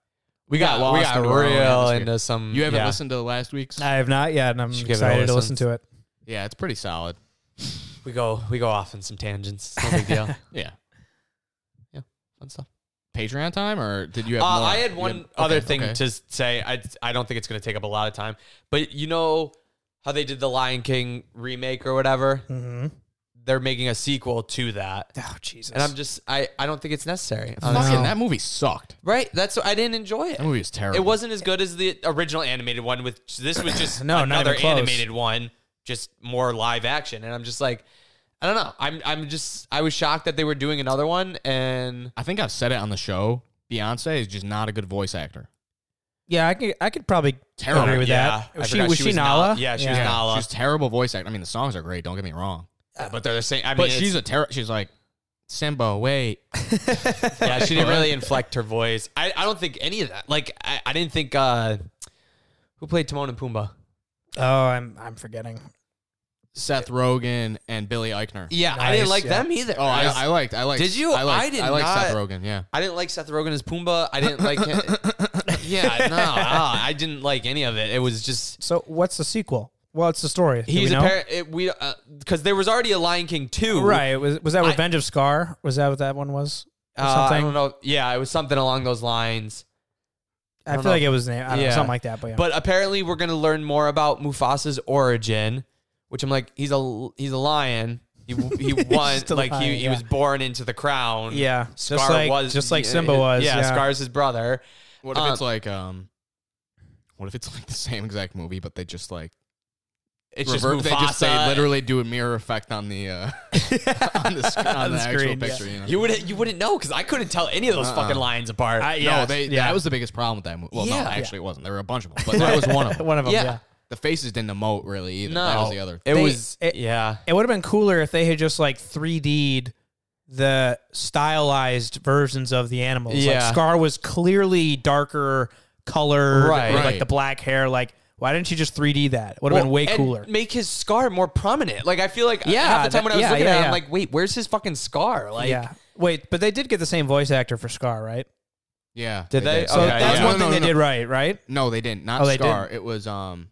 S2: We got
S1: got
S2: we
S1: lost
S2: got
S1: into our own
S2: real
S1: atmosphere.
S2: into some.
S1: You haven't
S2: yeah.
S1: listened to the last week's?
S3: I have not yet, and I'm
S2: Should give it a
S3: excited to
S2: listen.
S3: listen to it.
S1: Yeah, it's pretty solid.
S2: We go we go off in some tangents. It's no big deal.
S1: Yeah.
S2: Fun stuff.
S1: Patreon time, or did you
S2: Uh,
S1: have more?
S2: I had
S1: You
S2: one
S1: okay,
S2: other thing
S1: okay.
S2: to say. I I don't think it's going to take up a lot of time, but you know how they did the Lion King remake or whatever.
S3: Mm-hmm.
S2: They're making a sequel to that,
S3: Oh Jesus!
S2: and I'm just I I don't think it's necessary. honestly.
S1: Fucking, that movie sucked.
S2: Right? That's I didn't enjoy it.
S1: That movie was terrible.
S2: It wasn't as good as the original animated one. With this was just
S3: No, not
S2: another
S3: even close.
S2: animated one, just more live action. And I'm just like, I don't know. I'm I'm just I was shocked that they were doing another one. And
S1: I think I've said it on the show. Beyonce is just not a good voice actor.
S3: yeah, I could I could probably
S1: Terrible.
S3: agree with
S2: yeah,
S3: that.
S2: I
S3: Was she
S2: forgot
S3: was she, Nala?
S2: Yeah, she was Nala.
S1: She's terrible voice actor. I mean, the songs are great. Don't get me wrong,
S2: but they're the same. I mean,
S1: but
S2: it's-
S1: she's a terror. She's like Simba. Wait,
S2: yeah, she didn't really inflect her voice. I, I don't think any of that. Like I, I didn't think uh who played Timon and Pumbaa.
S3: Oh, I'm I'm forgetting.
S1: Seth Rogen and Billy Eichner.
S2: Yeah, I
S3: Nice,
S2: didn't like
S3: yeah.
S2: them either.
S1: Oh, I, I liked. I liked.
S2: Did you?
S1: I liked,
S2: I did
S1: I liked
S2: not-
S1: Seth Rogen. Yeah.
S2: I didn't like Seth Rogen as Pumbaa. I didn't like. him. yeah, no, uh, I didn't like any of it. It was just
S3: So what's the sequel? Well, it's the story. Do
S2: he's
S3: we know?
S2: apparent. We because there was already a Lion King two,
S3: right. it Was was that
S2: I-
S3: Revenge of Scar? Was that what that one was? Or
S2: Uh, I
S3: something.
S2: don't know. Yeah, it was something along those lines.
S3: I,
S2: don't
S3: feel
S2: know.
S3: like it was named. I don't know,
S2: Yeah.
S3: something like that. But yeah.
S2: But apparently, we're gonna learn more about Mufasa's origin, which I'm like, he's a he's a lion. He he won
S3: just a
S2: like
S3: lion,
S2: he, he
S3: yeah.
S2: was born into the crown.
S3: yeah,
S2: Scar
S3: just like
S2: was
S3: just like
S2: yeah,
S3: Simba was.
S2: Yeah,
S3: Yeah,
S2: Scar's his brother.
S1: What if
S2: Um,
S1: it's like um? What if it's like the same exact movie, but they just like
S2: It's
S1: rever-
S2: just
S1: they
S2: Mufasa.
S1: just they literally do a mirror effect on the uh, on the, sc- on the,
S3: The
S1: actual
S3: screen, yeah.
S1: picture. You know?
S2: You wouldn't you wouldn't know because I couldn't tell any of those
S1: Uh-uh.
S2: fucking lions apart.
S3: I-
S1: no,
S3: yeah,
S1: they,
S3: yeah.
S1: that was the biggest problem with that movie. Well,
S2: Yeah.
S1: no, actually, it wasn't. There were a bunch of them, but that was one of them.
S3: One of them.
S2: Yeah.
S3: Yeah.
S1: The faces didn't emote really either.
S2: no,
S1: Oh, that was the other.
S2: It
S3: They-
S2: was
S3: it-
S2: yeah.
S3: It would have been cooler if they had just like 3D'd the stylized versions of the animals.
S2: Yeah.
S3: Like Scar was clearly darker color,
S2: Right.
S1: Right.
S3: Like the black hair. Like why didn't you just 3D that? Would have been
S2: Well,
S3: way
S2: and
S3: cooler.
S2: Make his scar more prominent. Like I feel like
S3: Yeah,
S2: half the time when I was
S3: that- yeah,
S2: looking at
S3: yeah,
S2: it, I'm
S3: yeah.
S2: like, wait, where's his fucking scar? Like
S3: yeah. Wait, but they did get the same voice actor for Scar, right?
S1: Yeah.
S2: Did they?
S3: So
S2: Okay,
S3: that's
S2: yeah.
S3: one
S1: No,
S3: thing
S1: no,
S3: they
S1: no.
S3: did right, right?
S1: No, they didn't. Not
S3: Oh, they
S1: Scar. It was um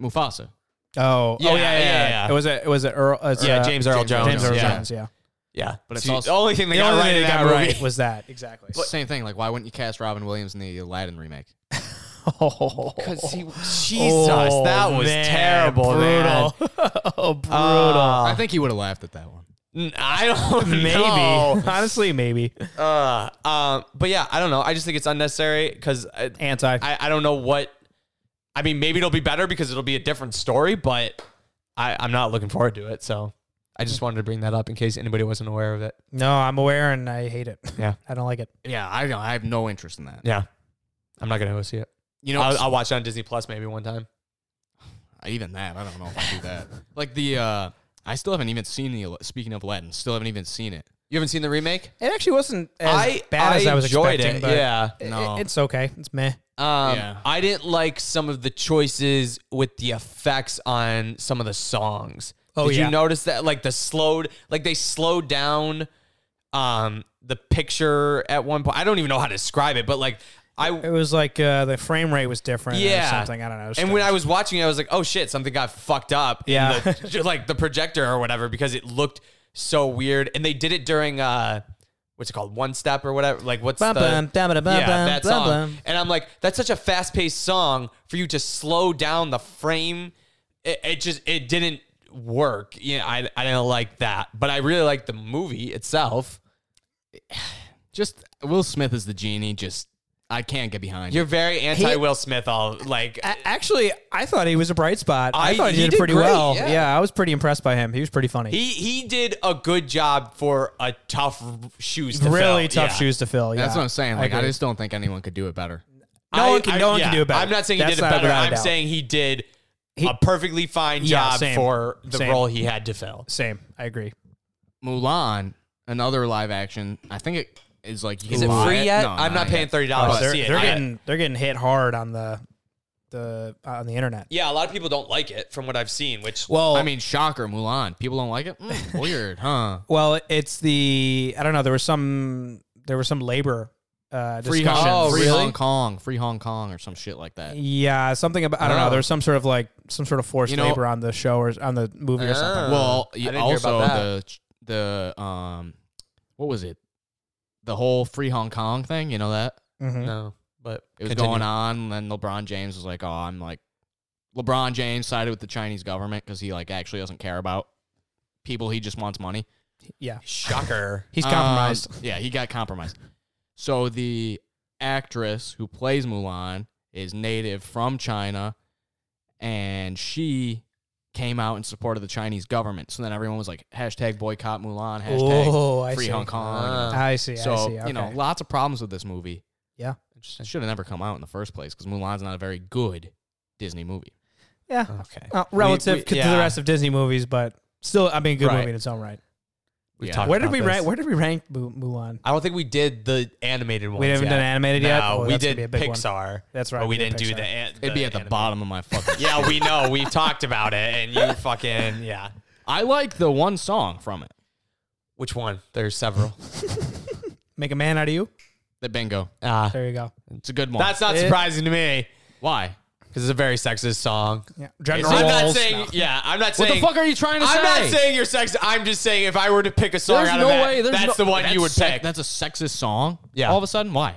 S1: Mufasa.
S3: Oh,
S2: Yeah,
S3: oh yeah, yeah,
S2: yeah,
S3: yeah,
S2: yeah.
S3: It was a it was a Earl, uh,
S2: Yeah, James Earl
S1: James Earl
S2: Jones.
S3: James Earl
S2: yeah.
S3: Jones, yeah.
S2: yeah, but
S1: it's
S2: it's also,
S1: also-
S2: the only thing they got
S3: only
S2: right
S3: thing
S2: in
S3: they
S2: that
S3: got
S2: movie.
S3: right was that exactly.
S1: Same thing. Like, why wouldn't you cast Robin Williams in the Aladdin remake?
S3: Oh,
S2: Because he, Jesus,
S3: Oh,
S2: that was
S3: man,
S2: terrible, man. Ah,
S3: brutal. oh, brutal.
S1: I think he would have laughed at that one.
S2: N- I don't
S3: Maybe.
S2: know.
S3: Honestly, maybe.
S2: Uh, um, but yeah, I don't know. I just think it's unnecessary because I,
S3: Anti.
S2: I, I don't know what. I mean, maybe it'll be better because it'll be a different story, but I, I'm not looking forward to it. So I just wanted to bring that up in case anybody wasn't aware of it.
S3: no, I'm aware and I hate it.
S2: Yeah.
S3: I don't like it.
S1: Yeah, I don't. I have no interest in that.
S2: Yeah, I'm not gonna go see it.
S1: You know,
S2: I'll, I'll watch it on Disney Plus maybe one time.
S1: even that, I don't know if I do that. like the, uh I still haven't even seen the. Ala- Speaking of Aladdin, still haven't even seen it.
S2: You haven't seen the remake?
S3: It actually wasn't as bad as I was
S2: enjoyed it.
S3: expecting. But
S2: yeah.
S3: i-
S1: No.
S3: it's okay. It's meh.
S2: Um,
S1: Yeah.
S2: I didn't like some of the choices with the effects on some of the songs.
S3: Oh,
S2: Did
S3: yeah.
S2: you notice that? Like the slowed, like they slowed down um, the picture at one point. I don't even know how to describe it, but like I,
S3: It was like uh, the frame rate was different.
S2: yeah,
S3: or something. I don't know. It was
S2: And when
S3: strange.
S2: I was watching, it, I was like, oh shit, something got fucked up. in
S3: Yeah.
S2: the- like the projector or whatever because it looked so weird. And they did it during uh, what's it called, one step or whatever. Like what's
S3: Bum,
S2: the
S3: bum, bum, bum,
S2: yeah
S3: bum,
S2: that
S3: bum,
S2: song?
S3: bum.
S2: And I'm like, that's such a fast paced song for you to slow down the frame. It, it just it didn't work. You know, I I didn't like that, but I really liked the movie itself.
S1: Just Will Smith is the genie. Just I can't get behind.
S2: You're very anti Will Smith. All like
S3: A- actually, I thought he was a bright spot. I,
S2: I-
S3: thought he,
S2: he
S3: did,
S2: did
S3: pretty
S2: great,
S3: well.
S2: yeah.
S3: Yeah. I was pretty impressed by him. He was pretty funny.
S2: He he did a good job for a tough shoes. To
S3: really
S2: fill.
S3: tough
S2: Yeah.
S3: shoes to fill. Yeah.
S1: That's what I'm saying. Like I,
S3: agree.
S1: just don't think anyone could do it better.
S3: No
S2: I-
S3: one can-
S2: I-
S3: no one can
S2: yeah.
S3: do it better.
S2: I'm not saying he
S3: That's
S2: did it
S3: not
S2: better.
S3: without a
S2: I'm
S3: doubt.
S2: saying he did
S3: He-
S2: a perfectly fine
S3: Yeah,
S2: job
S3: same.
S2: for the
S3: Same.
S2: role he had to fill.
S3: Same. I agree.
S1: Mulan, another live action. I think it is like.
S2: Is it
S1: July.
S2: free yet?
S1: No,
S2: I'm not paying
S1: yet.
S2: thirty dollars to
S3: Oh, they're,
S2: see it.
S3: they're
S2: Oh, I-
S3: getting they're getting hit hard on the the on the internet.
S2: yeah, a lot of people don't like it from what I've seen. Which
S3: Well,
S1: I mean, shocker, Mulan. People don't like it. Mm, weird, huh?
S3: well, it's the I don't know. There was some there was some labor uh,
S1: Free,
S3: discussion.
S1: Hong,
S2: Oh,
S1: free
S2: really?
S1: Hong Kong, free Hong Kong, or some shit like that.
S3: Yeah, something about I don't
S1: Oh.
S3: know. There was some sort of like some sort of forced
S1: You know-
S3: labor on the show or on the movie or something.
S2: Oh.
S1: Well,
S2: I didn't hear
S1: also
S2: about
S1: the the um, what was it? The whole free Hong Kong thing. You know that
S3: Mhm.
S2: no, but
S1: it was going on, and then LeBron James was like, "Oh, I'm like." LeBron James sided with the Chinese government because he like actually doesn't care about people. He just wants money.
S3: Yeah,
S2: Shocker.
S3: he's compromised.
S1: Um, yeah, he got compromised. So the actress who plays Mulan is native from China, and she came out in support of the Chinese government. So then everyone was like, hashtag boycott Mulan, hashtag
S3: Oh, I
S1: free
S3: see.
S1: Hong Kong.
S2: Ah.
S3: I see.
S1: so,
S3: I see. Okay.
S1: you know, lots of problems with this movie.
S3: yeah,
S1: It should have never come out in the first place because Mulan's not a very good Disney movie.
S3: yeah.
S2: Okay.
S3: Uh, relative
S2: we-
S3: to
S2: yeah.
S3: the rest of Disney movies, but still, I mean, good
S2: Right.
S3: movie in its own right.
S2: We've
S1: Yeah.
S2: talked
S3: Where did
S2: about
S3: we
S2: this.
S3: rank? Where did we rank Mu- Mulan?
S2: I don't think we did the animated ones.
S3: We haven't
S2: yet.
S3: done animated yet?
S2: No,
S3: Oh,
S2: we
S3: that's gonna
S2: did
S3: be a big one.
S2: Pixar.
S3: That's right,
S2: But we
S3: we did
S2: didn't do
S3: Pixar.
S2: the. An-
S1: It'd be at the
S2: animated.
S1: bottom of my fucking.
S2: Yeah, we know. We talked about it, and you fucking yeah.
S1: I like the one song from it,
S2: Which one? There's several.
S3: Make a man out of you.
S1: the bingo.
S2: Ah,
S3: There you go.
S1: It's a good one.
S2: that's not
S3: It-
S2: surprising to me
S1: why?
S2: because it's a very sexist song.
S3: Yeah.
S2: I'm
S3: Gender
S2: not
S3: roles.
S2: saying. Yeah, I'm not
S1: What
S2: saying.
S1: the fuck are you trying to
S2: I'm
S1: say?
S2: not saying you're sexist. I'm just saying if I were to pick a song out of that, that's the one you would
S1: sec-
S2: pick.
S1: That's a sexist song.
S2: Yeah.
S1: All of a sudden, why?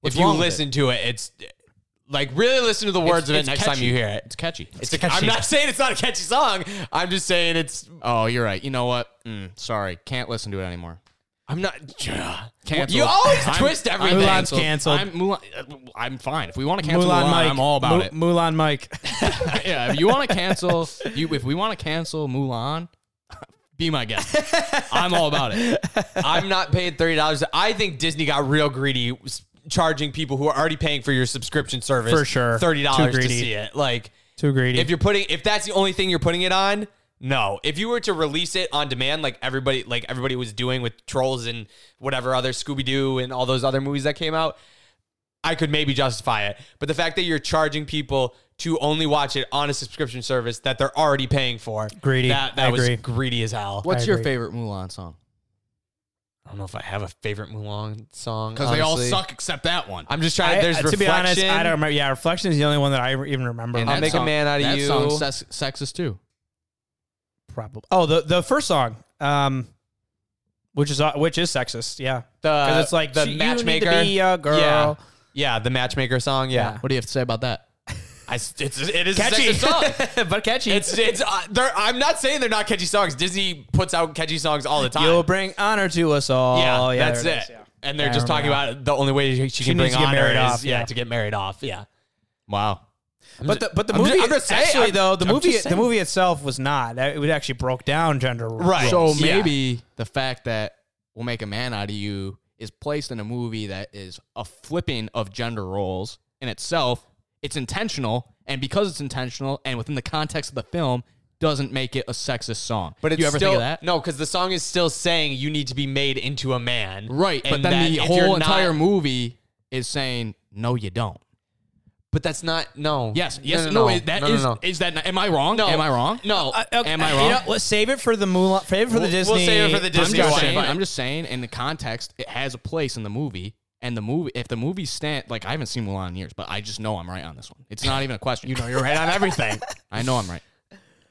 S1: What's
S2: if you
S1: wrong with
S2: listen to it, it's like really listen to the
S1: it? It's-
S2: words of it
S1: it's
S2: next time
S1: catchy.
S2: you hear it.
S1: It's catchy.
S2: It's a, I'm not saying it's not a catchy song. I'm just saying it's.
S1: oh, you're right. You know what? Mm, sorry, can't listen to it anymore.
S2: I'm not.
S1: Cancel.
S2: You always twist everything.
S3: Mulan's canceled.
S1: I'm, Mulan, uh, I'm fine. If we want to cancel Mulan,
S3: Mulan Mike.
S1: I'm all about
S3: Mu-
S1: it.
S3: Mulan Mike.
S1: yeah, if you want to cancel, you if we want to cancel Mulan, be my guest. I'm all about it.
S2: I'm not paying thirty dollars. I think Disney got real greedy, s- charging people who are already paying for your subscription service
S3: For sure.
S2: thirty
S3: Too
S2: dollars to
S3: greedy.
S2: see it. Like
S3: Too greedy.
S2: if you're putting, if that's the only thing you're putting it on, no. If you were to release it on demand, like everybody, like everybody was doing with Trolls and whatever other Scooby Doo and all those other movies that came out, I could maybe justify it. But the fact that you're charging people to only watch it on a subscription service that they're already paying for,
S3: Greedy.
S2: That,
S3: I
S2: that was
S3: agree.
S2: greedy as hell.
S1: What's your
S3: agree.
S1: favorite Mulan song?
S2: I don't know if I have a favorite Mulan song
S1: Because they all
S2: honestly.
S1: suck except that one.
S2: I'm just trying.
S3: I,
S2: there's
S3: to
S2: reflection.
S3: be honest, I don't remember. Yeah, reflection is the only one that I even remember.
S1: And
S2: I'll
S1: that
S2: make a
S1: song-
S2: man out of
S1: that
S2: you.
S1: song's sex- sexist too.
S3: Probably. Oh, the the first song, um, which is uh, which is sexist. Yeah,
S2: The-
S3: because it's like
S2: the
S3: she- you
S2: matchmaker.
S3: need to be a girl.
S2: Yeah, yeah, the matchmaker song. Yeah,
S3: Yeah.
S1: What do you have to say about that?
S2: I, it's it is
S3: Catchy.
S2: a sexist song.
S3: but catchy.
S2: It's it's. Uh, they're, I'm not saying they're not catchy songs. Disney puts out catchy songs all the time.
S3: You'll bring honor to us all.
S2: oh, yeah,
S3: yeah
S2: that's
S3: there
S2: it.
S3: is, yeah.
S2: And they're
S3: Yeah, I
S2: just talking
S3: remember
S2: about the only way she, she can bring
S3: needs to get
S2: honor
S3: married
S2: is
S3: off,
S2: yeah,
S3: yeah.
S2: to get married off. Yeah,
S1: Wow.
S3: But the but the
S2: I'm ju-
S3: movie
S2: I'm just saying-
S3: actually
S2: I'm-
S3: though the
S2: I'm
S3: movie
S2: just saying.
S3: the movie itself was not it would actually broke down gender roles.
S2: Right.
S1: So
S2: Yeah.
S1: maybe the fact that we'll make a man out of you is placed in a movie that is a flipping of gender roles in itself. It's intentional, and because it's intentional, and within the context of the film, doesn't make it a sexist song.
S2: But it's
S1: you ever
S2: still
S1: think of that?
S2: no, because the song is still saying you need to be made into a man,
S1: Right. But
S2: and
S1: then
S2: that
S1: the
S2: if you're
S1: whole
S2: not-
S1: entire movie is saying, no, you don't.
S2: But that's not no.
S1: Yes.
S2: No,
S1: Yes.
S2: no,
S1: No,
S2: no,
S1: it- that
S2: no,
S1: is.
S2: no, no.
S1: Is that? not- Am I wrong?
S2: No.
S1: Am I wrong?
S2: No. Uh,
S1: Am I wrong?
S3: You know, let's save it for the Mulan. Save it for the
S2: We'll-
S3: Disney.
S2: we'll save it for the
S1: I'm
S2: Disney
S1: just
S2: one.
S1: saying.
S2: Right.
S1: I'm just saying. In the context, it has a place in the movie. And the movie, if the movie stand, like I haven't seen Mulan in years, but I just know I'm right on this one. It's not even a question. you know, you're right on everything. I know I'm right.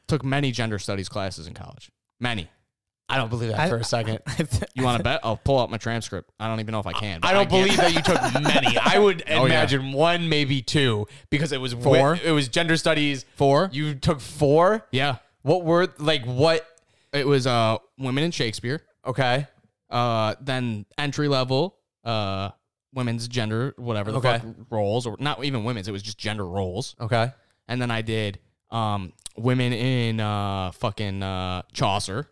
S1: Took many gender studies classes in college. Many.
S2: I don't believe that
S3: I-
S2: for a second.
S1: You want to bet? I'll pull up my transcript. I don't even know if I can. but
S2: I don't
S1: can.
S2: believe that you took many. I would
S1: Oh, yeah.
S2: imagine one, maybe two, because it was wi-
S1: Four?
S2: it was gender studies.
S1: Four?
S2: You took four.
S1: Yeah,
S2: What were like what?
S1: it was uh women in Shakespeare.
S2: Okay.
S1: uh, then entry level uh, women's gender, whatever the
S2: Okay.
S1: fuck roles, or not even women's. It was just gender roles.
S2: Okay.
S1: And then I did um, women in uh, fucking uh, Chaucer.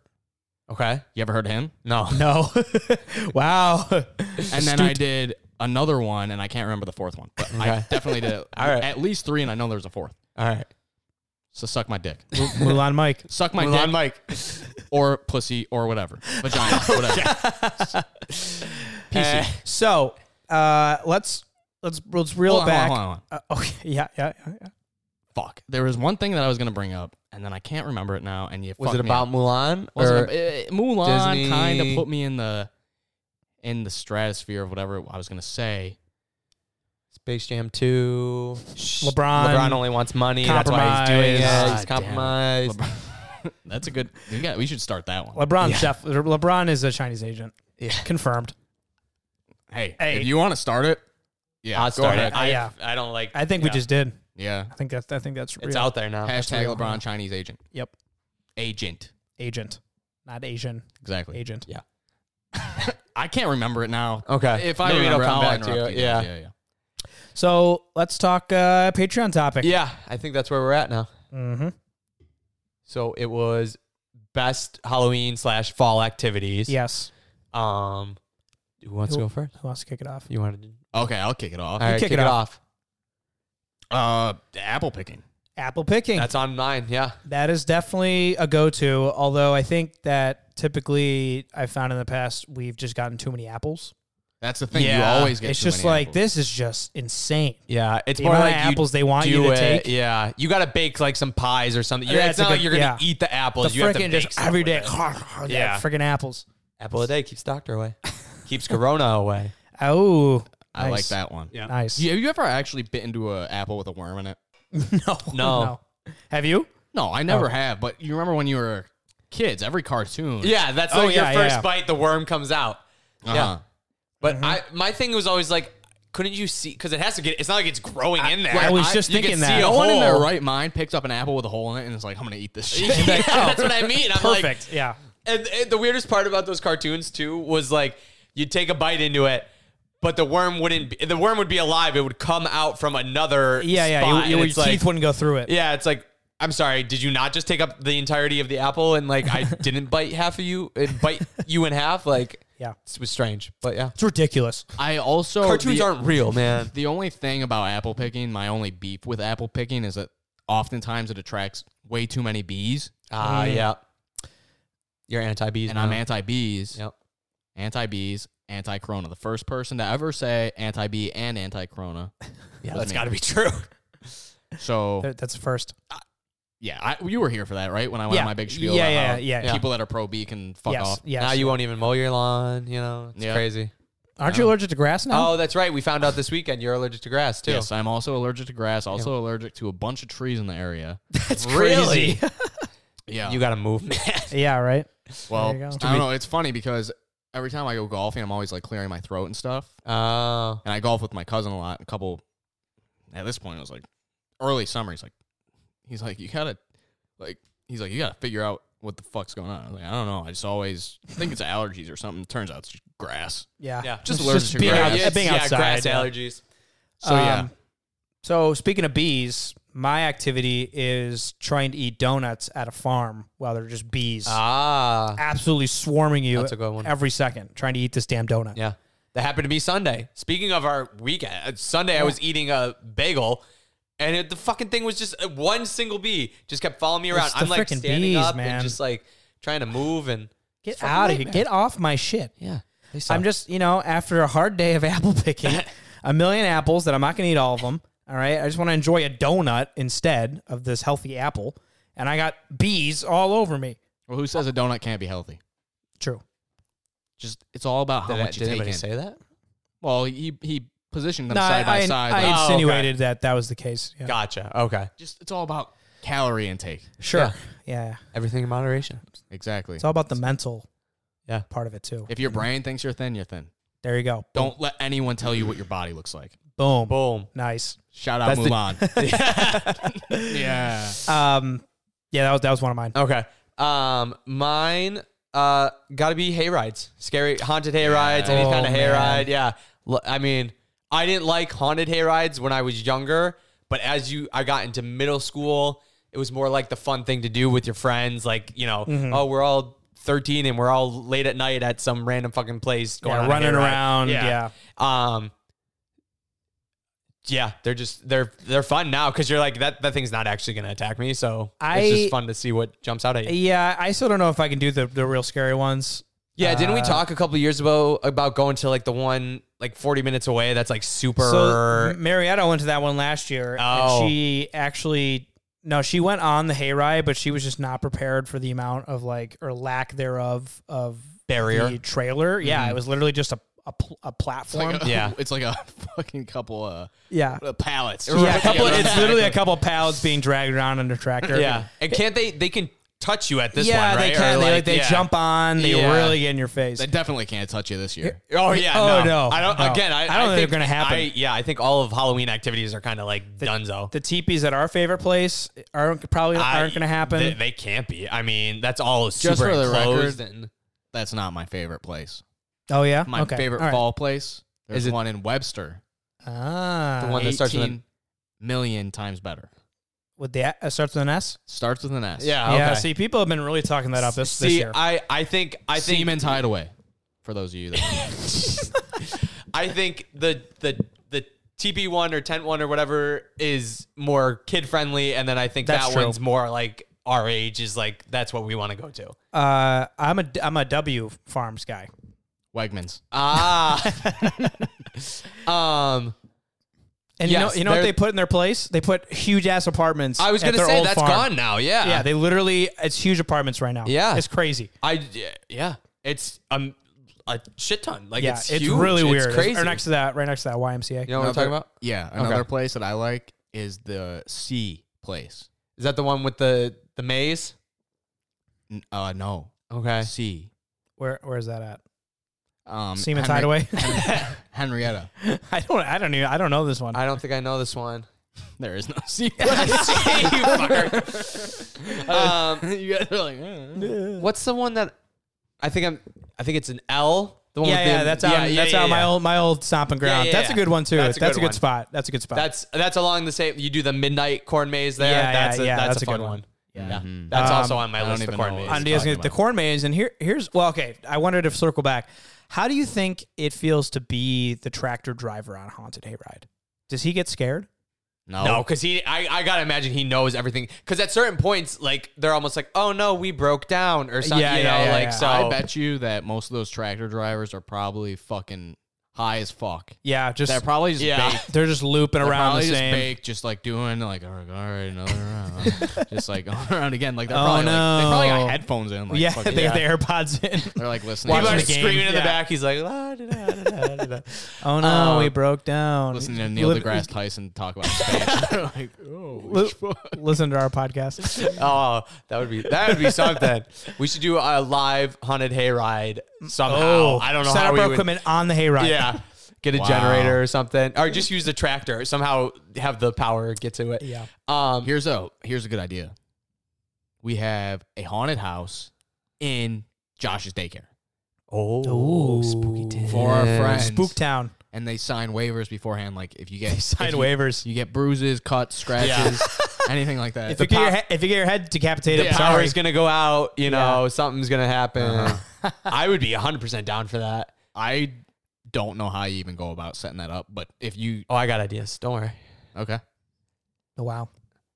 S2: Okay.
S1: You ever heard of him?
S2: No.
S3: no. wow.
S1: And then I did another one, and I can't remember the fourth one, but I
S2: Okay.
S1: definitely did
S2: All right.
S1: at least three, and I know there's a fourth.
S2: All right.
S1: So suck my dick,
S3: Mulan Mike.
S1: suck my
S2: Mulan
S1: dick,
S2: Mike.
S1: or pussy, or whatever, vagina, whatever.
S2: Eh,
S1: PC.
S3: So uh, let's let's let's reel
S1: Hold
S3: it
S1: on, hold on,
S3: back.
S1: hold on, hold on.
S3: Uh, okay. Yeah, yeah. Yeah. yeah.
S1: Fuck. There was one thing that I was gonna bring up, and then I can't remember it now. And you
S2: Was
S1: fucked
S2: it
S1: me
S2: about
S1: up.
S2: Mulan?
S1: Wasn't
S2: or-
S1: it- uh, Mulan
S2: Disney-
S1: kind of put me in the in the stratosphere of whatever I was gonna say.
S2: Space Jam 2. LeBron.
S3: LeBron.
S2: LeBron only wants money. That's why he's doing
S3: Compromise.
S1: God
S2: it. He's
S1: damn
S2: compromised.
S1: That's a good. We got. We should start that one.
S3: LeBron's def- LeBron is a Chinese agent.
S2: Yeah.
S3: Confirmed.
S1: Hey,
S3: Hey.
S1: if you want to start it, yeah,
S2: I'll
S1: go
S2: start
S1: ahead.
S2: it. I,
S3: Yeah.
S2: I don't like
S3: I think we
S2: yeah.
S3: just did.
S1: Yeah.
S3: I think that's I think that's
S2: It's
S3: real.
S2: out there now.
S1: Hashtag
S3: real.
S1: LeBron Chinese agent.
S3: Yep.
S1: Agent.
S3: Agent. Not Asian.
S1: Exactly.
S3: Agent.
S2: Yeah.
S1: I can't remember it now.
S2: Okay.
S1: If I
S2: Uh, Maybe it'll
S1: remember,
S2: come
S1: I'll
S2: back to
S1: interrupt
S2: you.
S1: you guys. yeah, yeah.
S3: So let's talk uh, Patreon topic.
S2: Yeah, I think that's where we're at now.
S3: Mm-hmm.
S2: So it was best Halloween slash fall activities.
S3: Yes.
S2: Um, who wants to go first?
S3: Who wants to kick it off?
S2: You want to?
S1: Okay, I'll kick it off.
S2: All right,
S3: kick
S2: kick,
S3: it
S2: it off.
S1: Uh, apple picking.
S3: Apple picking.
S2: That's on mine. Yeah.
S3: That is definitely a go to, although I think that typically I've found in the past we've just gotten too many apples.
S1: That's the thing. You
S2: Yeah.
S1: always get.
S3: it's
S1: too
S3: just
S1: many
S3: like
S1: apples.
S3: this is just insane.
S2: Yeah, it's
S3: The
S2: more
S3: amount
S2: like
S3: of
S2: you
S3: apples they want you
S2: do
S3: to
S2: it.
S3: take.
S2: Yeah, you got to bake like some pies or something. You're,
S3: Yeah,
S2: it's
S3: it's a
S2: not like
S3: good-
S2: you're gonna
S3: yeah.
S2: eat the
S3: The
S2: apples. you have to
S3: freaking
S2: bake
S3: just
S2: something
S3: every
S2: with
S3: day.
S2: it.
S3: yeah,
S2: Yeah.
S3: freaking apples.
S2: Apple a day keeps doctor away, keeps corona away.
S3: Oh,
S1: I like
S3: nice.
S1: that one. Yeah.
S3: Nice.
S1: have you ever actually bit into an apple with a worm in it?
S3: Oh, No,
S2: No.
S3: Have you?
S1: No, I never have. But you remember when you were kids, every cartoon.
S2: Yeah, that's
S3: Oh,
S2: like
S3: yeah, yeah,
S2: your first
S3: yeah. Mm-hmm.
S2: bite. The worm comes out.
S1: Uh-huh.
S2: Yeah. But I, my thing was always like, couldn't you see? Because it has to get. It's not like it's growing in there.
S3: I was just
S2: you can
S3: thinking
S2: see
S3: that.
S2: a
S1: No one in their
S2: hole.
S1: right mind picks up an apple with a hole in it and is like, I'm going to eat this shit.
S2: Yeah, that's what I mean. I'm
S3: Perfect.
S2: Like,
S3: yeah.
S2: and, and the weirdest part about those cartoons too was like, you'd take a bite into it. But the worm wouldn't. Be, the worm would be alive. It would come out from another.
S3: Yeah, yeah.
S2: Spot,
S3: you-
S2: and
S3: your
S2: it's
S3: teeth
S2: like-
S3: wouldn't go through it.
S2: Yeah, it's like I'm sorry. Did you not just take up the entirety of the apple and like I didn't bite half of you and bite you in half? Like
S3: Yeah.
S2: it was strange, but yeah.
S3: It's ridiculous.
S1: I also.
S2: Cartoons
S1: Oh, the,
S2: aren't real, man.
S1: The only thing about apple picking, my only beef with apple picking is that oftentimes it attracts way too many bees.
S2: Ah,
S3: Mm.
S2: yeah. You're anti bees,
S1: And I'm anti bees,
S2: Yep.
S1: anti bees, anti corona. The first person to ever say anti bee and anti corona.
S2: Yeah,
S1: that's
S2: that's
S1: me.
S2: got to be true.
S1: So,
S3: That- That's the first.
S1: yeah, I, you were here for that, right? When I went
S3: Yeah.
S1: on my big spiel.
S3: Yeah,
S1: about
S3: yeah,
S1: how
S3: yeah,
S2: yeah.
S1: People that are pro bee can fuck
S3: yes.
S1: off.
S3: Yes.
S2: now you won't even mow your lawn. You know, it's
S1: Yeah.
S2: crazy.
S3: Aren't you allergic to grass now?
S2: Oh, that's right. We found out this weekend you're allergic to grass too.
S1: Yes, I'm also allergic to grass. Also allergic to a bunch of trees in the area.
S3: that's
S2: Really?
S1: Yeah.
S2: you got to move, man.
S3: yeah. Right.
S1: well, I
S3: There you go.
S1: don't know. It's funny because every time I go golfing, I'm always like clearing my throat and stuff.
S2: Oh,
S1: And I golf with my cousin a lot. A couple. At this point, it was like early summer. He's like, he's like, you gotta, like, he's like, you gotta figure out what the fuck's going on. I was like, I don't know. I just always think it's allergies or something. Turns out it's just grass.
S3: Yeah.
S2: Yeah.
S1: Just
S3: It's
S1: allergic to
S3: being,
S1: grass.
S3: out-
S1: Yeah,
S3: being
S2: yeah,
S3: outside.
S2: grass
S3: yeah.
S2: allergies.
S1: So yeah,
S3: Um, So speaking of bees, my activity is trying to eat donuts at a farm while they're just bees
S2: Ah,
S3: absolutely swarming you
S2: That's a good one.
S3: every second, trying to eat this damn donut.
S2: Yeah. That happened to me Sunday. Speaking of our weekend, uh, Sunday I was eating a bagel And it, the fucking thing was just uh, one single bee just kept following me around.
S3: It's the
S2: I'm like
S3: frickin'
S2: standing
S3: bees,
S2: up
S3: man.
S2: and just like trying to move and
S3: Get out of here. Get off my shit.
S2: yeah. They suck.
S3: I'm just, you know, after a hard day of apple picking, a million apples that I'm not going to eat all of them. All right. I just want to enjoy a donut instead of this healthy apple. And I got bees all over me.
S1: Well, who says a donut can't be healthy?
S3: True.
S1: Just it's all about how
S2: Did, I-
S1: much
S2: did
S1: you take
S2: anybody
S1: in.
S2: say that?
S1: Well, he he positioned them
S3: No,
S1: side by
S3: I,
S1: side.
S3: I
S1: like,
S2: Oh, okay.
S3: insinuated that that was the case. Yeah.
S2: Gotcha. Okay.
S1: just it's all about calorie intake.
S3: Sure.
S2: Yeah.
S3: Yeah. yeah.
S2: Everything in moderation.
S1: Exactly.
S3: It's all about the mental
S2: Yeah.
S3: part of it, too.
S1: If your brain thinks you're thin, you're thin.
S3: There you go.
S1: Don't let anyone tell you what your body looks like.
S3: Boom.
S2: Boom.
S3: Nice.
S1: Shout out
S2: That's the-
S1: Mulan. yeah.
S3: Um, yeah, that was, that was one of mine.
S2: Okay. Um, mine uh gotta be hay rides. Scary haunted hay rides, any
S3: Oh,
S2: kind of hay
S3: man.
S2: ride. Yeah. L- I mean, I didn't like haunted hay rides when I was younger, but as you I got into middle school, it was more like the fun thing to do with your friends. Like, you know,
S3: Mm-hmm.
S2: oh, we're all 13 and we're all late at night at some random fucking place going
S3: Yeah,
S2: on a hay
S3: running
S2: ride.
S3: around. yeah.
S2: Um yeah, they're just they're they're fun now because you're like that that thing's not actually gonna attack me, so it's
S3: I-
S2: just fun to see what jumps out at you.
S3: Yeah, I still don't know if I can do the, the real scary ones.
S2: Yeah, didn't we
S3: Uh,
S2: talk a couple years ago about going to like the one like 40 minutes away that's like super
S3: So Marietta went to that one last year,
S2: Oh.
S3: and she actually no, she went on the hayride, but she was just not prepared for the amount of like or lack thereof of
S2: Barrier. Mm-hmm.
S3: the trailer. Yeah, it was literally just a a, pl- a platform.
S1: Like a-
S2: Yeah.
S1: It's like a fucking couple of
S3: yeah.
S1: uh, pallets.
S3: Yeah, a couple, it's literally a couple pallets being dragged around under tractor.
S2: Yeah. And can't they they can touch you at this
S3: yeah,
S2: one, right?
S3: they
S2: Or,
S3: can. they like, they
S2: yeah.
S3: jump on. They
S2: Yeah.
S3: really get in your face.
S1: They definitely can't touch you this year.
S2: Oh yeah,
S3: Oh,
S2: no.
S3: no,
S2: I don't.
S3: no.
S2: Again, I,
S3: I don't think they're gonna happen.
S2: I, yeah, I think all of Halloween activities are kind of like dunzo.
S3: the teepees at our favorite place aren't probably
S2: I-
S3: aren't going to happen.
S2: They, they can't be. I mean, that's all super
S1: Just for the
S2: enclosed
S1: record,
S2: and
S1: That's not my favorite place.
S3: oh yeah,
S1: My
S3: okay.
S1: favorite
S3: All right.
S1: fall place there's
S2: Is it-
S1: one in Webster.
S3: Ah,
S2: The one that starts with an-
S1: 18 million times better.
S3: with the uh, starts with an S.
S1: Starts with an S.
S2: yeah.
S3: Yeah,
S2: Oh, okay.
S3: see, people have been really talking that up this,
S2: See,
S3: this year.
S2: I I think I think
S1: Siemens Hideaway. For those of you that
S2: I think the the the TP one or tent one or whatever is more kid friendly, and then I think
S3: That's
S2: that
S3: true.
S2: one's more like our age is like that's what we want to go to.
S3: uh, I'm a I'm a W Farms guy.
S1: Wegmans.
S2: Ah, um,
S3: And you
S2: Yes,
S3: know you know what
S2: they're-
S3: they put in their place? They put huge ass apartments.
S2: I was
S3: at
S2: gonna
S3: their
S2: say
S3: old
S2: that's
S3: farm.
S2: gone now. Yeah,
S3: Yeah, they literally it's huge apartments right now.
S2: Yeah.
S3: it's crazy.
S2: I yeah, it's um a shit ton. Like
S3: Yeah,
S2: it's
S3: it's,
S2: huge.
S3: really weird.
S2: It's
S3: It's-
S2: crazy.
S3: Or next to that, right next to that YMCA.
S2: you know what I'm talking about?
S1: Yeah. Another place that I like is the C place.
S2: Is that the one with the the maze?
S1: N- Uh, no.
S2: Okay.
S1: C.
S3: Where where is that at?
S1: Um,
S3: Siemens
S1: Henri-
S3: Hideaway.
S1: Henrietta.
S3: I don't I don't even I don't know this one.
S2: I don't think I know this one.
S1: There is no C.
S2: you fucker. Um,
S1: you guys are like, eh.
S2: What's the one that I think I'm? I think it's an L. The one
S3: yeah,
S2: with
S3: yeah,
S2: the,
S3: that's out. that's out. My old, my old stomping ground.
S2: yeah,
S3: that's
S2: yeah.
S3: a good one too.
S2: That's
S3: That's
S2: a
S3: a
S2: good
S3: good,
S2: one.
S3: spot. That's a good spot.
S2: That's that's along the same. You do the midnight corn maze there.
S3: Yeah, yeah,
S2: that's a,
S3: yeah,
S2: That's,
S3: that's
S2: a
S3: a
S2: fun
S3: good
S2: one.
S3: one.
S2: Yeah, that's
S3: Um,
S2: also on my
S1: Mm-hmm. I don't
S2: list. The
S1: even
S2: corn
S1: know
S2: maze.
S1: what
S3: on
S1: it's
S3: Diaz,
S1: talking
S3: the
S1: about.
S3: corn maze, and here, here's well, okay. I wanted to circle back. How do you think it feels to be the tractor driver on a haunted hayride? Does he get scared?
S1: no.
S2: No, because he, I, I gotta imagine he knows everything. Because at certain points, like they're almost like, "Oh no, we broke down" or something.
S3: Yeah,
S2: you
S3: yeah,
S2: know,
S3: yeah,
S2: like
S3: yeah.
S2: so.
S1: I bet you that most of those tractor drivers are probably fucking high as fuck.
S3: Yeah, just
S1: They're probably just
S2: Yeah.
S1: baked.
S3: they're just looping
S1: They're
S3: around the
S1: probably just
S3: same.
S1: baked, just like doing like all right, all right another round, just like all around again. Like they're
S3: Oh,
S1: probably like, they probably
S3: no.
S1: got headphones in. Like,
S3: yeah,
S1: fucking-
S3: they
S1: yeah.
S3: have the AirPods in.
S1: they're like listening,
S2: People
S3: Watching
S2: are
S3: the game.
S2: screaming in the
S3: Yeah.
S2: back. He's like, "La, da, da, da, da, da, da."
S3: oh no,
S2: Um,
S3: we broke down.
S1: listening to Neil
S3: Li-
S1: deGrasse Tyson talk about space. They're like, oh,
S3: li- listen to our podcast.
S2: Oh, that would be that would be something. we should do a live haunted hayride somehow. I don't know
S3: Oh, Set
S2: how
S3: up
S2: we
S3: our
S2: would.
S3: equipment on the hayride.
S2: Yeah, get a
S1: Wow.
S2: generator or something, or just use the tractor. Somehow have the power get to it.
S3: Yeah.
S2: Um.
S1: Here's a here's a good idea. We have a haunted house in Josh's daycare
S2: Oh,
S3: spooky
S1: for our friends,
S3: Spooktown.
S1: and they sign waivers beforehand. Like if you get
S3: Sign
S1: if you-
S3: waivers.
S1: you get bruises, cuts, scratches, anything like that.
S3: If you, get your he- if you get your head decapitated,
S2: The
S3: I'm
S2: power's
S3: sorry.
S2: gonna go out. You know, something's gonna happen.
S3: Uh-huh.
S2: I would be 100 percent down for that.
S1: I don't know how you even go about setting that up, but if you
S2: Oh, I got ideas. Don't worry.
S1: okay,
S3: Oh, wow.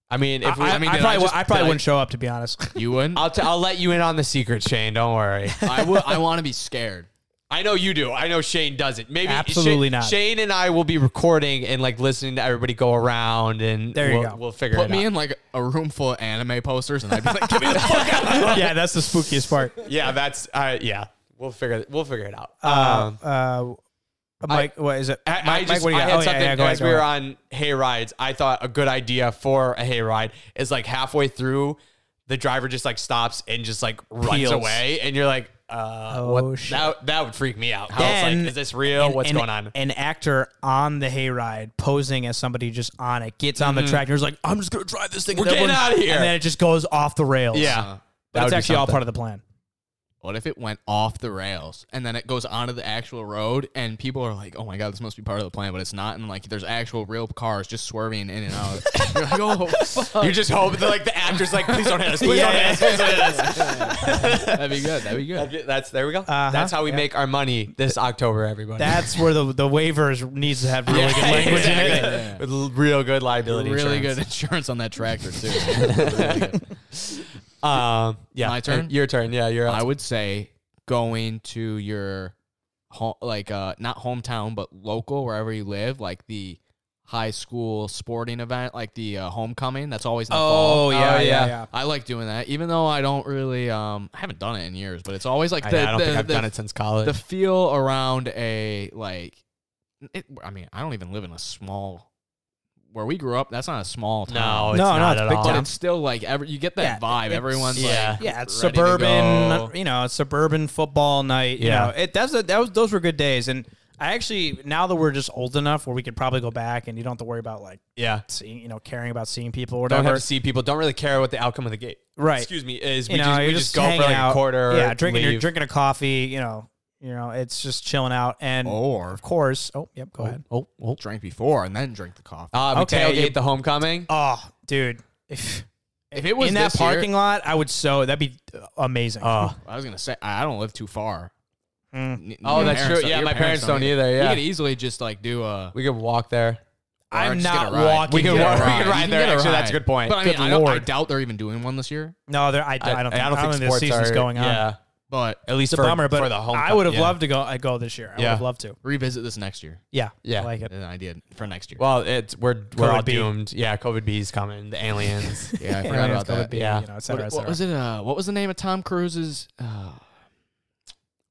S2: I mean, if we,
S3: I,
S1: I mean,
S3: I
S1: did I
S3: probably,
S1: just-
S3: I probably
S1: did I-
S3: wouldn't show up to be honest.
S1: You wouldn't.
S2: I'll t- I'll let you in on the secret, Shane. Don't worry.
S1: I would. I want to be scared.
S2: I know you do. I know Shane doesn't. Maybe
S3: Absolutely
S2: Shane,
S3: not.
S2: Shane and I will be recording and like listening to everybody go around, and
S3: There you
S2: we'll,
S3: go.
S2: we'll figure
S1: Put
S2: it
S1: me
S2: out.
S1: in like a room full of anime posters, and I'd be like, "Give me the fuck out."
S3: yeah, that's the spookiest part.
S2: Yeah, that's uh, yeah. We'll figure it. We'll figure it out.
S3: Uh,
S2: um,
S3: uh, Mike, what is it?
S2: I,
S3: Mike,
S2: I
S3: Mike,
S2: just
S3: what do you
S2: I
S3: got?
S2: had
S3: Oh, yeah,
S2: something
S3: yeah, go ahead,
S2: as
S3: go
S2: we were
S3: ahead.
S2: on hay rides. I thought a good idea for a hay ride is like halfway through, the driver just like stops and just like runs
S3: Peels.
S2: away, and you're like, uh,
S3: Oh,
S2: what?
S3: shit.
S2: That that would freak me out. How it's
S3: Then-
S2: like, is this real?
S3: an-
S2: What's
S3: an-
S2: going on?
S3: An actor on the hayride posing as somebody just on it gets on the track and is like, I'm just going to drive this thing.
S2: Mm-hmm. We're
S3: and
S2: getting
S3: everyone-
S2: out of here.
S3: And then it just goes off the rails.
S2: yeah,
S3: But it's actually all part of the plan.
S1: What if it went off the rails and then it goes onto the actual road and people are like, "Oh my god, this must be part of the plan," but it's not. And like, there's actual real cars just swerving in and out. You're like, "Oh, fuck."
S2: You just hope that like the actor's like, please don't hit us, please
S3: Yeah,
S2: don't hit
S3: yeah.
S2: us, please don't hit us.
S1: that'd be good. That'd be good."
S2: That's- That's there we go. That's how we
S3: Uh-huh. yeah.
S2: make our money this October, everybody.
S3: That's where the, the waivers needs to have really
S2: Yeah,
S3: good language in it.
S2: exactly. With l- real good liability.
S1: really
S2: insurance.
S1: good insurance on that tractor too. Really good.
S2: Um, yeah,
S1: My turn?
S2: Your turn. Yeah, you're.
S1: I
S2: Up.
S1: would say going to your home, like uh, not hometown, but local, wherever you live, like the high school sporting event, like the uh, homecoming. That's always in the fall.
S2: Oh,
S3: Oh,
S2: yeah, yeah.
S1: I like doing that, even though I don't really, um, I haven't done it in years, but it's always like
S2: I,
S1: the,
S2: I don't
S1: the-
S2: think I've
S1: the-
S2: done it since college.
S1: the feel around a like it, I mean, I don't even live in a small where we grew up. That's not a small town.
S2: no, it's
S3: No, no,
S2: not
S3: it's
S2: at
S3: big
S2: all.
S1: But
S3: time.
S1: it's still like every you get that
S3: Yeah,
S1: vibe.
S3: it's-
S1: Everyone's
S2: yeah.
S1: like
S3: Yeah, it's
S1: ready to go.
S3: suburban. You know, it's suburban football night.
S2: Yeah.
S3: You know, it that's a, that was those were good days. And I actually now that we're just old enough where we could probably go back and you don't have to worry about like
S2: Yeah,
S3: seeing you know caring about seeing people or
S2: don't
S3: whatever.
S2: have to see people. Don't really care what the outcome of the game.
S3: Right.
S2: Excuse me. Is we
S3: you know,
S2: just,
S3: you're
S2: we
S3: just,
S2: just, go for
S3: hanging
S2: like
S3: out,
S2: a quarter.
S3: Yeah, drinking
S2: leave.
S3: your drinking a coffee. You know, you know, it's just chilling out. And
S1: Or
S3: of course, oh yep, go ahead.
S2: Mm-hmm. Oh, oh.
S1: drank before and then drink the coffee.
S2: Uh, we
S3: Okay,
S2: tailgate
S3: you-
S2: the homecoming.
S3: Oh, dude, if
S1: if it was
S3: in that
S1: this year-
S3: parking lot, I would so that'd be uh, amazing.
S2: Oh.
S1: I was gonna say I I don't live too far.
S3: Mm.
S1: N-
S2: Oh,
S1: your
S2: that's
S1: parents
S2: true.
S1: don't-
S2: Yeah,
S1: your
S2: my parents don't either.
S1: You
S2: Yeah,
S1: could easily just like do a.
S2: we could walk
S1: or
S2: there.
S3: I'm
S1: just get a
S3: not
S1: ride.
S3: walking.
S2: We could
S3: there.
S2: walk.
S1: Ride.
S2: We could
S1: You
S2: ride
S1: can
S2: there.
S1: get a
S2: Actually, that's
S1: ride.
S2: a good point.
S1: But I mean,
S3: Good
S1: I, don't, I
S3: lord.
S1: doubt they're even doing one this year.
S3: No, there, I, I, don't think. I don't think, the season's going on.
S2: Yeah,
S1: But
S2: at least
S3: It's a
S2: for,
S3: bummer, but
S2: for the homecoming.
S3: I would have
S2: yeah.
S3: loved to go. I go this year. I
S2: Yeah.
S3: would have loved to.
S1: revisit this next year.
S3: Yeah,
S2: Yeah.
S3: I like it.
S1: An idea for next year.
S2: Well, it's we're we're
S3: COVID
S2: all
S3: B.
S2: doomed. Yeah, COVID B's coming. The aliens.
S1: yeah, I
S3: Yeah,
S1: forgot
S3: it's
S1: about
S3: gonna
S1: that.
S3: Be,
S2: yeah.
S3: you know, et
S1: What,
S3: cetera, et
S1: what
S3: cetera.
S1: was it? Uh, what was the name of Tom Cruise's? Uh,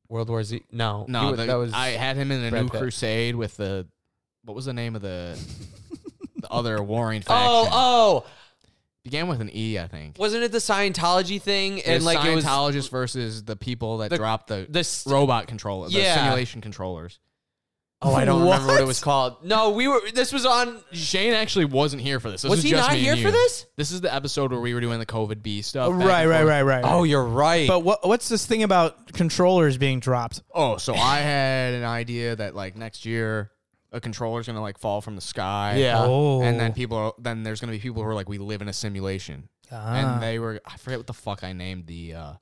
S2: World War Z. No,
S1: no,
S2: you would-
S1: the-
S2: that was
S1: I had him in a
S2: Brad
S1: new
S2: Pitt.
S1: crusade with the. What was the name of the? the other warring faction.
S2: Oh, oh,
S1: began with an E, I think.
S2: wasn't it the Scientology thing? And
S1: It's
S2: like it was
S1: Scientologists versus the people that
S2: The-
S1: dropped the
S2: this.
S1: robot controller, the
S2: Yeah.
S1: simulation controllers.
S2: Oh, I don't remember what it
S1: What?
S2: was called. No, we were. This was on.
S1: Shane actually wasn't here for this. This
S2: Was
S1: was
S2: he
S1: just
S2: not
S1: me and
S2: here
S1: you.
S2: for this?
S1: This is the episode where we were doing the COVID B stuff. back
S3: Right,
S1: and
S3: right,
S1: forth.
S3: right, right.
S2: Oh, you're right.
S3: but what, what's this thing about controllers being dropped?
S1: Oh, so I had an idea that like next year a controller's gonna like fall from the sky.
S2: Yeah.
S3: Oh,
S1: And then people, are, then there's gonna be people who are like, we live in a simulation,
S3: Ah.
S1: and they were, I forget what the fuck I named the, uh,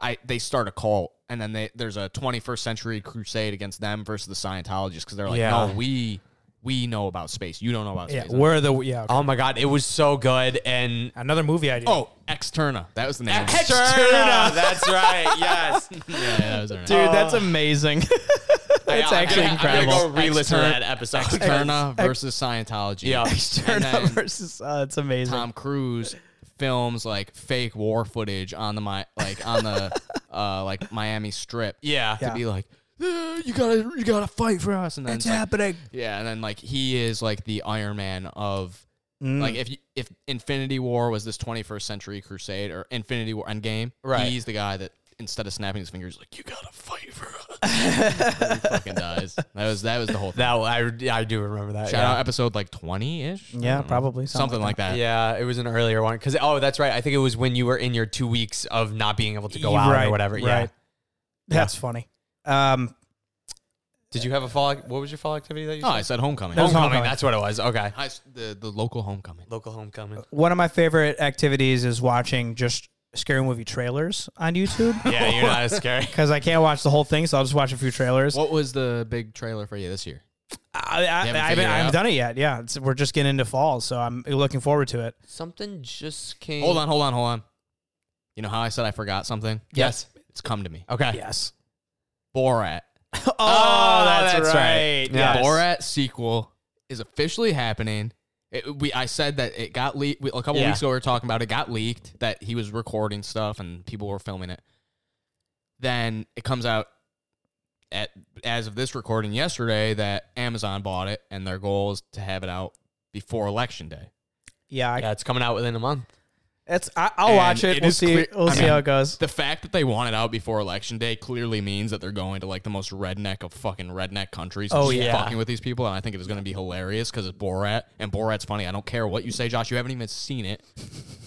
S1: I they start a cult, and then they there's a 21st century crusade against them versus the Scientologists because they're like,
S2: Yeah.
S1: no, we we know about space, you don't know about
S3: yeah,
S1: space.
S3: where the yeah. okay.
S2: oh my god, it was so good and.
S3: Another movie idea.
S1: oh, Externa, that was the name. of it.
S2: Externa. That's right. Yes.
S1: yeah, that was her name.
S3: dude, that's amazing. that's
S2: I- I-
S3: actually
S2: I- I'm gonna
S3: incredible.
S2: go re-listen to
S1: Exter-
S2: that episode.
S1: Externa versus Scientology.
S2: Yeah.
S1: And
S3: External
S1: then-
S3: versus uh, it's amazing.
S1: Tom Cruise films like fake war footage on the Mi- like on the uh like Miami Strip.
S2: Yeah.
S1: To be like, "Uh, you gotta you gotta fight for us, and then it's like-
S3: happening.
S1: yeah, and then like he is like the Iron Man of.
S3: Mm.
S1: Like if you, if Infinity War was this 21st century crusade or Infinity War Endgame,
S2: Right.
S1: he's the guy that instead of snapping his fingers, like you gotta fight for us, And he fucking dies. That was that was the whole thing.
S2: That I I do remember that.
S1: Shout
S2: yeah.
S1: out episode like 20 ish,
S3: Yeah,
S2: mm,
S3: probably something
S1: something like that.
S2: Yeah, it was an earlier one because oh, that's right. I think it was when you were in your two weeks of not being able to go out
S3: Right,
S2: or whatever. Yeah.
S3: right. That's funny. Um,
S2: Did you have a fall? What was your fall activity that you?
S1: No, Oh, I
S2: said?
S1: said homecoming.
S3: That was
S2: Oh, homecoming,
S3: homecoming.
S2: That's what it was. Okay.
S1: I s the the local homecoming.
S2: Local homecoming.
S3: one of my favorite activities is watching just scary movie trailers on YouTube
S2: Yeah, you're not as scary.
S3: because I can't watch the whole thing, so I'll just watch a few trailers.
S1: What was the big trailer for you this year?
S3: Uh, I, I,
S1: haven't
S3: I
S1: figured
S3: haven't,
S1: it
S3: I haven't
S1: out?
S3: done it yet. Yeah, it's, we're just getting into fall, so I'm looking forward to it.
S2: Something just came.
S1: Hold on, hold on, hold on. You know how I said I forgot something?
S2: Yes.
S1: It's come to me.
S2: Okay.
S3: Yes.
S1: Borat.
S3: Oh,
S2: that's right. Yeah.
S3: Yes.
S1: Borat sequel is officially happening. It, we I said that it got leaked a couple
S2: Yeah.
S1: weeks ago. We were talking about it got leaked that he was recording stuff and people were filming it. Then it comes out at as of this recording yesterday that Amazon bought it and their goal is to have it out before election day.
S3: Yeah, I,
S2: Yeah, it's coming out within a month.
S3: that's. I, I'll
S1: And
S3: watch it.
S1: it
S3: we'll
S1: is
S3: see.
S1: clear-
S3: we'll
S1: I
S3: see
S1: mean,
S3: how it goes.
S1: The fact that they want it out before election day clearly means that they're going to like the most redneck of fucking redneck countries. and
S2: Oh,
S1: just
S2: yeah.
S1: fucking with these people, and I think it is going to be hilarious because it's Borat, and Borat's funny. I don't care what you say, Josh. You haven't even seen it,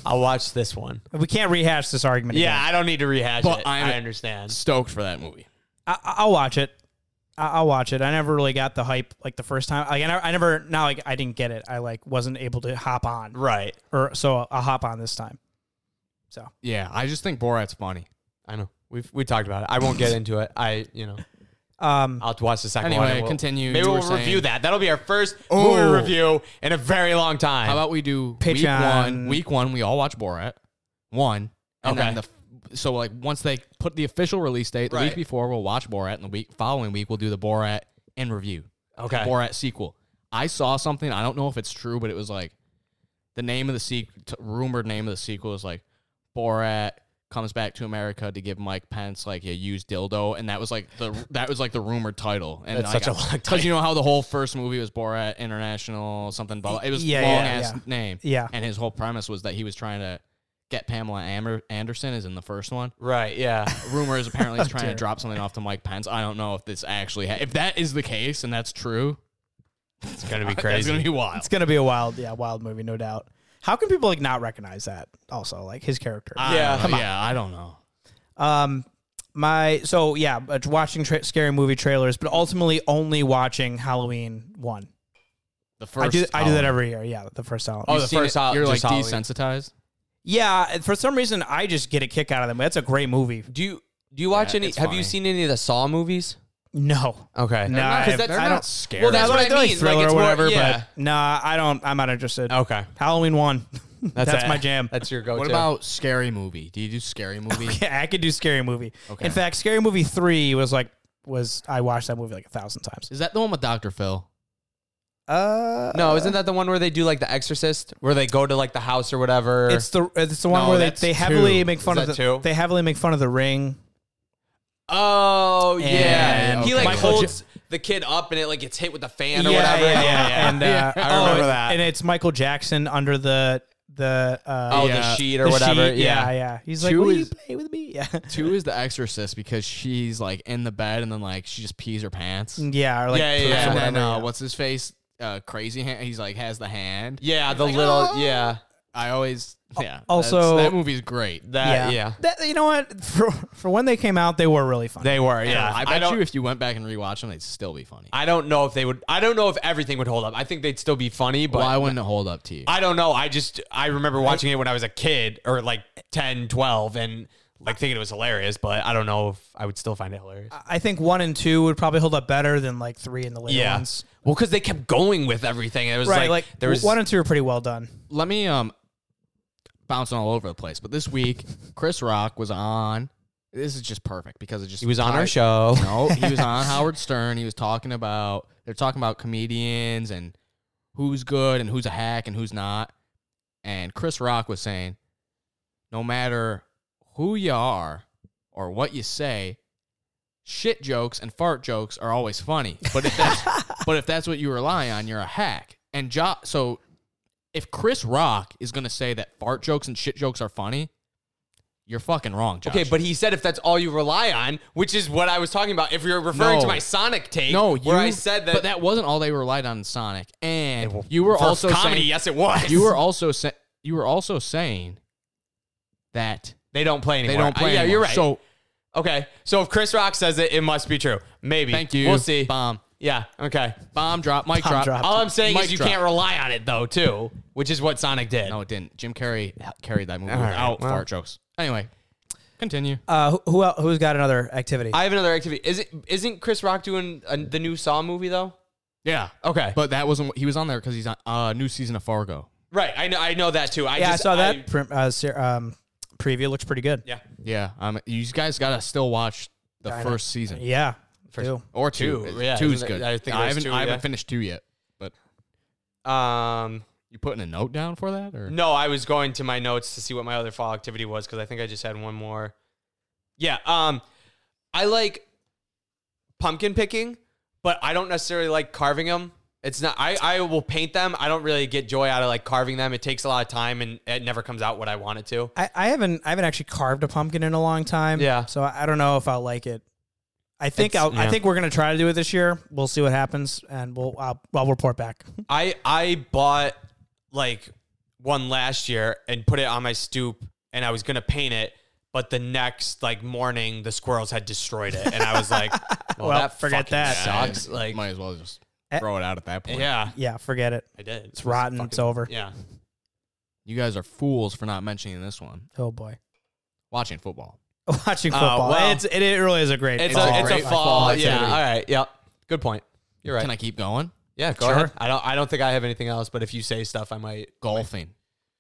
S2: I'll watch this one.
S3: We can't rehash this argument.
S2: Yeah,
S3: again.
S2: I don't need to rehash
S1: But
S2: it.
S1: I'm-
S2: I understand.
S1: stoked for that movie.
S3: I, I'll watch it. I, I'll watch it. I never really got the hype like the first time. Like I never, I never now like I didn't get it. I like wasn't able to hop on,
S2: Right.
S3: or so I'll hop on this time.
S1: Yeah, I just think Borat's funny.
S2: I know. We've we talked about it. I won't get into it. I you know
S3: Um,
S2: I'll have to watch the second one.
S1: Anyway,
S2: and we'll-
S1: continue.
S2: Maybe
S1: You
S2: we'll
S1: were saying-
S2: review that. That'll be our first
S1: Oh.
S2: movie review in a very long time.
S1: How about we do week
S3: Patreon.
S1: one? Week one, we all watch Borat. One, and
S2: Okay.
S1: then the. f- So like once they put the official release date, the
S2: Right.
S1: week before we'll watch Borat, and the week following week we'll do the Borat and review.
S2: okay?
S1: Borat sequel. I saw something. I don't know if it's true, but it was like the name of the sequel, rumored name of the sequel is like Borat comes back to America to give Mike Pence like a used dildo, and that was like the that was like the rumored title. And
S2: That's
S1: like,
S2: such a long
S1: because you know how the whole first movie was Borat International something. Blah, blah. It was
S3: Yeah,
S1: long
S3: yeah,
S1: ass
S3: yeah.
S1: name.
S3: Yeah.
S1: and his whole premise was that he was trying to. Get Pamela Amer- Anderson is in the first one.
S2: Right? Yeah.
S1: Rumor is apparently he's trying to drop something off to Mike Pence. I don't know if this actually ha- if that is the case and that's true.
S2: It's gonna be
S1: It's
S2: crazy.
S1: gonna be wild.
S3: it's gonna be a wild, yeah, wild movie, no doubt. How can people like not recognize that? Also, like his character.
S1: I
S2: Yeah.
S1: don't know.
S2: Come on.
S1: yeah, I don't know.
S3: Um, my so yeah, but watching tra- scary movie trailers, but ultimately only watching Halloween one.
S1: The first
S3: I do I do
S1: Halloween.
S3: that every year. Yeah, the first Halloween.
S2: Oh,
S1: You've
S2: the
S1: seen
S2: first
S1: it,
S2: Hall-
S1: You're like
S2: just Halloween.
S1: desensitized.
S3: yeah, for some reason I just get a kick out of them. That's a great movie.
S2: do you do you watch
S1: Yeah,
S2: any? Have
S1: it's funny.
S2: you seen any of the Saw movies?
S3: No,
S2: Okay.
S3: No, I-
S2: because that's
S3: I
S2: not
S3: don't-
S1: scary.
S2: Well, that's
S3: I
S2: what
S3: like-
S2: I
S3: like
S2: mean.
S3: thriller
S2: like it's
S3: or
S2: more-
S3: whatever,
S2: yeah.
S3: but nah, I don't. I'm not interested.
S2: okay.
S3: Halloween one. That's,
S2: it.
S3: my jam.
S2: That's your go-to.
S1: what about scary movie? Do you do scary movie?
S3: yeah, I could do scary movie.
S1: Okay.
S3: In fact, scary movie three was like was I watched that movie like a thousand times.
S1: Is that the one with Doctor Phil?
S3: Uh,
S2: No, isn't that the one where they do like The Exorcist, where they go to like the house or whatever?
S3: It's the it's the one
S1: No,
S3: where they,
S1: that's
S3: they
S1: two.
S3: heavily make fun
S2: Is
S3: of the
S2: that two?
S3: they heavily make fun of the ring.
S2: oh yeah,
S3: And
S2: he like
S1: Michael J-
S2: holds the kid up and it like gets hit with the fan or
S3: Yeah,
S2: whatever.
S3: yeah, yeah. And, uh,
S2: I remember
S3: oh,
S2: that.
S3: And it's Michael Jackson under the the uh,
S2: oh,
S1: yeah.
S2: the sheet
S3: the
S2: or whatever.
S3: sheet.
S2: yeah.
S3: yeah, yeah. He's like,
S1: Two
S3: "Will you
S1: is-
S3: play with me?" Yeah,
S1: Two is The Exorcist because she's like in the bed and then like she just pees her pants.
S3: yeah, or like
S2: Yeah, yeah,
S3: poops or
S2: yeah.
S1: And
S3: whatever,
S1: then uh,
S3: yeah.
S1: what's his face? Uh, crazy hand. He's like has the hand.
S2: Yeah, the little yeah.
S1: I always yeah.
S3: also-
S1: that's- that movie's great.
S2: That yeah.
S3: That- you know what? For for when they came out, they were really fun.
S2: They were, yeah.
S1: I
S2: I,
S1: bet
S2: don't
S1: you if you went back and rewatched them, they'd still be funny.
S2: I don't know if they would I don't know if everything would hold up. I think they'd still be funny, but
S1: Why wouldn't it hold up to you?
S2: I don't know. I just I remember watching it when I was a kid or like 10, 12 and like thinking it was hilarious, but I don't know if I would still find it hilarious.
S3: I think one and two would probably hold up better than like three and the later
S2: yeah.
S3: ones.
S2: Well, cuz they kept going with everything. It was
S3: Right,
S2: like,
S3: like,
S2: there was
S3: one and two are pretty well done.
S1: let me um bouncing all over the place. But this week, Chris Rock was on. This is just perfect because it just
S2: he was on our
S1: tied-
S2: show.
S1: No, he was on Howard Stern. He was talking about they're talking about comedians and who's good and who's a hack and who's not. And Chris Rock was saying, no matter who you are or what you say, shit jokes and fart jokes are always funny. But if that's but if that's what you rely on, you're a hack. And jo- so if Chris Rock is gonna say that fart jokes and shit jokes are funny, you're fucking wrong, Josh.
S2: Okay, but he said if that's all you rely on, which is what I was talking about. If you're referring
S1: No.
S2: to my Sonic take,
S1: No, you,
S2: where I said that,
S1: but that wasn't all they relied on in Sonic, and you were
S2: for
S1: also
S2: comedy,
S1: saying
S2: yes, it was.
S1: you were also sa- you were also saying that
S2: They don't play
S1: they
S2: anymore.
S1: don't play.
S2: Uh, yeah,
S1: anymore.
S2: you're right.
S1: So
S2: okay, so if Chris Rock says it, it must be true. Maybe.
S1: thank you.
S2: We'll see.
S1: Bomb,
S2: Yeah. Okay.
S1: bomb, drop, mic
S3: Bomb
S1: drop.
S3: drop.
S2: All I'm saying
S1: Mic
S2: is you
S1: drop.
S2: can't rely on it though, too, which is what Sonic did.
S1: No, it didn't. Jim Carrey carried that movie
S2: All right,
S1: without
S2: well.
S1: fart jokes. Anyway, continue.
S3: Uh, who, who el- who's got another activity?
S2: I have another activity. Is it isn't Chris Rock doing uh the new Saw movie though?
S1: Yeah.
S2: Okay.
S1: But that wasn't. He was on there because he's on uh, new season of Fargo.
S2: right. I know. I know that too. I
S3: yeah,
S2: just,
S3: I saw that prim- uh, ser- um, preview. Looks pretty good.
S2: yeah.
S1: Yeah. Um. You guys gotta still watch the
S2: I know.
S1: first season
S3: Yeah. do.
S1: or two.
S2: Two, yeah,
S1: Two's
S2: isn't it-
S1: good.
S2: I think
S1: I
S2: there's
S1: haven't.
S2: two,
S1: I haven't
S2: yeah.
S1: finished two yet. But
S2: Um.
S1: you putting a note down for that or
S2: No, I was going to my notes to see what my other fall activity was because I think I just had one more. Yeah. Um, I like pumpkin picking, but I don't necessarily like carving them. It's not. I I will paint them. I don't really get joy out of like carving them. It takes a lot of time and it never comes out what I want it to.
S3: I, I haven't I haven't actually carved a pumpkin in a long time.
S2: Yeah.
S3: So I, I don't know if I'll like it. I think
S2: It's-
S3: I'll, I
S2: yeah.
S3: think we're gonna try to do it this year. We'll see what happens, and we'll I'll, I'll report back.
S2: I I bought like one last year and put it on my stoop and I was gonna paint it, but the next like morning the squirrels had destroyed it and I was like, well,
S3: Well,
S2: that
S3: forget
S2: fucking
S3: that.
S2: sucks.
S1: Yeah,
S2: Like,
S1: might as well just
S3: Eh.
S1: throw it out at that point.
S2: yeah,
S3: Yeah, forget it.
S2: I did. It's
S3: rotten. It's over.
S2: Yeah.
S1: You guys are fools for not mentioning this one.
S3: Oh boy,
S1: Watching football.
S3: watching football.
S2: well.
S3: it's it, it really is a great.
S2: It's,
S1: It's
S2: a,
S1: a
S2: it's a
S1: great
S2: fall.
S1: fall
S2: yeah.
S1: activity.
S2: All right. Yep. Good point. You're right.
S1: Can I keep going?
S2: yeah. Go
S3: Sure.
S2: ahead. I don't. I don't think I have anything else. But if you say stuff, I might.
S1: Golfing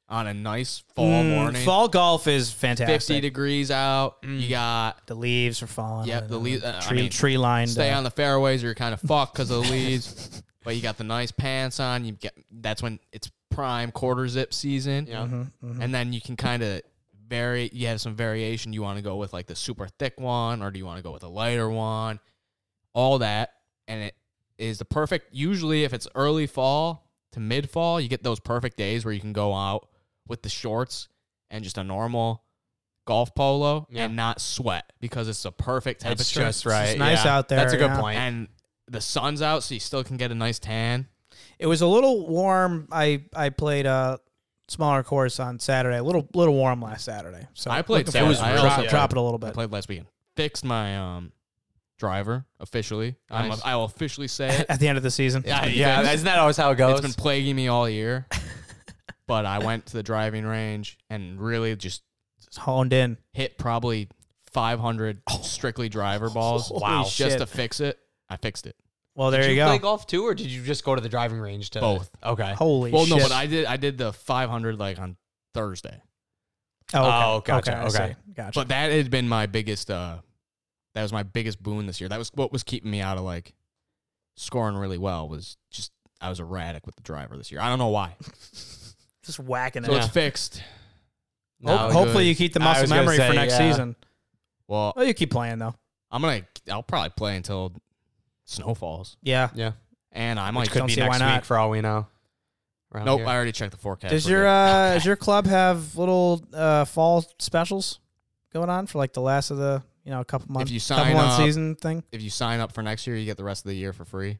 S1: on a nice fall
S3: Mm,
S1: morning.
S3: fall golf is fantastic.
S1: 50 degrees out. You got
S3: the leaves are falling.
S1: Yep, the leaves- uh, I
S3: tree
S1: mean,
S3: tree lined.
S1: stay
S3: uh,
S1: on the fairways or you're kind of fucked because of the leaves. but you got the nice pants on. You get that's when it's prime quarter zip season.
S2: Yeah.
S3: Mm-hmm.
S1: And then you can kind of vary. You have some variation. You want to go with like the super thick one, or do you want to go with a lighter one? All that, and it is the perfect. Usually, if it's early fall to mid fall, you get those perfect days where you can go out with the shorts and just a normal golf polo
S2: Yeah.
S1: and not sweat because it's the perfect temperature.
S2: It's just right.
S3: It's nice
S2: yeah.
S3: out there,
S2: That's a good
S3: yeah.
S2: point.
S1: And the sun's out, so you still can get a nice tan.
S3: It was a little warm. I I played a smaller course on Saturday. A little little warm last Saturday. So
S1: I played
S3: looking forward
S1: Saturday.
S3: to
S1: I
S3: drop,
S1: also-
S3: drop it a little
S1: I
S3: bit.
S1: played last weekend. Fixed my um driver officially. I'm
S2: Nice.
S1: a, I will officially say it.
S3: At the end of the season.
S2: yeah.
S1: been
S2: Yeah.
S1: fixed.
S2: Isn't that always how it goes?
S1: It's been plaguing me all year. but I went to the driving range and really just
S3: It's honed in.
S1: hit probably 500 strictly driver balls.
S3: Oh. Holy
S1: Wow. Just
S3: shit.
S1: to fix it. I fixed it.
S3: Well, there
S2: did
S3: you,
S2: you
S3: go.
S2: play golf too, or did you just go to the driving range to
S1: Both.
S2: Okay.
S3: Holy
S1: Well,
S3: shit.
S1: no, but I did I did the 500 like on Thursday.
S3: Oh,
S2: Oh,
S3: okay.
S2: gotcha,
S3: I
S2: okay.
S3: see. Gotcha.
S1: But that had been my biggest uh that was my biggest boon this year. That was what was keeping me out of like scoring really well was just I was erratic with the driver this year. I don't know why.
S3: Just whacking
S1: So
S3: it.
S1: it's fixed.
S2: No,
S1: Ho-
S2: good.
S3: Hopefully you keep the
S2: I
S3: muscle
S2: was gonna
S3: memory
S2: say,
S3: for next
S2: yeah.
S3: season.
S1: Well,
S3: Well, you keep playing though.
S1: I'm gonna. I'll probably play until snow falls,
S3: Yeah.
S2: Yeah.
S1: and I might.
S2: Could
S3: don't
S2: be
S3: see why
S2: next
S3: not.
S2: week for all we know. Around
S1: nope,
S2: here.
S1: I already checked the forecast.
S3: Does
S1: We're
S3: your
S1: good.
S3: uh, does your club have little uh, fall specials going on for like the last of the you know a couple months,
S1: you sign
S3: couple month
S1: up-
S3: season thing?
S1: if you sign up for next year, you get the rest of the year for free.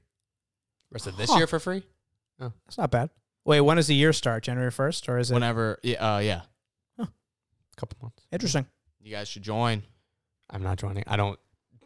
S2: Rest of this
S3: Huh.
S2: year for free.
S3: That's not bad. Wait, when does the year start? January first, or is it
S1: Whenever, yeah, uh, yeah,
S2: couple months.
S3: interesting?
S1: you guys should join.
S2: I'm not joining. I don't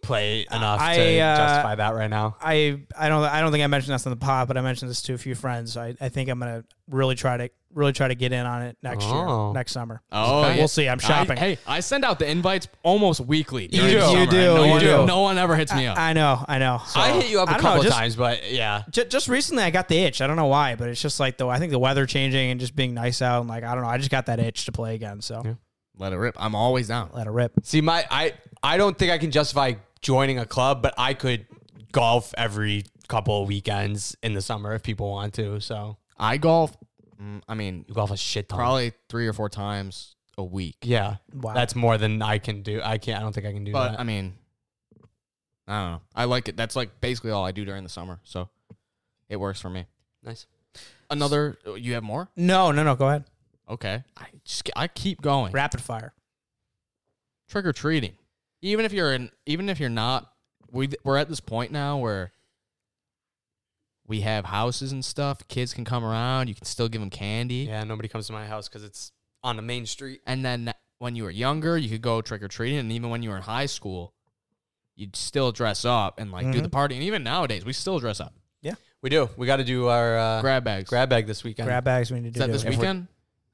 S2: play enough
S3: I,
S2: to
S3: uh,
S2: justify that right now.
S3: I I don't I don't think I mentioned this on the pod, but I mentioned this to a few friends. I, I think I'm gonna really try to really try to get in on it next
S2: Oh.
S3: year, next summer.
S1: Oh, yeah.
S3: we'll see. I'm shopping.
S1: I, hey, I send out the invites almost weekly.
S2: You
S1: during
S2: do.
S1: the summer,
S2: You
S1: and
S3: do,
S1: No
S3: you
S1: one,
S3: do.
S1: No one ever hits me up.
S3: I, I know, I know. So,
S2: I hit you up a
S3: I don't know,
S2: couple
S3: just-
S2: times, but yeah.
S3: ju- just recently I got the itch. I don't know why, but it's just like the I think the weather changing and just being nice out and like I don't know. I just got that itch to play again. So
S1: Let it rip. I'm always down.
S3: let it rip.
S2: See, my I I don't think I can justify joining a club, but I could golf every couple of weekends in the summer if people want to. So
S1: I golf. mm, I mean,
S2: you golf a shit ton.
S1: probably three or four times a week.
S2: Yeah,
S3: Wow.
S2: that's more than I can do. I can't. I don't think I can do
S1: But
S2: that.
S1: I mean, I don't know. I like it. That's like basically all I do during the summer, so it works for me.
S2: nice.
S1: Another, oh, you have more?
S3: No, no, no. Go ahead.
S1: Okay, I just I keep going.
S3: Rapid fire.
S1: Trick or treating, even if you're in, even if you're not, we we're at this point now where we have houses and stuff. Kids can come around. You can still give them candy.
S2: Yeah, nobody comes to my house because it's on the main street.
S1: And then when you were younger, you could go trick or treating, and even when you were in high school, you'd still dress up and like do
S2: Mm-hmm.
S1: the party. And even nowadays, we still dress up.
S2: We do. We got to do our uh,
S1: Grab
S2: grab
S1: bags.
S2: bag this weekend.
S3: Grab bags. We need
S1: Is
S3: to
S1: that
S3: do
S1: this
S3: it.
S1: weekend?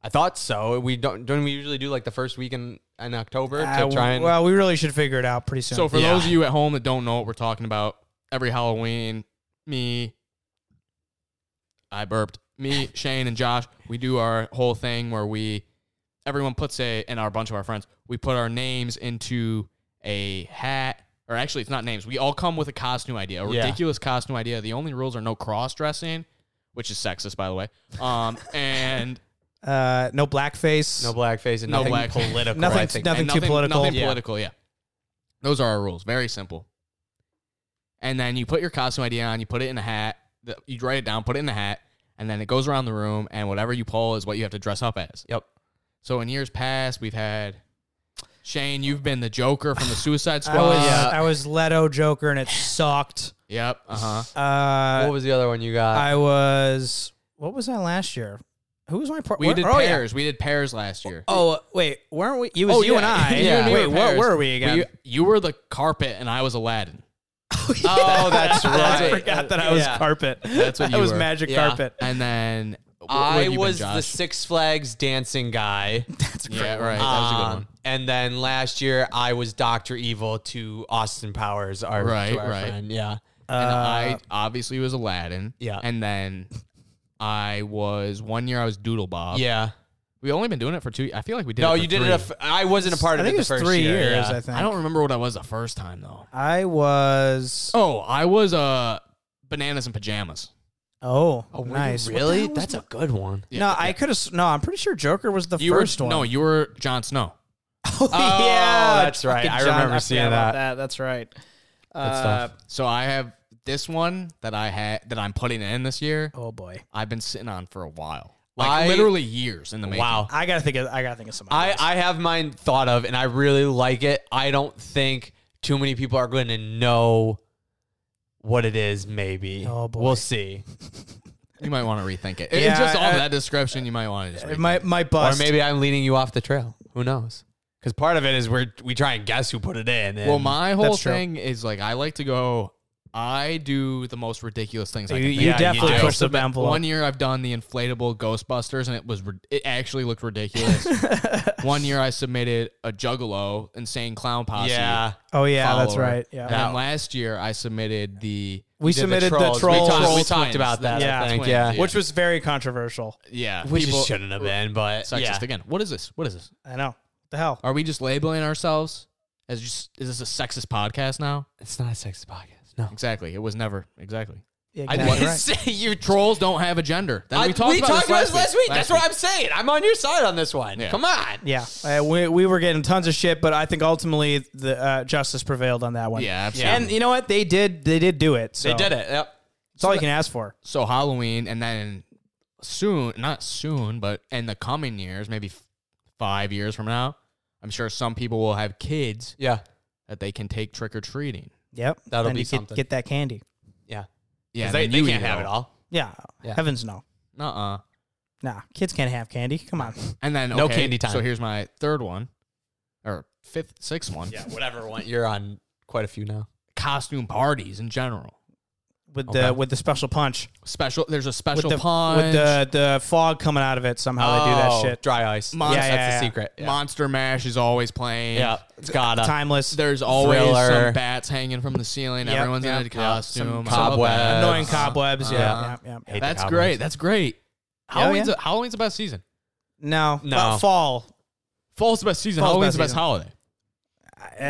S2: I thought so. We don't. Don't we usually do like the first weekend in October
S3: Uh,
S2: to try and
S3: well, we really should figure it out pretty soon.
S1: So for
S2: Yeah.
S1: those of you at home that don't know what we're talking about, every Halloween, me, I burped. Me, Shane, and Josh, we do our whole thing where we, everyone puts a, and our bunch of our friends, we put our names into a hat, or actually, it's not names. We all come with a costume idea, a
S2: Yeah.
S1: ridiculous costume idea. The only rules are no cross dressing, which is sexist, by the way, um, and
S3: Uh, no blackface.
S2: No blackface and
S1: No
S2: nothing
S1: blackface.
S2: political.
S3: Nothing-
S2: I think.
S3: nothing-
S1: and
S3: too political.
S1: Nothing
S2: Yeah.
S1: political, yeah. Those are our rules. Very simple. And then you put your costume idea on, you put it in a hat, the- you write it down, put it in the hat, and then it goes around the room, and whatever you pull is what you have to dress up as.
S2: Yep.
S1: So in years past, we've had Shane, you've been the Joker from the Suicide
S3: I was
S1: Squad.
S3: I was Leto Joker and it sucked.
S1: Yep. Uh huh.
S2: What
S3: Uh,
S2: was the other one you got?
S3: I was what was I last year? Who was my par-
S1: We
S3: where-
S1: did
S3: oh, yeah.
S1: pairs. We did pairs last year.
S3: Oh wait, weren't we? It was
S1: Oh,
S3: you
S1: yeah.
S3: and I.
S1: You and me
S3: Wait,
S1: were
S3: where
S1: pairs.
S3: were we again?
S1: You, you were the carpet, and I was Aladdin.
S2: oh, that's
S3: I
S2: right.
S3: forgot that I was
S2: Yeah.
S3: carpet.
S1: That's what
S3: I
S1: you
S3: was
S1: were.
S3: magic
S2: Yeah.
S3: carpet.
S1: And then wh- what
S2: I
S1: have you been,
S2: was the
S1: Josh?
S2: Six Flags dancing guy. That's
S1: yeah right. That was a good one.
S2: And then last year I was Doctor Evil to Austin Powers, our, to
S1: Right,
S2: our
S1: right.
S2: friend. Yeah.
S1: and I obviously was Aladdin.
S2: Yeah.
S1: And then I was one year I was Doodle Bob.
S2: yeah.
S1: We've only been doing it for two. I feel like we did.
S2: No,
S1: it for
S2: you did
S1: three.
S2: it. A f- I wasn't a part
S3: I
S2: of it
S3: think it
S2: the
S3: was
S2: first
S3: three
S2: year,
S3: years.
S2: yeah.
S3: I think
S1: I don't remember what I was the first time though.
S3: I was.
S1: Oh, I was uh bananas and pajamas.
S3: Oh,
S2: were you
S3: nice. What the
S2: Really?
S3: hell was
S2: That's a good one.
S1: Yeah,
S3: no, I could have. No, I'm pretty sure Joker was the
S1: You
S3: first
S1: were
S3: one.
S1: no, you were Jon Snow.
S2: Oh, that's right.
S3: fucking
S2: I
S3: John-
S2: remember
S3: forgot
S2: seeing
S3: about
S2: that.
S3: That's right. Uh,
S2: That's tough.
S1: So I have this one that I had that I'm putting in this year.
S3: Oh boy,
S1: I've been sitting on for a while, like
S2: I-
S1: literally years in the making.
S2: Wow.
S3: I gotta think. Of, I gotta think of something.
S2: I, I have mine thought of and I really like it. I don't think too many people are going to know what it is, maybe.
S3: Oh, boy.
S2: We'll see.
S1: you might want to rethink it. It's
S3: Yeah,
S1: just all
S3: I-
S1: that description. You might want to just.
S3: it
S1: rethink.
S3: might might bust.
S2: Or maybe I'm leading you off the trail. Who knows? Because part of it is we're, we try and guess who put it in. and-
S1: Well, my whole
S3: That's true.
S1: thing is like I like to go. I do the most ridiculous things.
S3: you,
S1: I can
S3: you
S1: think
S2: Yeah,
S1: of.
S2: you
S3: definitely
S2: do.
S3: push the envelope.
S1: One year I've done the inflatable Ghostbusters, and it was rid- it actually looked ridiculous. One year I submitted a Juggalo, insane clown posse.
S2: yeah.
S3: oh yeah, that's
S1: follower.
S3: right. Yeah,
S1: And then last year I submitted the
S3: we
S2: did the
S3: submitted the
S2: trolls.
S3: trolls.
S2: We talked-
S1: Troll
S2: we talked
S1: twins,
S2: about that,
S1: the
S3: I
S1: twins,
S2: think, yeah.
S3: which was very controversial.
S1: yeah,
S2: Which
S1: people-
S2: shouldn't have been, but
S1: sexist
S2: yeah.
S1: again. What is this? What is this?
S3: I know. What the hell?
S1: Are we just labeling ourselves as just? Is this a sexist podcast now?
S2: It's not a sexist podcast. No.
S1: Exactly. It was never exactly.
S3: Yeah,
S2: I
S3: exactly
S2: didn't
S3: right.
S2: say you
S1: Trolls don't have a gender. That,
S2: I-
S1: we talked, about, this last
S2: last week. That's what I'm saying. I'm on your side on this one.
S1: Yeah.
S2: Come on.
S3: Yeah, uh, we, we were getting tons of shit, but I think ultimately the uh, justice prevailed on that one.
S1: Yeah, absolutely.
S3: and you know what? They did. They did do it. So
S2: They did it. Yep.
S3: It's all you can ask for.
S1: so Halloween, and then soon, not soon, but in the coming years, maybe f- five years from now, I'm sure some people will have kids
S2: Yeah.
S1: that they can take trick or treating.
S3: Yep.
S2: That'll
S3: Then
S2: be
S3: you could
S2: something.
S3: Get that candy.
S2: Yeah.
S1: Yeah,
S2: they, they can't have it all.
S3: Yeah.
S2: Yeah.
S3: Heavens no.
S1: Uh uh
S3: Nah, kids can't have candy. Come on.
S1: And then
S2: No
S1: okay,
S2: candy time.
S1: So here's my third one, or fifth, sixth one.
S2: Yeah, whatever one. You're on quite a few now.
S1: Costume parties in general.
S3: With
S2: Okay.
S3: the with the special punch.
S1: Special. There's a
S3: With
S1: special
S3: the
S1: punch.
S3: with the the fog coming out of it somehow they do that
S2: Oh,
S3: shit.
S2: Dry ice.
S1: Monster-
S2: yeah,
S3: Yeah,
S2: that's
S3: yeah,
S2: the
S3: yeah.
S2: secret. Yeah.
S1: Monster Mash is always playing.
S2: yeah. It's gotta.
S3: Timeless.
S1: There's always
S2: Thriller.
S1: some bats hanging from the ceiling.
S3: Yep,
S1: Everyone's
S3: yep,
S1: in a
S3: yep.
S1: costume. I
S3: Some
S1: love
S2: cobwebs.
S1: that.
S3: annoying
S2: Uh,
S3: cobwebs.
S1: uh,
S3: Uh-huh. yeah, yeah, yeah, yeah.
S2: Hate the
S1: That's
S2: cowboys.
S1: great. That's great. Halloween's
S3: yeah.
S1: Halloween's the best season.
S3: No,
S2: No.
S3: but fall.
S1: Fall's the best season.
S3: Fall's
S1: Halloween's
S3: best
S1: the best
S3: season.
S1: holiday.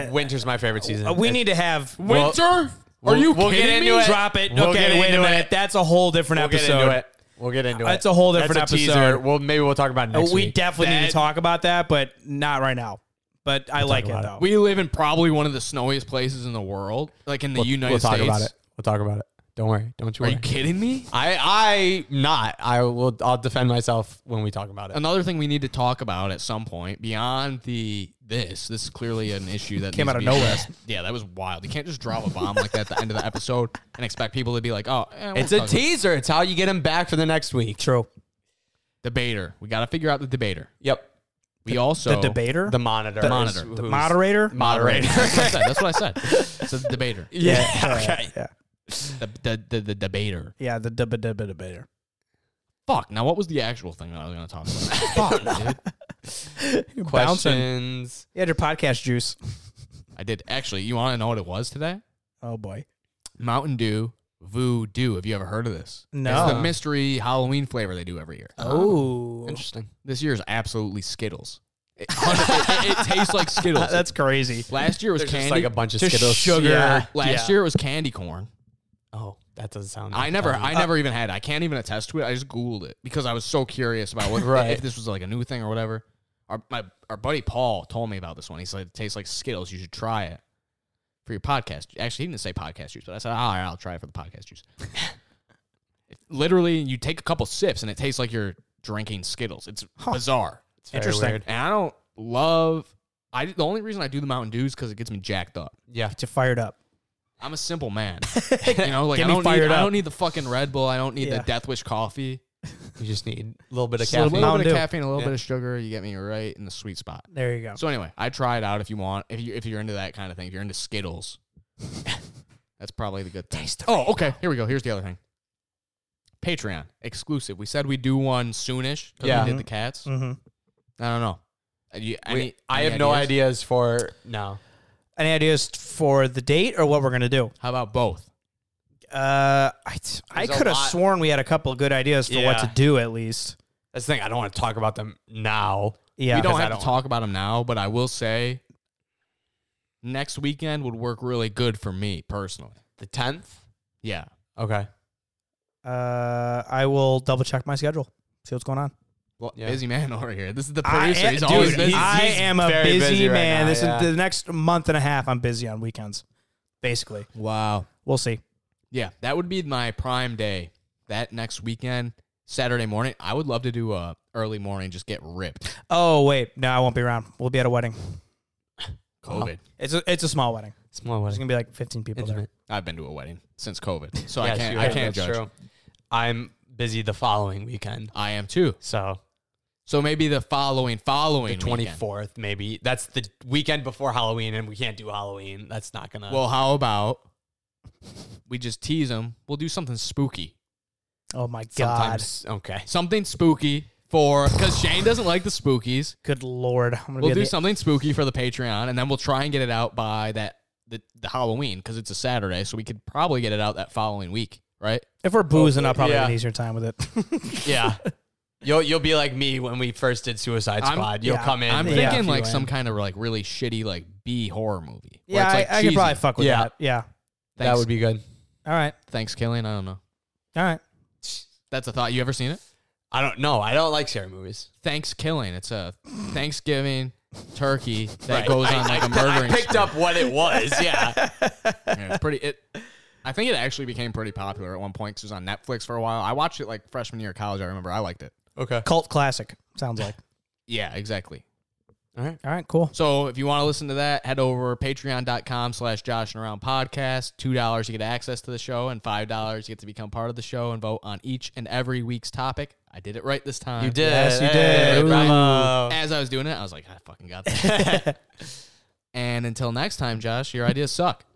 S2: Winter's my favorite season.
S3: Uh, we
S2: It's-
S3: need to have
S2: Well,
S1: Winter?
S2: we'll-
S1: Are you
S2: we'll get
S1: kidding
S2: into
S1: me?
S2: it.
S3: drop it.
S2: We'll get
S3: okay, wait
S2: into
S3: a minute.
S2: it.
S3: That's a whole different
S2: we'll
S3: episode.
S2: get into it. We'll get into it.
S3: That's a whole different
S2: That's a
S3: episode.
S2: teaser. Well, maybe we'll talk about it
S3: Uh,
S2: next
S3: we
S2: week.
S3: definitely need
S1: That-
S3: to talk about that, but not right now. But I like it
S2: about it.
S3: though.
S1: We live in probably one of the snowiest places in the world, like in the United
S2: we'll talk
S1: States.
S2: about it. We'll talk about it. Don't worry. Don't you
S1: Are
S2: worry.
S1: you kidding me?
S2: I I not. I will. I'll defend myself when we talk
S3: Uh,
S2: about it.
S1: Another thing we need to talk about at some point beyond the this. This is clearly an issue that
S3: Came
S1: needs to
S3: out of
S1: be
S3: nowhere.
S1: addressed. Yeah, that was wild. You can't just drop a bomb like that at the end of the episode and expect people to be like, "Oh, eh, we'll
S2: It's a
S1: talk about it.
S2: teaser. It's how you get him back for the next week.
S3: True.
S1: debater." We got to figure out the debater.
S2: Yep.
S1: We also
S3: The debater,
S2: The monitor.
S1: The
S2: is
S1: monitor.
S2: who's-
S1: The
S3: moderator.
S1: moderator.
S2: Moderator.
S1: That's what I said. That's what I said. It's a debater.
S2: Yeah. Okay.
S3: Yeah,
S1: The, the, the, the debater.
S3: yeah. The dub- dub- dub- debater.
S1: Fuck. Now, what was the actual thing that I was going to talk about? Fuck, dude.
S2: Questions.
S3: You had your podcast juice.
S1: I did. Actually, you want to know what it was today?
S3: Oh boy.
S1: Mountain Dew Voodoo. Have you ever heard of this?
S3: No.
S1: It's the mystery Halloween flavor they do every year.
S3: Oh,
S2: Interesting.
S1: This year is absolutely Skittles. It, it- it tastes like Skittles.
S3: that's crazy.
S1: Last year was
S2: There's
S1: candy.
S2: just like a bunch of
S3: Just
S2: Skittles.
S3: sugar.
S1: Yeah. Last
S3: Yeah.
S1: year it was candy corn.
S2: Oh, that doesn't sound.
S1: I never, I
S2: Um,
S1: never
S2: uh,
S1: even had. it. I can't even attest to it. I just googled it because I was so curious about what
S2: Right.
S1: if this was like a new thing or whatever. Our my our buddy Paul told me about this one. He said it tastes like Skittles. You should try it for your podcast. Actually, he didn't say podcast juice, but I said, all right, I'll try it for the podcast juice. Literally, you take a couple sips and it tastes like you're drinking Skittles. It's bizarre.
S2: It's very
S3: Interesting.
S2: weird.
S1: And I don't love. I the only reason I do the Mountain Dew is because it gets me jacked up.
S2: Yeah.
S3: Get you fired up.
S1: I'm a simple man. you know, like
S3: Get
S1: I
S3: me
S1: don't, need,
S3: fired
S1: I
S3: up.
S1: don't need the fucking Red Bull. I don't need
S3: Yeah.
S1: the Death Wish coffee.
S2: You just need a little bit of
S1: Just a
S2: caffeine.
S1: little bit
S3: Mountain
S1: of
S3: Dew.
S1: caffeine, a little
S2: Yeah.
S1: bit of sugar. You get me right in the sweet spot.
S3: There you go.
S1: So anyway, I try it out if you want. If you if you're into that kind of thing, if you're into Skittles, that's probably the good thing. oh, okay. Here we go. Here's the other thing. Patreon exclusive. We said we do one soonish. 'cause
S2: Yeah.
S1: we did the cats.
S3: mm-hmm.
S1: I don't know. Uh, you-
S2: We-
S1: any-
S2: I
S1: any
S2: have no
S1: ideas?
S2: ideas for no.
S3: Any ideas for the date or what we're gonna do?
S1: How about both?
S3: Uh, I, I
S2: There's a
S3: could have
S2: lot.
S3: sworn we had a couple good ideas for what
S2: Yeah.
S3: to do at least.
S2: That's the thing. I don't want to talk about them now.
S3: Yeah,
S1: we don't
S2: 'cause I
S1: have
S2: don't-
S1: to talk about them now, but I will say next weekend would work really good for me personally.
S2: The tenth.
S1: Yeah.
S2: Okay.
S3: Uh, I will double check my schedule. See what's going on.
S1: Well,
S2: Yeah.
S1: busy man over here. This is the
S3: I
S1: producer.
S3: am,
S1: he's
S3: dude,
S1: always busy.
S3: I
S2: He's
S3: am a
S2: very
S3: busy,
S2: busy right
S3: man.
S2: now,
S3: this
S2: yeah.
S3: is the next month and a half. I'm busy on weekends, basically.
S1: wow.
S3: We'll see.
S1: Yeah, that would be my prime day. That next weekend, Saturday morning, I would love to do a early morning, just get ripped.
S3: Oh wait, no, I won't be around. We'll be at a wedding.
S1: COVID.
S3: It's a it's a small wedding.
S2: Small
S3: There's
S2: wedding.
S3: gonna be like 15 people there.
S2: Intimate.
S1: I've been to a wedding since COVID, so I
S2: Yes,
S1: can't.
S2: you're
S1: I
S2: right.
S1: can't
S2: That's
S1: judge.
S2: true. I'm busy the following weekend.
S1: I am too.
S2: So
S1: So maybe the following, following
S2: twenty
S1: weekend.
S2: fourth, maybe. That's the weekend before Halloween, and we can't do Halloween. That's not gonna.
S1: Well, how about we just tease them? We'll do something spooky.
S3: Oh my god.
S2: sometimes. Okay.
S1: Something spooky for because Shane doesn't like the spookies.
S3: Good lord. I'm gonna
S1: We'll
S3: be at
S1: do
S3: the-
S1: something spooky for the Patreon, and then we'll try and get it out by that the, the Halloween because it's a Saturday, so we could probably get it out that following week, right?
S3: If we're boozing,
S1: Oh,
S3: I'll probably
S2: yeah.
S3: have an easier time with it.
S2: Yeah. You'll you'll be like me when we first did Suicide
S1: I'm-
S2: Squad. You'll
S3: yeah.
S2: come in.
S1: I'm
S2: with-
S3: Yeah.
S1: thinking like
S3: Few
S1: some
S3: in.
S1: kind of like really shitty like B horror movie. where
S3: yeah,
S1: it's, like,
S3: I, I could
S1: cheesy.
S3: probably fuck with
S2: Yeah.
S3: that. Yeah.
S2: that would be good.
S3: All right.
S1: Thanks, Killian. I don't know.
S3: All right.
S1: That's a thought. You ever seen it?
S2: I don't know. I don't like scary movies.
S1: Thanks, Killing. It's a Thanksgiving turkey that
S2: Right.
S1: goes on like a
S2: I
S1: murdering.
S2: picked up what it was. Yeah.
S1: Yeah, it's pretty. It. I think it actually became pretty popular at one point because it was on Netflix for a while. I watched it like freshman year of college. I remember I liked it.
S2: okay.
S3: Cult classic. Sounds like.
S1: Yeah, exactly.
S2: All right.
S3: All right. Cool.
S1: So if you want to listen to that, head over patreon.com slash Josh and Around Podcast. Two dollars you get access to the show, and five dollars you get to become part of the show and vote on each and every week's topic. I did it right this time.
S2: You did.
S3: Yes, you
S2: Hey,
S3: did.
S2: bravo.
S1: As I was doing it, I was like, I fucking got that. and until next time, Josh, your ideas suck.